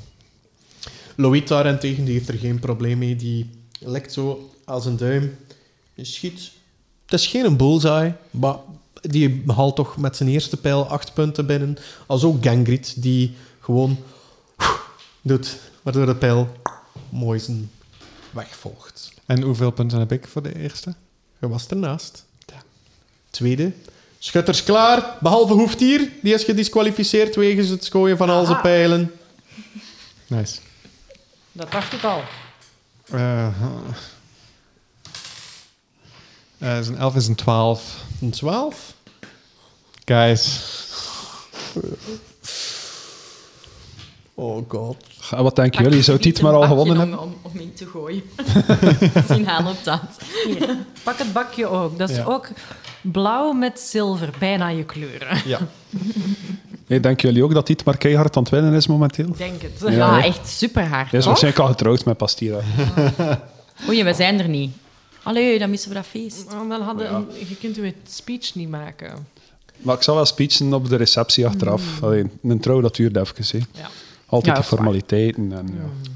[SPEAKER 1] Loïc daarentegen die heeft er geen probleem mee. Die lekt zo als een duim. Je schiet. Het is geen een bullseye, maar die haalt toch met zijn eerste pijl acht punten binnen. Als ook Gangrit, die gewoon doet, waardoor de pijl mooi zijn weg volgt.
[SPEAKER 2] En hoeveel punten heb ik voor de eerste?
[SPEAKER 1] Je was ernaast. Tweede. Schutters klaar, behalve Hoeftier. Die is gedisqualificeerd wegens het gooien van al zijn
[SPEAKER 5] Aha.
[SPEAKER 1] pijlen.
[SPEAKER 2] Nice.
[SPEAKER 5] Dat dacht ik al.
[SPEAKER 2] Eh, eh. Eh, is een 11 is een 12.
[SPEAKER 1] Een twaalf.
[SPEAKER 2] Guys.
[SPEAKER 1] Oh god.
[SPEAKER 7] Ja, wat denken jullie? Zou
[SPEAKER 4] dit
[SPEAKER 7] dit maar al gewonnen hebben?
[SPEAKER 4] Om, om in te gooien. *laughs* Zien aan op dat.
[SPEAKER 5] Pak het bakje ook. Dat is
[SPEAKER 2] Ja.
[SPEAKER 5] ook blauw met zilver. Bijna je kleuren.
[SPEAKER 7] Nee, denken jullie ook dat dit maar keihard aan het winnen is momenteel?
[SPEAKER 5] Ik Denk het.
[SPEAKER 4] Ja,
[SPEAKER 7] Ja, hè?
[SPEAKER 4] Ah, echt super hard.
[SPEAKER 7] Hij is waarschijnlijk al getrouwd met Pastira.
[SPEAKER 4] Oei, we zijn er niet. Allee, dan missen we dat feest.
[SPEAKER 5] En Oh, dan hadden, Je kunt uw speech niet maken.
[SPEAKER 7] Maar ik zal wel speechen op de receptie achteraf. Allee, een trouw, dat duurt even. Hè.
[SPEAKER 5] Ja.
[SPEAKER 7] Altijd
[SPEAKER 5] Mm. Ja,
[SPEAKER 7] de
[SPEAKER 5] dat is waar.
[SPEAKER 7] formaliteiten. En,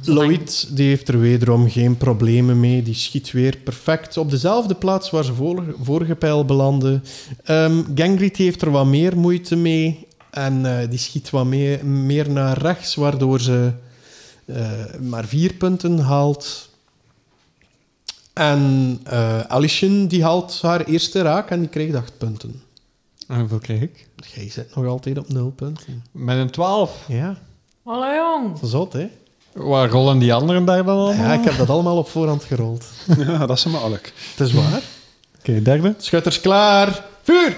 [SPEAKER 7] ja.
[SPEAKER 1] Loïd die heeft er wederom geen problemen mee. Die schiet weer perfect op dezelfde plaats waar ze vor- vorige pijl belandde. Ehm Gangrit heeft er wat meer moeite mee. En eh, die schiet wat meer, meer naar rechts, waardoor ze eh, maar vier punten haalt. En eh Alishin die haalt haar eerste raak en die krijgt acht punten.
[SPEAKER 2] En hoeveel kreeg ik?
[SPEAKER 1] Jij zit nog altijd op nul punten.
[SPEAKER 2] Met een 12.
[SPEAKER 1] Ja,
[SPEAKER 5] Hallo jong.
[SPEAKER 1] zot hè?
[SPEAKER 2] Waar rollen die anderen daar dan allemaal?
[SPEAKER 1] Ja, ik heb dat allemaal op voorhand gerold.
[SPEAKER 5] Mm.
[SPEAKER 7] Ja, *laughs* dat is maar alk.
[SPEAKER 1] Het is waar.
[SPEAKER 2] Oké, derde.
[SPEAKER 1] Schutters klaar. Vuur!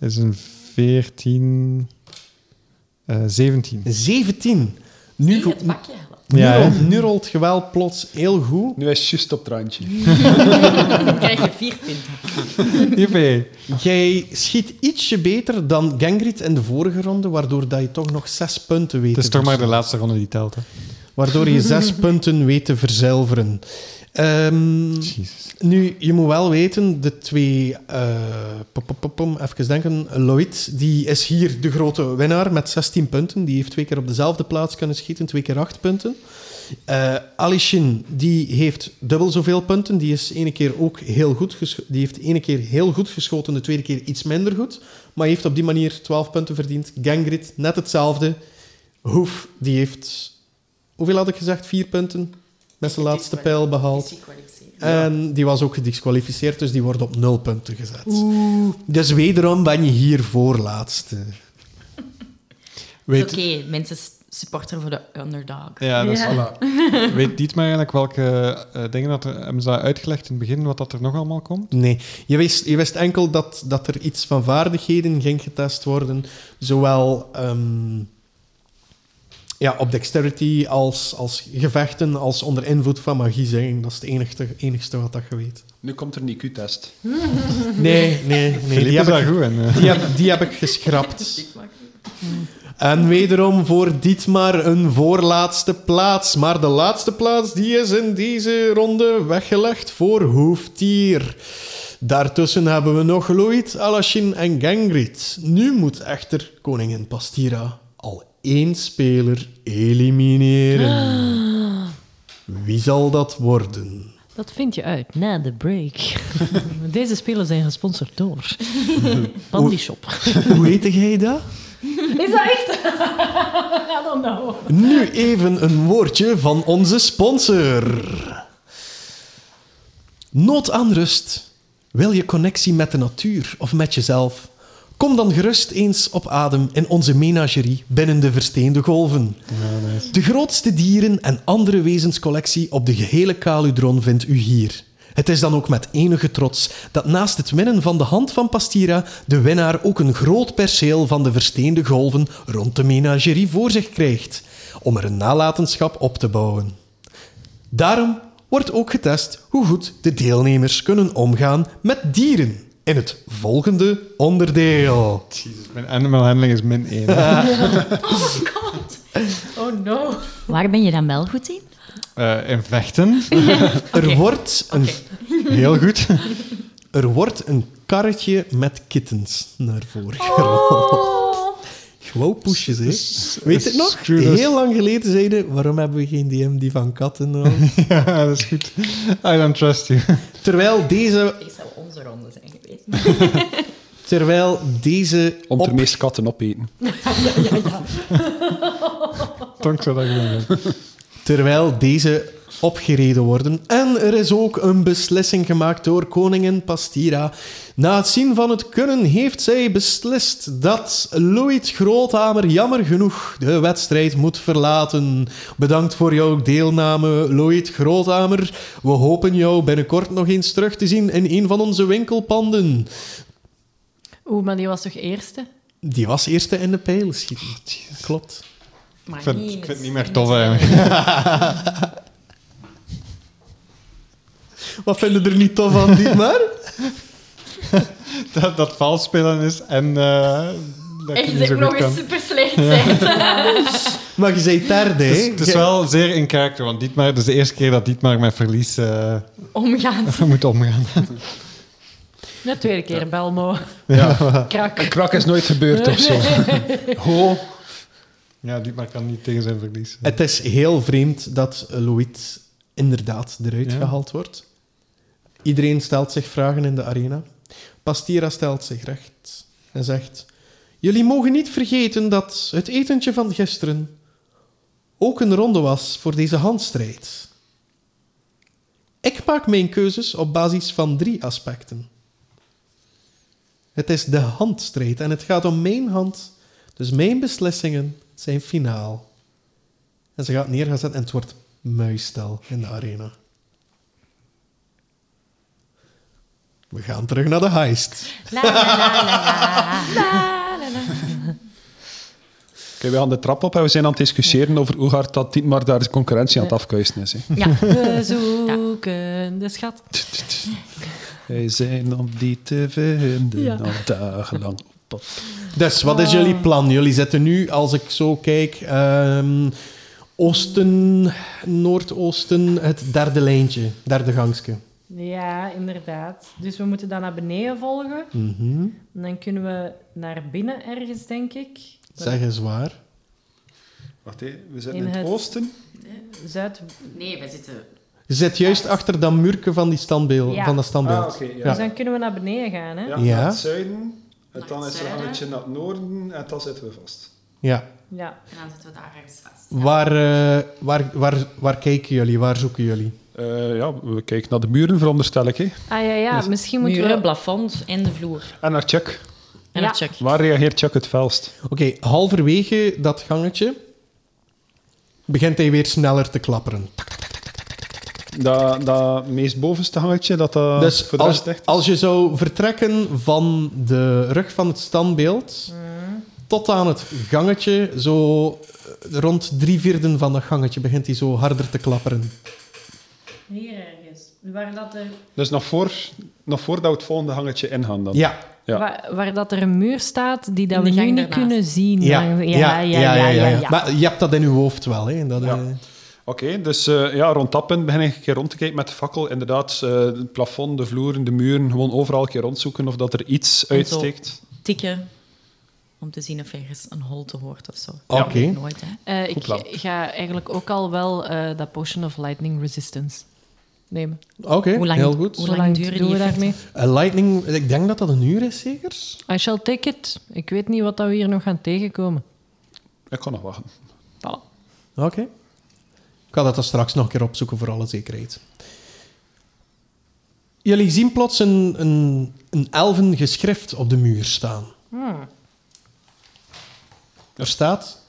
[SPEAKER 2] is een 14. eh 17.
[SPEAKER 1] 17. Nu,
[SPEAKER 4] Niet
[SPEAKER 1] go-
[SPEAKER 4] het bakje halen.
[SPEAKER 1] nu,
[SPEAKER 2] Ja, hè?
[SPEAKER 1] rolt,
[SPEAKER 2] *laughs*
[SPEAKER 1] nu rolt geweld plots heel goed.
[SPEAKER 7] Nu is het juist op het randje.
[SPEAKER 4] Dan krijg je vier *laughs* punten.
[SPEAKER 1] *laughs*
[SPEAKER 2] Juppie.
[SPEAKER 1] Jij schiet ietsje beter dan Gangrid in de vorige ronde, waardoor dat je toch nog zes punten weet.
[SPEAKER 2] Het is
[SPEAKER 1] te
[SPEAKER 2] toch maar de laatste ronde die telt, hè?
[SPEAKER 1] waardoor je zes punten weet te verzilveren. Ehm,
[SPEAKER 2] Jezus.
[SPEAKER 1] nu, je moet wel weten, de twee... eh, pop, pop, pop, pom, even denken. Lloyd, die is hier de grote winnaar met 16 punten. Die heeft twee keer op dezelfde plaats kunnen schieten, twee keer acht punten. Eh Alishin, die heeft dubbel zoveel punten. Die, is ene keer ook heel goed gesch- die heeft ene keer heel goed geschoten, de tweede keer iets minder goed. Maar heeft op die manier 12 punten verdiend. Gangrid, net hetzelfde. Hoef, die heeft... Hoeveel had ik gezegd? Vier punten. Met zijn laatste pijl behaald.
[SPEAKER 4] Zie ik wat ik zie.
[SPEAKER 1] En die was ook gedisqualificeerd, dus die wordt op nul punten gezet. Dus wederom ben je hier voorlaatste.
[SPEAKER 4] Het
[SPEAKER 2] Weet,
[SPEAKER 4] is Oké, mensen s- supporteren voor de underdog.
[SPEAKER 2] ja, dat is,
[SPEAKER 5] Ja.
[SPEAKER 2] *laughs* weet Dietmar eigenlijk welke eh, dingen dat er... Hebben ze dat uitgelegd in het begin, wat dat er nog allemaal komt?
[SPEAKER 1] Nee, je wist, je wist enkel dat, dat er iets van vaardigheden ging getest worden. Zowel ehm, ja, op dexterity als, als gevechten, als onder invloed van magie zijn. Dat is het enigste, enigste wat dat je weet.
[SPEAKER 7] Nu komt er een IQ-test.
[SPEAKER 1] Nee, nee, nee.
[SPEAKER 2] Philippe
[SPEAKER 1] Die heb,
[SPEAKER 2] is daar
[SPEAKER 1] ik,
[SPEAKER 2] goed in. eh.
[SPEAKER 1] die, heb, die heb ik geschrapt. En wederom voor Dietmar een voorlaatste plaats. Maar de laatste plaats die is in deze ronde weggelegd voor Hoeftier. Daartussen hebben we nog Lloyd, Alashin en Gangrid. Nu moet echter koningin Pastira al één speler elimineren. Wie zal dat worden?
[SPEAKER 5] Dat vind je uit na de break. *laughs* Deze spelen zijn gesponsord door Bandy Shop.
[SPEAKER 1] Hoe heet jij dat?
[SPEAKER 5] Is dat echt? I don't know.
[SPEAKER 1] Nu even een woordje van onze sponsor. Nood aan rust. Wil je connectie met de natuur of met jezelf? Kom dan gerust eens op adem in onze menagerie binnen de Versteende Golven. De grootste dieren- en andere wezenscollectie op de gehele Caludron vindt u hier. Het is dan ook met enige trots dat naast het winnen van de hand van Pastira de winnaar ook een groot perceel van de versteende golven rond de menagerie voor zich krijgt, om er een nalatenschap op te bouwen. Daarom wordt ook getest hoe goed de deelnemers kunnen omgaan met dieren in het volgende onderdeel.
[SPEAKER 2] Mijn animal handling is min 1. *laughs*
[SPEAKER 4] Oh my god.
[SPEAKER 5] Oh no.
[SPEAKER 4] Waar ben je dan wel goed in?
[SPEAKER 2] Eh, in vechten,
[SPEAKER 1] Er, wordt een,
[SPEAKER 2] heel
[SPEAKER 1] *laughs*
[SPEAKER 2] goed.
[SPEAKER 1] er wordt een karretje met kittens naar voren
[SPEAKER 4] Oh.
[SPEAKER 1] Gewoon poesjes, hè? Weet je het nog?
[SPEAKER 2] screw this.
[SPEAKER 1] Heel lang geleden zeiden waarom hebben we geen DM die van katten *laughs* nou?
[SPEAKER 2] *laughs* ja, dat is goed. I don't trust you.
[SPEAKER 1] terwijl deze,
[SPEAKER 4] Dit zou onze ronde zijn geweest.
[SPEAKER 1] terwijl deze
[SPEAKER 7] Om de
[SPEAKER 1] op,
[SPEAKER 7] meeste katten opeten.
[SPEAKER 2] Tonk zou dat gewoon doen.
[SPEAKER 1] terwijl deze opgereden worden. En er is ook een beslissing gemaakt door koningin Pastira. Na het zien van het kunnen heeft zij beslist dat Lloyd Groothamer jammer genoeg de wedstrijd moet verlaten. Bedankt voor jouw deelname, Lloyd Groothamer. We hopen jou binnenkort nog eens terug te zien in een van onze winkelpanden.
[SPEAKER 5] Oeh, maar die was toch eerste?
[SPEAKER 1] Die was eerste in de pijl schieten.
[SPEAKER 2] Oh,
[SPEAKER 1] Klopt.
[SPEAKER 4] Maar
[SPEAKER 2] Ik vind,
[SPEAKER 4] niet
[SPEAKER 2] ik
[SPEAKER 4] in
[SPEAKER 2] vind
[SPEAKER 4] het-
[SPEAKER 2] het niet meer tof eigenlijk.
[SPEAKER 1] Wat vinden er niet tof aan, Dietmar?
[SPEAKER 2] *laughs* Dat, dat vals spelen is en eh, dat ik niet
[SPEAKER 4] En je
[SPEAKER 2] zo
[SPEAKER 4] zit
[SPEAKER 2] goed
[SPEAKER 4] nog
[SPEAKER 2] kan.
[SPEAKER 4] eens super slecht
[SPEAKER 2] *laughs*
[SPEAKER 4] zijn.
[SPEAKER 1] maar je zei derde,
[SPEAKER 2] Het is,
[SPEAKER 1] hè?
[SPEAKER 2] het is wel zeer in karakter, want Dietmar, het is de eerste keer dat Dietmar met verlies eh, *laughs*
[SPEAKER 4] *laughs* Omgaans.
[SPEAKER 2] moet omgaan.
[SPEAKER 5] De tweede keer Belmo.
[SPEAKER 7] Een
[SPEAKER 5] Krak.
[SPEAKER 7] krak is nooit gebeurd of
[SPEAKER 5] *laughs*
[SPEAKER 7] zo. Ho.
[SPEAKER 2] Ja, Dietmar kan niet tegen zijn verlies. eh.
[SPEAKER 1] Het is heel vreemd dat Lloyd inderdaad eruit
[SPEAKER 2] Ja.
[SPEAKER 1] gehaald wordt. Iedereen stelt zich vragen in de arena. Pastira stelt zich recht en zegt... Jullie mogen niet vergeten dat het etentje van gisteren ook een ronde was voor deze handstrijd. Ik maak mijn keuzes op basis van drie aspecten. Het is de handstrijd en het gaat om mijn hand. Dus mijn beslissingen zijn finaal. En ze gaat neer gaan zetten en het wordt muisstil in de arena. We gaan terug naar de heist.
[SPEAKER 4] La, la, la, la, la.
[SPEAKER 3] Oké, we gaan de trap op en we zijn aan het discussiëren over hoe hard dat Dietmar daar de concurrentie aan het afkuisen is. Hè.
[SPEAKER 4] Ja,
[SPEAKER 5] We zoeken de schat.
[SPEAKER 3] Wij zijn op die te vinden
[SPEAKER 5] Ja.
[SPEAKER 3] al dagenlang. op pad.
[SPEAKER 1] Dus wat is jullie plan? Jullie zitten nu, als ik zo kijk, ehm, oosten, noordoosten, het derde lijntje, derde gangske.
[SPEAKER 5] Ja, inderdaad. Dus we moeten dat naar beneden volgen.
[SPEAKER 1] Mhm.
[SPEAKER 5] En dan kunnen we naar binnen ergens, denk ik.
[SPEAKER 1] Zeg eens waar.
[SPEAKER 3] Wacht, hé, we zijn
[SPEAKER 5] In
[SPEAKER 3] in het
[SPEAKER 5] het-
[SPEAKER 3] oosten.
[SPEAKER 5] Zuid...
[SPEAKER 4] nee, we zitten...
[SPEAKER 1] Je zit juist achter dat muurke van, die standbeeld,
[SPEAKER 5] Ja.
[SPEAKER 1] van dat standbeeld.
[SPEAKER 3] Ah, oké.
[SPEAKER 5] Dus dan kunnen we naar beneden gaan, hè?
[SPEAKER 3] Ja,
[SPEAKER 1] Ja.
[SPEAKER 3] naar het zuiden. En
[SPEAKER 4] Naar
[SPEAKER 3] dan
[SPEAKER 4] het
[SPEAKER 3] is er een
[SPEAKER 4] zuiden.
[SPEAKER 3] beetje naar het noorden en dan zitten we vast.
[SPEAKER 1] Ja.
[SPEAKER 5] Ja.
[SPEAKER 4] En dan zitten we daar ergens vast.
[SPEAKER 1] Waar, eh, waar, waar, waar kijken jullie? Waar zoeken jullie?
[SPEAKER 3] Eh, ja, we kijken naar de muren, veronderstel ik. Hè.
[SPEAKER 5] Ah ja, ja. Misschien moeten
[SPEAKER 4] Muren,
[SPEAKER 5] we...
[SPEAKER 4] plafonds en de vloer.
[SPEAKER 3] En naar Chuck.
[SPEAKER 4] En
[SPEAKER 5] Ja.
[SPEAKER 4] het chuck.
[SPEAKER 3] Waar reageert Chuck het felst?
[SPEAKER 1] Oké, halverwege dat gangetje begint hij weer sneller te klapperen.
[SPEAKER 3] Dat, dat meest bovenste hangetje, dat dat
[SPEAKER 1] dus
[SPEAKER 3] Ah, voor de
[SPEAKER 1] als,
[SPEAKER 3] rest echt...
[SPEAKER 1] als je zou vertrekken van de rug van het standbeeld tot aan het gangetje, zo eh, rond drie vierden van dat gangetje begint hij zo harder te klapperen.
[SPEAKER 5] Hier ergens. Waar dat er...
[SPEAKER 3] Dus nog, voor, nog voordat we het volgende hangetje ingaan dan.
[SPEAKER 1] Ja,
[SPEAKER 3] Ja.
[SPEAKER 5] Waar, waar dat er een muur staat die dat
[SPEAKER 4] In
[SPEAKER 5] we
[SPEAKER 4] de
[SPEAKER 5] nu
[SPEAKER 4] gang
[SPEAKER 5] niet
[SPEAKER 4] daarnaast.
[SPEAKER 5] kunnen zien.
[SPEAKER 1] ja,
[SPEAKER 5] Dan- ja.
[SPEAKER 1] Maar je hebt dat in je hoofd wel, hè? Dat,
[SPEAKER 3] Ja.
[SPEAKER 1] eh,
[SPEAKER 3] Oké, dus eh, ja, rond dat punt begin ik een keer rond te kijken met de fakkel. Inderdaad, eh, het plafond, de vloeren, de muren, gewoon overal een keer rondzoeken of dat er iets
[SPEAKER 4] En zo.
[SPEAKER 3] uitsteekt.
[SPEAKER 4] Tikken. Om te zien of ergens een holte hoort of zo.
[SPEAKER 1] Oké.
[SPEAKER 4] Dat weet ik Nooit, hè.
[SPEAKER 5] Eh, ik
[SPEAKER 3] Goed plan.
[SPEAKER 5] ga eigenlijk ook al wel eh, dat Potion of Lightning Resistance nemen.
[SPEAKER 1] Oké,
[SPEAKER 4] Hoe lang-
[SPEAKER 1] heel goed.
[SPEAKER 4] hoe-
[SPEAKER 5] Hoe
[SPEAKER 4] lang
[SPEAKER 5] lang
[SPEAKER 4] duren
[SPEAKER 5] doen we
[SPEAKER 4] die
[SPEAKER 5] daarmee?
[SPEAKER 1] Eh, lightning, ik denk dat dat een uur is, zeker?
[SPEAKER 5] I shall take it. Ik weet niet wat dat we hier nog gaan tegenkomen.
[SPEAKER 3] Ik kan nog wachten.
[SPEAKER 5] Voilà.
[SPEAKER 1] Oké. Ik ga dat dan straks nog een keer opzoeken voor alle zekerheid. Jullie zien plots een, een, een elven geschrift op de muur staan.
[SPEAKER 3] Hmm.
[SPEAKER 1] Er staat...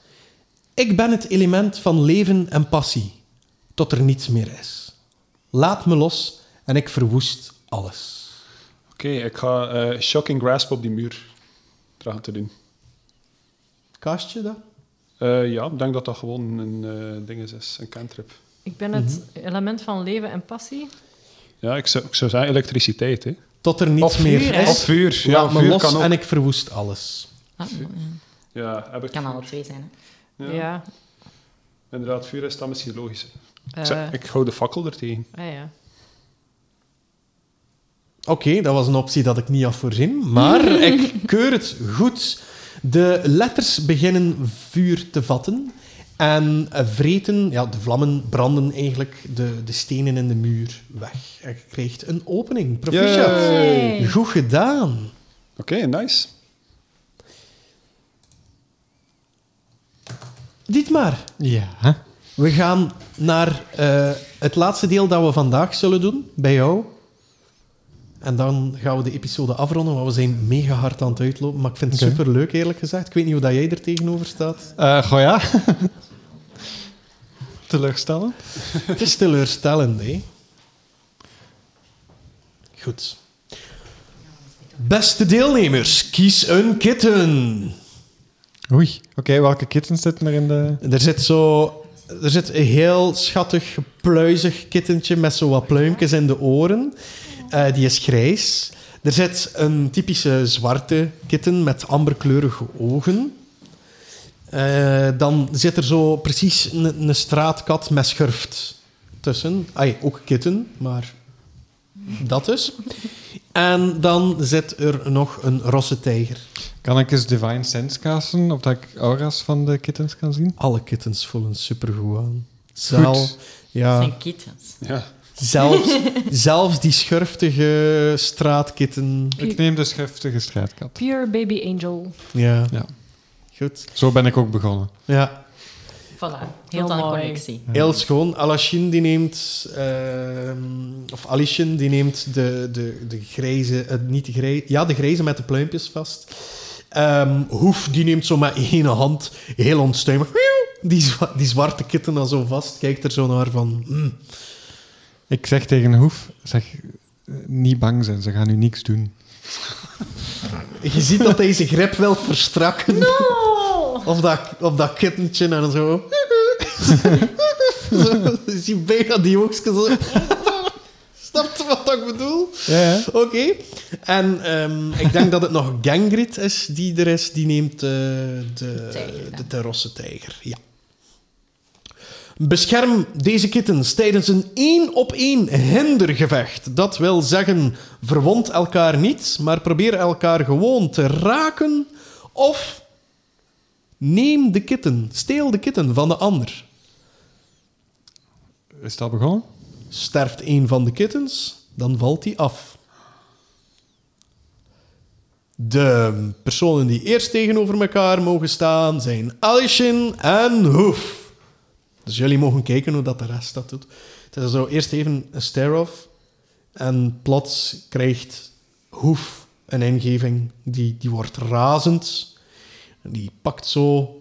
[SPEAKER 1] Ik ben het element van leven en passie, tot er niets meer is. Laat me los en ik verwoest alles.
[SPEAKER 3] Oké, ik ga eh, Shocking Grasp op die muur trachten te doen.
[SPEAKER 1] Kast je dat?
[SPEAKER 3] Eh, ja, ik denk dat dat gewoon een eh, ding is, is, een cantrip.
[SPEAKER 5] Ik ben het element van leven en passie.
[SPEAKER 3] Ja, ik zou, ik zou zeggen elektriciteit, hè.
[SPEAKER 1] Tot er niets
[SPEAKER 3] Of
[SPEAKER 1] meer
[SPEAKER 5] vuur, hè?
[SPEAKER 1] is.
[SPEAKER 3] Of vuur, ja,
[SPEAKER 1] Laat me
[SPEAKER 3] vuur
[SPEAKER 1] los
[SPEAKER 3] kan ook.
[SPEAKER 1] en ik verwoest alles.
[SPEAKER 4] Ah, ja.
[SPEAKER 3] Ja, heb ik
[SPEAKER 4] Het kan alle
[SPEAKER 3] vuur.
[SPEAKER 4] twee zijn. Hè.
[SPEAKER 5] Ja.
[SPEAKER 3] Ja. Inderdaad, vuur is dan misschien logisch.
[SPEAKER 5] eh,
[SPEAKER 3] Ik zeg, ik hou de fakkel er tegen.
[SPEAKER 5] ah, ja.
[SPEAKER 1] Oké, dat was een optie dat ik niet had voorzien, maar ik keur het goed. De letters beginnen vuur te vatten en eh, vreten, ja, de vlammen branden eigenlijk de, de stenen in de muur weg. En je krijgt een opening. Proficiat.
[SPEAKER 5] Yay.
[SPEAKER 1] Goed gedaan.
[SPEAKER 3] Oké, nice.
[SPEAKER 1] Dit maar.
[SPEAKER 2] Ja.
[SPEAKER 1] We gaan naar eh, het laatste deel dat we vandaag zullen doen, bij jou. En dan gaan we de episode afronden, want we zijn mega hard aan het uitlopen. Maar ik vind het
[SPEAKER 2] Oké.
[SPEAKER 1] super leuk, eerlijk gezegd. Ik weet niet hoe dat jij er tegenover staat.
[SPEAKER 2] Eh goh, *laughs* ja. Teleurstellen.
[SPEAKER 1] Het is teleurstellend, hè? Goed. Beste deelnemers, kies een kitten.
[SPEAKER 2] Oei. Oké, welke kittens zitten er in de...
[SPEAKER 1] Er zit zo... Er zit een heel schattig, pluizig kittentje met zo wat pluimpjes in de oren. Eh, die is grijs. Er zit een typische zwarte kitten met amberkleurige ogen. Eh, dan zit er zo precies een, een straatkat met schurft tussen. Ai, ook kitten, maar dat dus. En dan zit er nog een rosse tijger.
[SPEAKER 2] Kan ik eens Divine Sense casten, opdat ik auras van de kittens kan zien?
[SPEAKER 1] Alle kittens voelen supergoed aan. Zelf, ja.
[SPEAKER 4] Dat zijn kittens.
[SPEAKER 3] Ja.
[SPEAKER 1] Zelfs, zelfs die schurftige straatkitten.
[SPEAKER 2] Ik neem de schuftige strijdkat.
[SPEAKER 5] Pure baby angel.
[SPEAKER 1] Ja.
[SPEAKER 2] Ja.
[SPEAKER 1] Goed.
[SPEAKER 2] Zo ben ik ook begonnen.
[SPEAKER 1] Ja.
[SPEAKER 4] Voilà, heel
[SPEAKER 5] Heel
[SPEAKER 4] dan een
[SPEAKER 5] mooi.
[SPEAKER 4] connectie.
[SPEAKER 1] Heel schoon. Alashin die neemt... ehm, of Alishin die neemt de, de, de grijze... eh, niet de grijze... Ja, de grijze met de pluimpjes vast. Ehm, Hoef die neemt zo *laughs* met één hand heel onstuimig... miauw, Die, zwa- die zwarte kitten dan zo vast. Kijkt er zo naar van... mm.
[SPEAKER 2] Ik zeg tegen Hoef, zeg, eh, niet bang zijn, ze gaan nu niks doen.
[SPEAKER 1] Je ziet dat hij zijn grip wil verstrakken.
[SPEAKER 4] Oh! *laughs*
[SPEAKER 1] Of dat, of dat kittentje en zo. *laughs* zo je ziet bijna die oogstjes. zo. *laughs* Snapt je wat ik bedoel?
[SPEAKER 2] Ja, ja.
[SPEAKER 1] Oké. En ehm, ik denk dat het nog Gangrit is die er is. Die neemt eh, de,
[SPEAKER 4] Tijger dan.
[SPEAKER 1] de terrosse tijger. Ja. Bescherm deze kittens tijdens een één op één hindergevecht. Dat wil zeggen, verwond elkaar niet, maar probeer elkaar gewoon te raken. Of neem de kitten, steel de kitten van de ander.
[SPEAKER 2] Is het al begonnen?
[SPEAKER 1] Sterft één van de kittens, dan valt die af. De personen die eerst tegenover elkaar mogen staan zijn Alishin en Hoef. Dus jullie mogen kijken hoe dat de rest dat doet. Het is zo eerst even een stare-off en plots krijgt Hoef een ingeving. Die, die wordt razend. Die pakt zo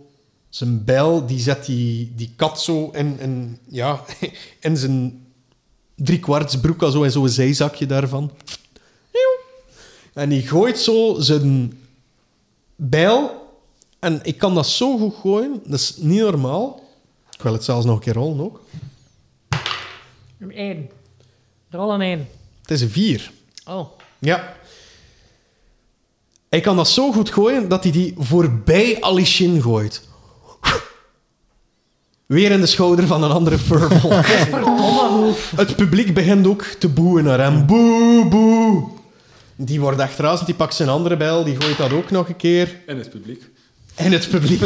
[SPEAKER 1] zijn bijl, die zet die, die kat zo in, in, ja, *laughs* in zijn driekwarts broek al zo en zo'n zijzakje daarvan. En die gooit zo zijn bijl. En ik kan dat zo goed gooien, dat is niet normaal. Ik wil het zelfs nog een keer rollen ook.
[SPEAKER 5] Een één. Rol een één.
[SPEAKER 1] Het is een vier.
[SPEAKER 5] Oh.
[SPEAKER 1] Ja. Hij kan dat zo goed gooien dat hij die voorbij Alishin gooit. Weer in de schouder van een andere furball. Het publiek begint ook te boeien naar hem. Boe, boe. Die wordt echt razend. Die pakt zijn andere bijl. Die gooit dat ook nog een keer.
[SPEAKER 7] En het publiek.
[SPEAKER 1] En het publiek.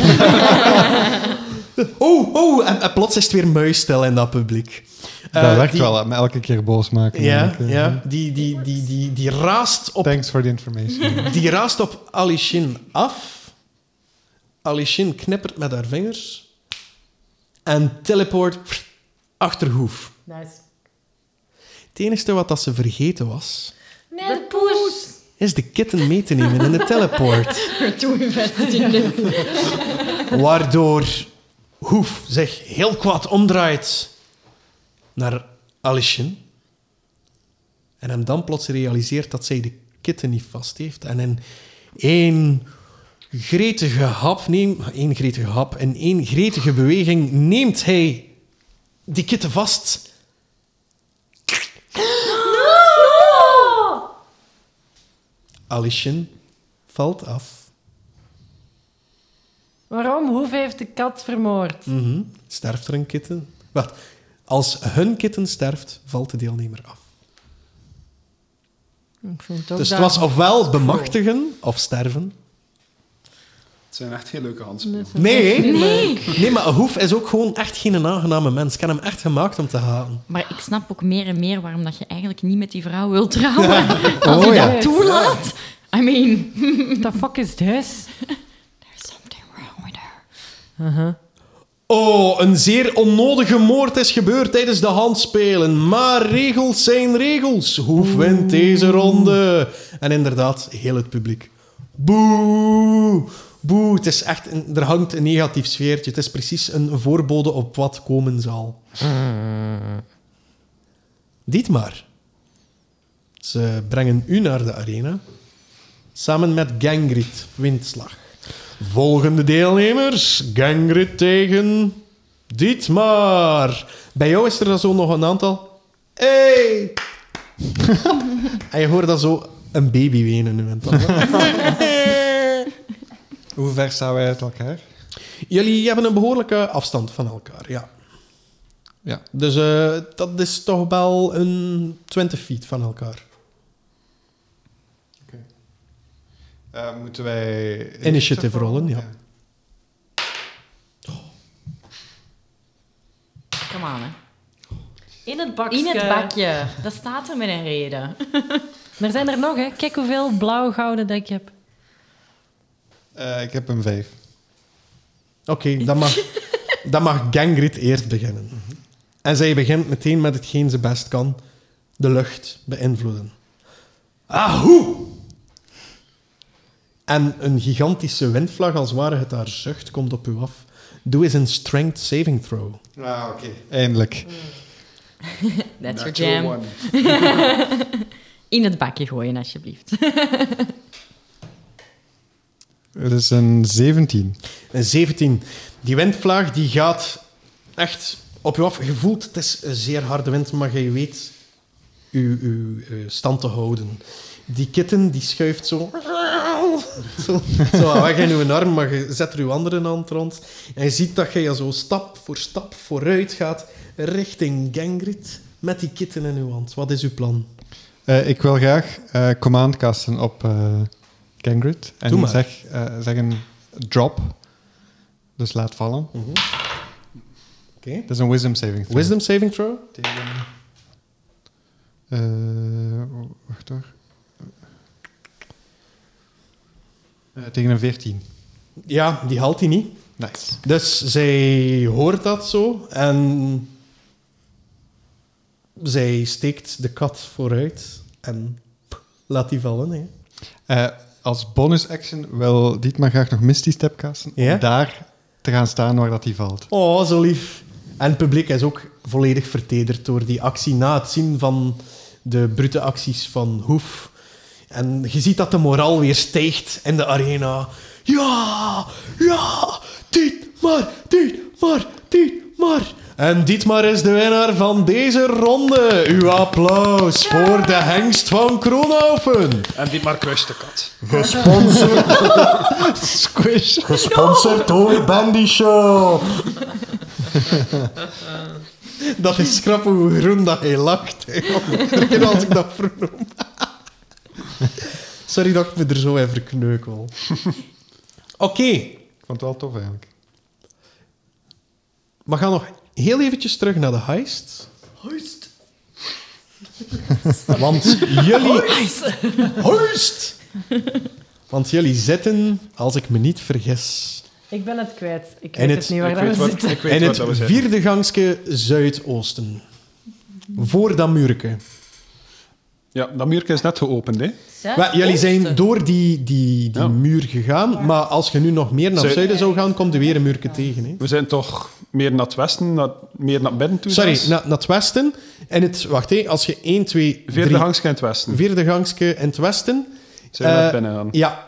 [SPEAKER 1] *laughs* oh, oh. En, en plots is het weer muisstil in dat publiek.
[SPEAKER 2] Dat
[SPEAKER 1] Eh,
[SPEAKER 2] werkt
[SPEAKER 1] die-
[SPEAKER 2] wel, hè, me elke keer boos maken.
[SPEAKER 1] Ja,
[SPEAKER 2] eigenlijk, eh.
[SPEAKER 1] ja. Die, die, die, die, die raast op
[SPEAKER 2] Thanks for the
[SPEAKER 1] *laughs*
[SPEAKER 2] information.
[SPEAKER 1] die raast op Alishin af. Alishin knippert met haar vingers. En teleport achter Hoef.
[SPEAKER 5] Nice.
[SPEAKER 1] Het enige wat dat ze vergeten was,
[SPEAKER 5] Nee, de poes.
[SPEAKER 1] is de kitten mee te nemen in de teleport.
[SPEAKER 4] Too *laughs* invested in this.
[SPEAKER 1] Waardoor Hoef zich heel kwaad omdraait naar Alishin. En hem dan plots realiseert dat zij de kitten niet vast heeft. En in één gretige hap neemt... één gretige hap. In één gretige beweging neemt hij die kitten vast. Alishin valt af.
[SPEAKER 5] Waarom? Hoef heeft de kat vermoord?
[SPEAKER 1] Mhm. Sterft er een kitten? Wacht. Als hun kitten sterft, valt de deelnemer af.
[SPEAKER 5] Ik vind het ook
[SPEAKER 1] dus het
[SPEAKER 5] dat-
[SPEAKER 1] was ofwel bemachtigen of sterven.
[SPEAKER 7] Het zijn echt heel leuke handspelen.
[SPEAKER 1] Nee, nee. nee, maar Hoef is ook gewoon echt geen aangename mens. Ik heb hem echt gemaakt om te haten.
[SPEAKER 4] Maar ik snap ook meer en meer waarom dat je eigenlijk niet met die vrouw wilt trouwen. *laughs* Als je
[SPEAKER 5] ja.
[SPEAKER 4] dat toelaat. I mean,
[SPEAKER 5] The fuck is this?
[SPEAKER 4] there's something wrong with her.
[SPEAKER 1] Oh, een zeer onnodige moord is gebeurd tijdens de handspelen. Maar regels zijn regels. Hoef wint deze ronde. En inderdaad, heel het publiek. Boe! Boe, het is echt een- er hangt een negatief sfeertje. Het is precies een voorbode op wat komen zal. Dit maar. Ze brengen u naar de arena. Samen met Gangrit, Windslag. Volgende deelnemers, Gangrit tegen Dietmar. Bij jou is er dan zo nog een aantal. Hey! en je hoort dan zo een baby wenen nu en dan.
[SPEAKER 2] Hoe ver staan wij uit elkaar?
[SPEAKER 1] Jullie hebben een behoorlijke afstand van elkaar, ja.
[SPEAKER 2] Ja.
[SPEAKER 1] Dus eh, dat is toch wel een 20 feet van elkaar.
[SPEAKER 2] Eh, moeten wij...
[SPEAKER 1] Initiative rollen, ja.
[SPEAKER 4] Come on, hè.
[SPEAKER 5] In het bakje.
[SPEAKER 4] In het bakje. Dat staat er met een reden.
[SPEAKER 5] Er zijn er nog, hè. Kijk hoeveel blauw gouden dat ik heb.
[SPEAKER 2] Eh, ik heb een vijf.
[SPEAKER 1] Oké, dan mag. dan mag Gangrid eerst beginnen. En zij begint meteen met hetgeen ze best kan: de lucht beïnvloeden. Ahoe! En een gigantische windvlag, als ware het haar zucht, komt op u af. Doe eens een strength saving throw.
[SPEAKER 2] Ah, oké. Eindelijk.
[SPEAKER 4] That's your jam. In het bakje gooien, alsjeblieft.
[SPEAKER 2] Het is een 17.
[SPEAKER 1] Een 17. Eh, Die windvlaag die gaat echt op je af. Je voelt, het is een zeer harde wind, maar je weet je, je, eh, stand te houden. Die kitten die schuift zo, *laughs* zo, zo wat weg in je arm, maar je zet er je andere hand rond. En je ziet dat je zo stap voor stap vooruit gaat richting Gangrid met die kitten in je hand. Wat is uw plan?
[SPEAKER 2] Eh, ik wil graag eh, command casten op eh Gangrid. En
[SPEAKER 1] Doe maar.
[SPEAKER 2] Zeg, eh, zeg een drop. Dus laat vallen.
[SPEAKER 1] Mhm. Oké.
[SPEAKER 2] Dat is een wisdom saving throw.
[SPEAKER 1] Wisdom saving throw?
[SPEAKER 2] Tegen... Eh, oh, wacht hoor. Eh, tegen een 14.
[SPEAKER 1] Ja, die haalt hij niet.
[SPEAKER 2] Nice.
[SPEAKER 1] Dus zij hoort dat zo en zij steekt de kat vooruit en laat die vallen. Hè.
[SPEAKER 2] Eh, als bonus action wil Dietmar graag nog Misty Step casten.
[SPEAKER 1] Ja?
[SPEAKER 2] Om daar te gaan staan waar dat die valt.
[SPEAKER 1] Oh, zo lief. En het publiek is ook volledig vertederd door die actie na het zien van de brute acties van Hoef. En je ziet dat de moraal weer stijgt in de arena. Ja, ja, Dietmar, Dietmar, Dietmar. En Dietmar is de winnaar van deze ronde. Uw applaus voor de hengst van Kronhoven.
[SPEAKER 7] En die maar de kat.
[SPEAKER 6] Gesponsord,
[SPEAKER 2] Squish.
[SPEAKER 6] gesponsord door Bandy Show.
[SPEAKER 1] *laughs* Dat is schrap hoe groen dat hij lacht. hè. Als ik dat vernoem. Sorry dat ik me er zo in verkneukel. Oké,
[SPEAKER 2] Ik vond het wel tof eigenlijk.
[SPEAKER 1] we gaan nog heel eventjes terug naar de heist. Heist. Want jullie... Heist. Want jullie zitten, als ik me niet vergis,
[SPEAKER 5] Ik ben het kwijt. Ik
[SPEAKER 1] En
[SPEAKER 5] weet
[SPEAKER 1] het-
[SPEAKER 5] het niet waar
[SPEAKER 7] ik
[SPEAKER 5] dat we
[SPEAKER 7] weet wat-
[SPEAKER 5] zitten.
[SPEAKER 7] ik weet
[SPEAKER 1] in
[SPEAKER 7] wat
[SPEAKER 1] het
[SPEAKER 7] dat we zeggen.
[SPEAKER 1] vierde gangske zuidoosten. Voor dat muurke.
[SPEAKER 7] Ja, dat muurke is net geopend, hè?
[SPEAKER 1] Wel, jullie zijn door die, die, die
[SPEAKER 7] Ja.
[SPEAKER 1] muur gegaan, maar als je nu nog meer naar het
[SPEAKER 7] Oh. Zou-
[SPEAKER 1] zuiden zou gaan, komt er weer een muurke tegen. Hè?
[SPEAKER 7] We zijn toch meer naar het westen, naar, meer naar binnen toe.
[SPEAKER 1] Sorry,
[SPEAKER 7] zelfs?
[SPEAKER 1] na- naar het westen. En het, wacht, hè, als je 1, 2, 3,
[SPEAKER 7] Vierde hangske in het westen.
[SPEAKER 1] vierde gangske in het westen.
[SPEAKER 7] Zijn we naar
[SPEAKER 1] Eh,
[SPEAKER 7] binnen gaan.
[SPEAKER 1] Ja.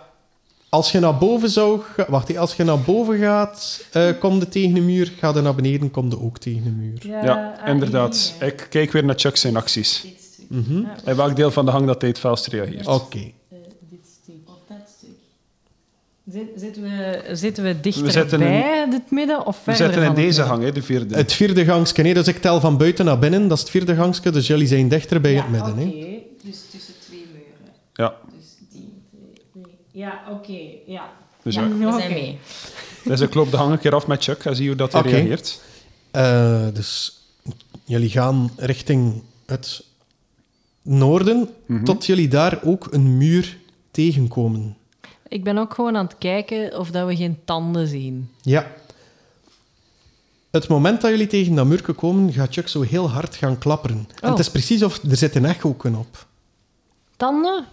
[SPEAKER 1] Als je naar boven zou... ga- Wacht, hè, als je naar boven gaat, eh kom je tegen de muur. Ga je naar beneden, kom je ook tegen de muur.
[SPEAKER 7] Ja,
[SPEAKER 5] ah,
[SPEAKER 7] inderdaad. Ik kijk weer naar Chuck zijn acties. En welk deel van de hang dat hij het vuilst reageert.
[SPEAKER 1] Mhm. Oké.
[SPEAKER 5] eh, dit stuk. Of dat stuk. Zitten we, zitten we dichterbij
[SPEAKER 7] zitten in-
[SPEAKER 5] het midden of
[SPEAKER 7] We
[SPEAKER 5] verder
[SPEAKER 7] zitten in
[SPEAKER 5] van het
[SPEAKER 7] deze
[SPEAKER 5] midden?
[SPEAKER 7] hang, hè, de vierde.
[SPEAKER 1] Het vierde gangske, nee, dus ik tel van buiten naar binnen. Dat is het vierde gangske, dus jullie zijn dichter bij het midden. hè.
[SPEAKER 5] Dus tussen twee muren.
[SPEAKER 7] Ja,
[SPEAKER 5] Dus die Ja, oké. Ja.
[SPEAKER 7] dus ja.
[SPEAKER 5] Ja,
[SPEAKER 4] We
[SPEAKER 5] oké.
[SPEAKER 4] zijn mee.
[SPEAKER 7] Dus ik loop de hang een keer af met Chuck en zie hoe dat hij
[SPEAKER 1] Oké.
[SPEAKER 7] reageert.
[SPEAKER 1] Eh, dus jullie gaan richting het noorden, tot jullie daar ook een muur tegenkomen.
[SPEAKER 5] Ik ben ook gewoon aan het kijken of dat we geen tanden zien.
[SPEAKER 1] Ja. Het moment dat jullie tegen dat muurke komen, gaat Chuck zo heel hard gaan klapperen. En
[SPEAKER 5] Oh.
[SPEAKER 1] het is precies of er zit een echo op.
[SPEAKER 5] Tanden?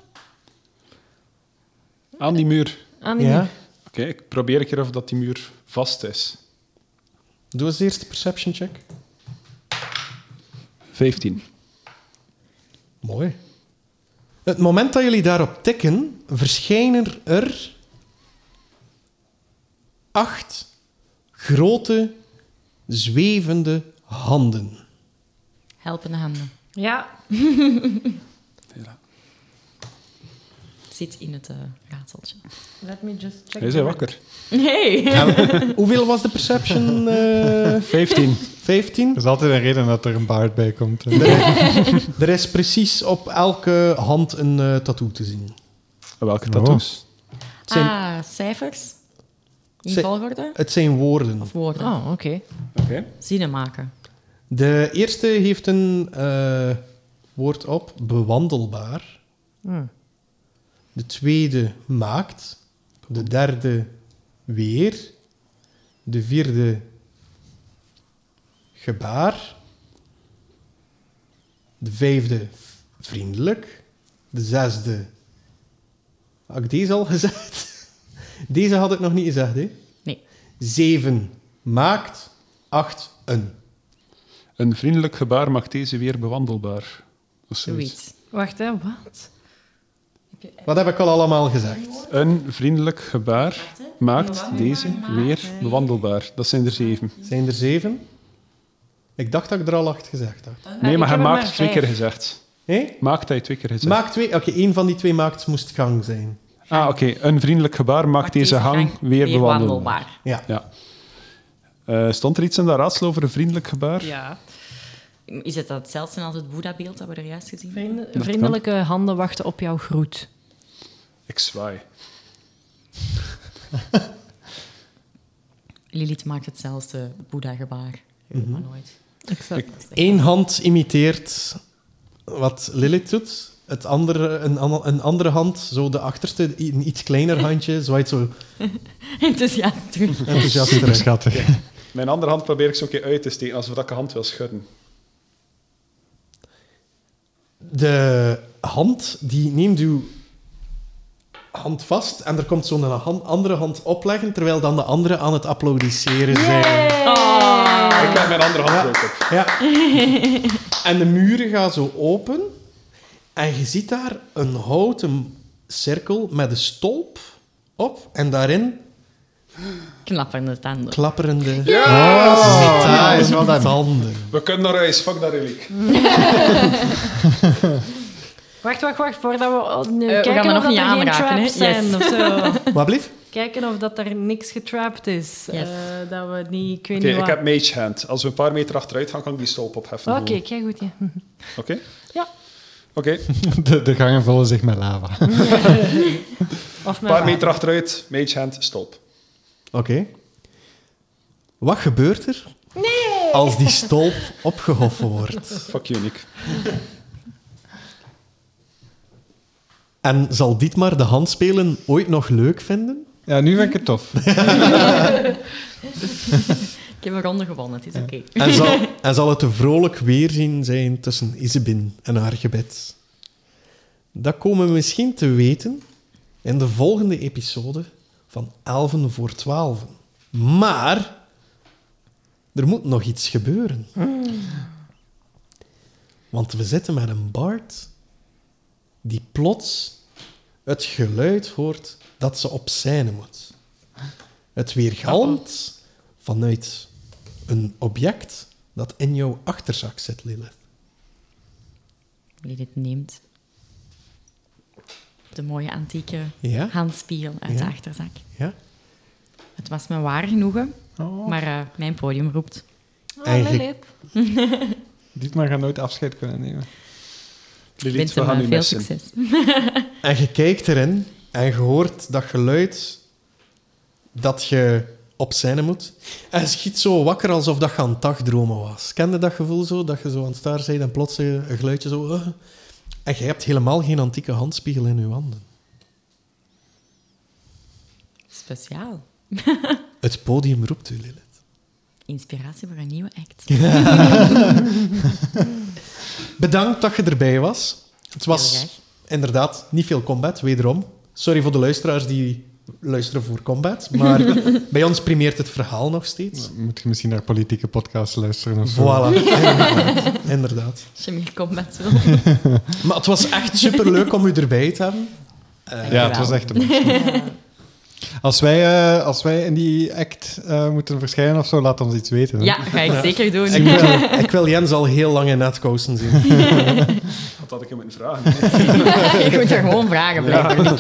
[SPEAKER 7] Aan die muur.
[SPEAKER 5] Aan die
[SPEAKER 1] Ja?
[SPEAKER 5] muur.
[SPEAKER 7] Oké, ik probeer een keer of dat die muur vast is.
[SPEAKER 1] Doe eens eerst de perception check.
[SPEAKER 7] 15.
[SPEAKER 1] Mooi. Het moment dat jullie daarop tikken, verschijnen er acht grote, zwevende handen.
[SPEAKER 4] Helpende handen.
[SPEAKER 5] Ja.
[SPEAKER 4] Zit in het eh, raadseltje.
[SPEAKER 5] Let me just check.
[SPEAKER 7] Hij is hij wakker.
[SPEAKER 4] Nee.
[SPEAKER 1] En hoeveel was de perception? eh
[SPEAKER 7] 15.
[SPEAKER 1] 15?
[SPEAKER 2] Er is altijd een reden dat er een baard bij komt.
[SPEAKER 1] Er is precies op elke hand een eh, tattoo te zien.
[SPEAKER 7] En welke tattoos?
[SPEAKER 1] Het zijn,
[SPEAKER 4] Ah, cijfers. In
[SPEAKER 1] Zij-
[SPEAKER 4] volgorde.
[SPEAKER 1] het zijn woorden.
[SPEAKER 4] Of woorden.
[SPEAKER 5] Oh, oké.
[SPEAKER 7] Oké.
[SPEAKER 4] Zinnen maken.
[SPEAKER 1] De eerste heeft een eh, woord op, bewandelbaar. De tweede maakt. De derde weer. De vierde gebaar. De vijfde, vriendelijk. De zesde, had ik deze al *laughs* gezegd? Deze had ik nog niet gezegd, hè?
[SPEAKER 4] Nee.
[SPEAKER 1] Zeven, maakt. Acht, een.
[SPEAKER 7] Een vriendelijk gebaar maakt deze weer bewandelbaar. Of zoiets.
[SPEAKER 4] Zoiets.
[SPEAKER 5] Wacht, hè, wat?
[SPEAKER 1] Wat heb ik al allemaal gezegd?
[SPEAKER 7] Een vriendelijk gebaar maakt eh, deze weer bewandelbaar. Dat zijn er zeven.
[SPEAKER 1] Zijn er zeven? Ik dacht dat ik er al acht gezegd had.
[SPEAKER 7] Nee,
[SPEAKER 5] Ah, ik
[SPEAKER 7] maar hij
[SPEAKER 5] heb er
[SPEAKER 7] maakt
[SPEAKER 5] maar
[SPEAKER 7] twee
[SPEAKER 5] vijf.
[SPEAKER 7] keer gezegd.
[SPEAKER 1] Hé?
[SPEAKER 7] Maakt hij twee keer gezegd.
[SPEAKER 1] Maakt twee. Oké, één van die twee maakt moest gang zijn.
[SPEAKER 7] Ah, oké. Een vriendelijk gebaar maakt deze gang weer bewandelbaar.
[SPEAKER 1] Ja.
[SPEAKER 7] Ja. Eh, stond er iets in dat raadsel over een vriendelijk gebaar?
[SPEAKER 5] Ja.
[SPEAKER 4] Is het dat hetzelfde als het Boeddha-beeld dat we er juist gezien hebben?
[SPEAKER 5] Vriend- vriendelijke handen wachten op jouw groet.
[SPEAKER 7] Ik zwaai.
[SPEAKER 4] Lilith maakt hetzelfde Boeddha-gebaar.
[SPEAKER 1] Mhm.
[SPEAKER 4] Maar nooit.
[SPEAKER 5] Exact.
[SPEAKER 1] Eén hand imiteert wat Lilith doet. Het andere, een, an- een andere hand, zo de achterste, i- een iets kleiner handje, zwaait zo
[SPEAKER 4] *laughs* Enthousiast *laughs* doen.
[SPEAKER 1] *laughs* enthousiast
[SPEAKER 2] Super
[SPEAKER 1] terug.
[SPEAKER 2] schattig.
[SPEAKER 7] Mijn andere hand probeer ik zo'n keer uit te steken, alsof dat ik een hand wil schudden.
[SPEAKER 1] De hand, die neemt uw hand vast en er komt zo'n han- andere hand opleggen, terwijl dan de andere aan het applaudisseren zijn.
[SPEAKER 7] Ik heb mijn andere hand ook op.
[SPEAKER 1] Ja. en de muren gaan zo open. En je ziet daar een houten cirkel met een stolp op. En daarin
[SPEAKER 4] Knapperende tanden.
[SPEAKER 1] klapperende
[SPEAKER 2] Ah, is wel dat.
[SPEAKER 1] tanden.
[SPEAKER 7] We kunnen naar huis, fuck dat reliek.
[SPEAKER 5] Wacht, wacht, wacht, voordat we... oh, nee,
[SPEAKER 4] Eh, we gaan
[SPEAKER 5] kijken
[SPEAKER 4] er
[SPEAKER 5] of
[SPEAKER 4] nog
[SPEAKER 5] dat
[SPEAKER 4] niet
[SPEAKER 5] er geen
[SPEAKER 4] aanraken,
[SPEAKER 5] traps
[SPEAKER 4] hè?
[SPEAKER 5] zijn
[SPEAKER 4] Yes.
[SPEAKER 5] of zo.
[SPEAKER 4] *laughs*
[SPEAKER 1] Wat blieft?
[SPEAKER 5] kijken of dat er niks getrapt is.
[SPEAKER 4] Yes.
[SPEAKER 5] Eh, dat we niet... Ik weet
[SPEAKER 7] Oké,
[SPEAKER 5] niet
[SPEAKER 7] ik
[SPEAKER 5] wat...
[SPEAKER 7] heb mage hand. Als we een paar meter achteruit gaan, kan ik die stolp opheffen.
[SPEAKER 4] Oh,
[SPEAKER 5] Oké,
[SPEAKER 7] gewoon.
[SPEAKER 5] kijk goed, ja. Hm.
[SPEAKER 7] Oké?
[SPEAKER 5] Ja.
[SPEAKER 4] *laughs*
[SPEAKER 7] Oké, een
[SPEAKER 2] De, de gangen vullen zich met lava.
[SPEAKER 5] Of met
[SPEAKER 7] paar
[SPEAKER 5] water.
[SPEAKER 7] meter achteruit, mage hand, stolp.
[SPEAKER 1] Oké. Wat gebeurt er als die stolp opgehoffen wordt?
[SPEAKER 7] Fuck you, Nick.
[SPEAKER 1] En zal Dietmar de handspelen ooit nog leuk vinden?
[SPEAKER 2] Ja, nu vind ik het tof. *laughs*
[SPEAKER 4] Ik heb een ronde gewonnen, het is oké.
[SPEAKER 1] En zal, en zal het een vrolijk weerzien zijn tussen Isabin en haar gebed? Dat komen we misschien te weten in de volgende episode van Elven voor Twaalfen. Maar er moet nog iets gebeuren. Want we zitten met een bard die plots het geluid hoort dat ze op scène moet. Het weergalmt vanuit een object dat in jouw achterzak zit, Lilith.
[SPEAKER 4] Lilith neemt de mooie antieke
[SPEAKER 1] Ja?
[SPEAKER 4] handspiegel uit de
[SPEAKER 1] Ja.
[SPEAKER 4] achterzak.
[SPEAKER 1] Ja?
[SPEAKER 4] Het was me waar genoegen,
[SPEAKER 2] Oh.
[SPEAKER 4] maar eh, mijn podium roept.
[SPEAKER 5] Oh,
[SPEAKER 1] Eigenlijk-
[SPEAKER 5] Lilip.
[SPEAKER 2] Dietmar gaat nooit afscheid kunnen nemen.
[SPEAKER 4] Ik
[SPEAKER 7] Lilith,
[SPEAKER 4] wens
[SPEAKER 7] we
[SPEAKER 4] hem
[SPEAKER 7] gaan
[SPEAKER 4] eh,
[SPEAKER 7] nu
[SPEAKER 4] veel
[SPEAKER 7] messen.
[SPEAKER 4] succes.
[SPEAKER 1] En je kijkt erin en je hoort dat geluid dat je op scène moet. En je schiet zo wakker alsof dat je aan het dagdromen was. Kende dat gevoel zo? Dat je zo aan het staren bent en plots eh, een geluidje zo... eh. En je hebt helemaal geen antieke handspiegel in je handen.
[SPEAKER 4] Speciaal.
[SPEAKER 1] Het podium roept u, Lilith.
[SPEAKER 4] Inspiratie voor een nieuwe act.
[SPEAKER 1] Bedankt dat je erbij was. Het
[SPEAKER 4] Heel
[SPEAKER 1] was
[SPEAKER 4] graag.
[SPEAKER 1] inderdaad niet veel combat, wederom. Sorry voor de luisteraars die luisteren voor combat, maar bij ons primeert het verhaal nog steeds.
[SPEAKER 2] Moet je misschien naar politieke podcasts luisteren of zo.
[SPEAKER 1] Voilà, inderdaad. inderdaad.
[SPEAKER 4] Als je meer combat wil.
[SPEAKER 1] Maar het was echt superleuk om u erbij te hebben.
[SPEAKER 2] Ja, het was echt een Als wij, eh, als wij in die act eh, moeten verschijnen of zo, laat ons iets weten. hè.
[SPEAKER 4] Ja, ga ik zeker doen.
[SPEAKER 1] Ik wil, ik wil Jens al heel lang in netcoasten zien.
[SPEAKER 7] Wat had ik hem moeten vragen?
[SPEAKER 4] *laughs*
[SPEAKER 7] *laughs*
[SPEAKER 4] Ik moet er gewoon vragen blijven.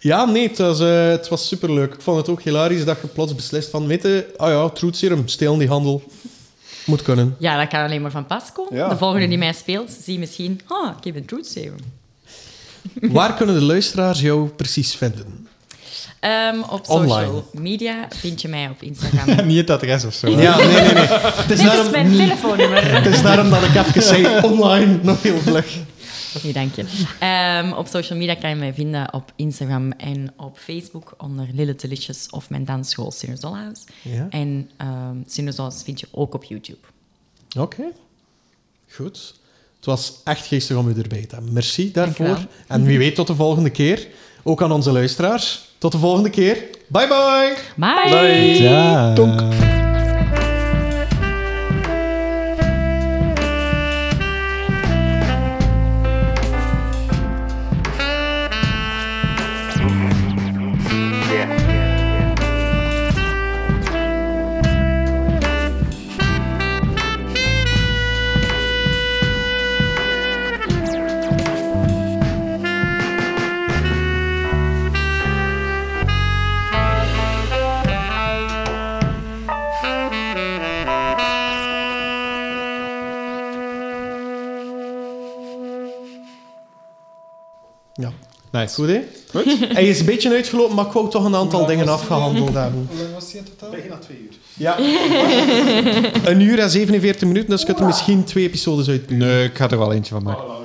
[SPEAKER 1] Ja, nee, het was, eh, het was superleuk. Ik vond het ook hilarisch dat je plots beslist van... Weet je, ah ja, truth serum, stelen die handel. Moet
[SPEAKER 4] *laughs*
[SPEAKER 1] kunnen.
[SPEAKER 4] Ja, dat kan alleen maar van pas komen.
[SPEAKER 7] Ja.
[SPEAKER 4] De volgende die mij speelt, zie misschien... Ah, ik heb een truth serum.
[SPEAKER 1] Waar kunnen de luisteraars jou precies vinden?
[SPEAKER 4] Ehm, op
[SPEAKER 1] Online.
[SPEAKER 4] social media vind je mij op
[SPEAKER 2] *laughs*
[SPEAKER 4] Instagram.
[SPEAKER 2] Niet het adres of zo. hè.
[SPEAKER 1] Ja, nee, nee, nee. Het is
[SPEAKER 5] Dit is
[SPEAKER 1] daarom,
[SPEAKER 5] mijn telefoonnummer.
[SPEAKER 1] het is daarom dat ik even zei online nog heel vlug.
[SPEAKER 4] Nee, dank je. Ehm, op social media kan je mij vinden op Instagram en op Facebook onder Lille Delicious of mijn dansschool Sinners Dollhouse.
[SPEAKER 1] Ja.
[SPEAKER 4] En ehm Sinners Dollhouse vind je ook op YouTube.
[SPEAKER 1] Oké. Goed. Het was echt geestig om u erbij te hebben. Merci daarvoor.
[SPEAKER 4] Dankjewel.
[SPEAKER 1] En wie weet tot de volgende keer. Ook aan onze luisteraars. Tot de volgende keer. Bye bye.
[SPEAKER 4] Bye!
[SPEAKER 2] Ja.
[SPEAKER 1] Ja,
[SPEAKER 2] Nice.
[SPEAKER 1] goed hè? Hij is een beetje uitgelopen, maar ik wou toch een aantal dingen afgehandeld hebben.
[SPEAKER 2] Hoe lang was die in totaal?
[SPEAKER 1] Ja. *laughs* een uur en 47 minuten, dus ik kunt er misschien twee episodes uit.
[SPEAKER 2] Nee, ik ga er wel eentje van maken.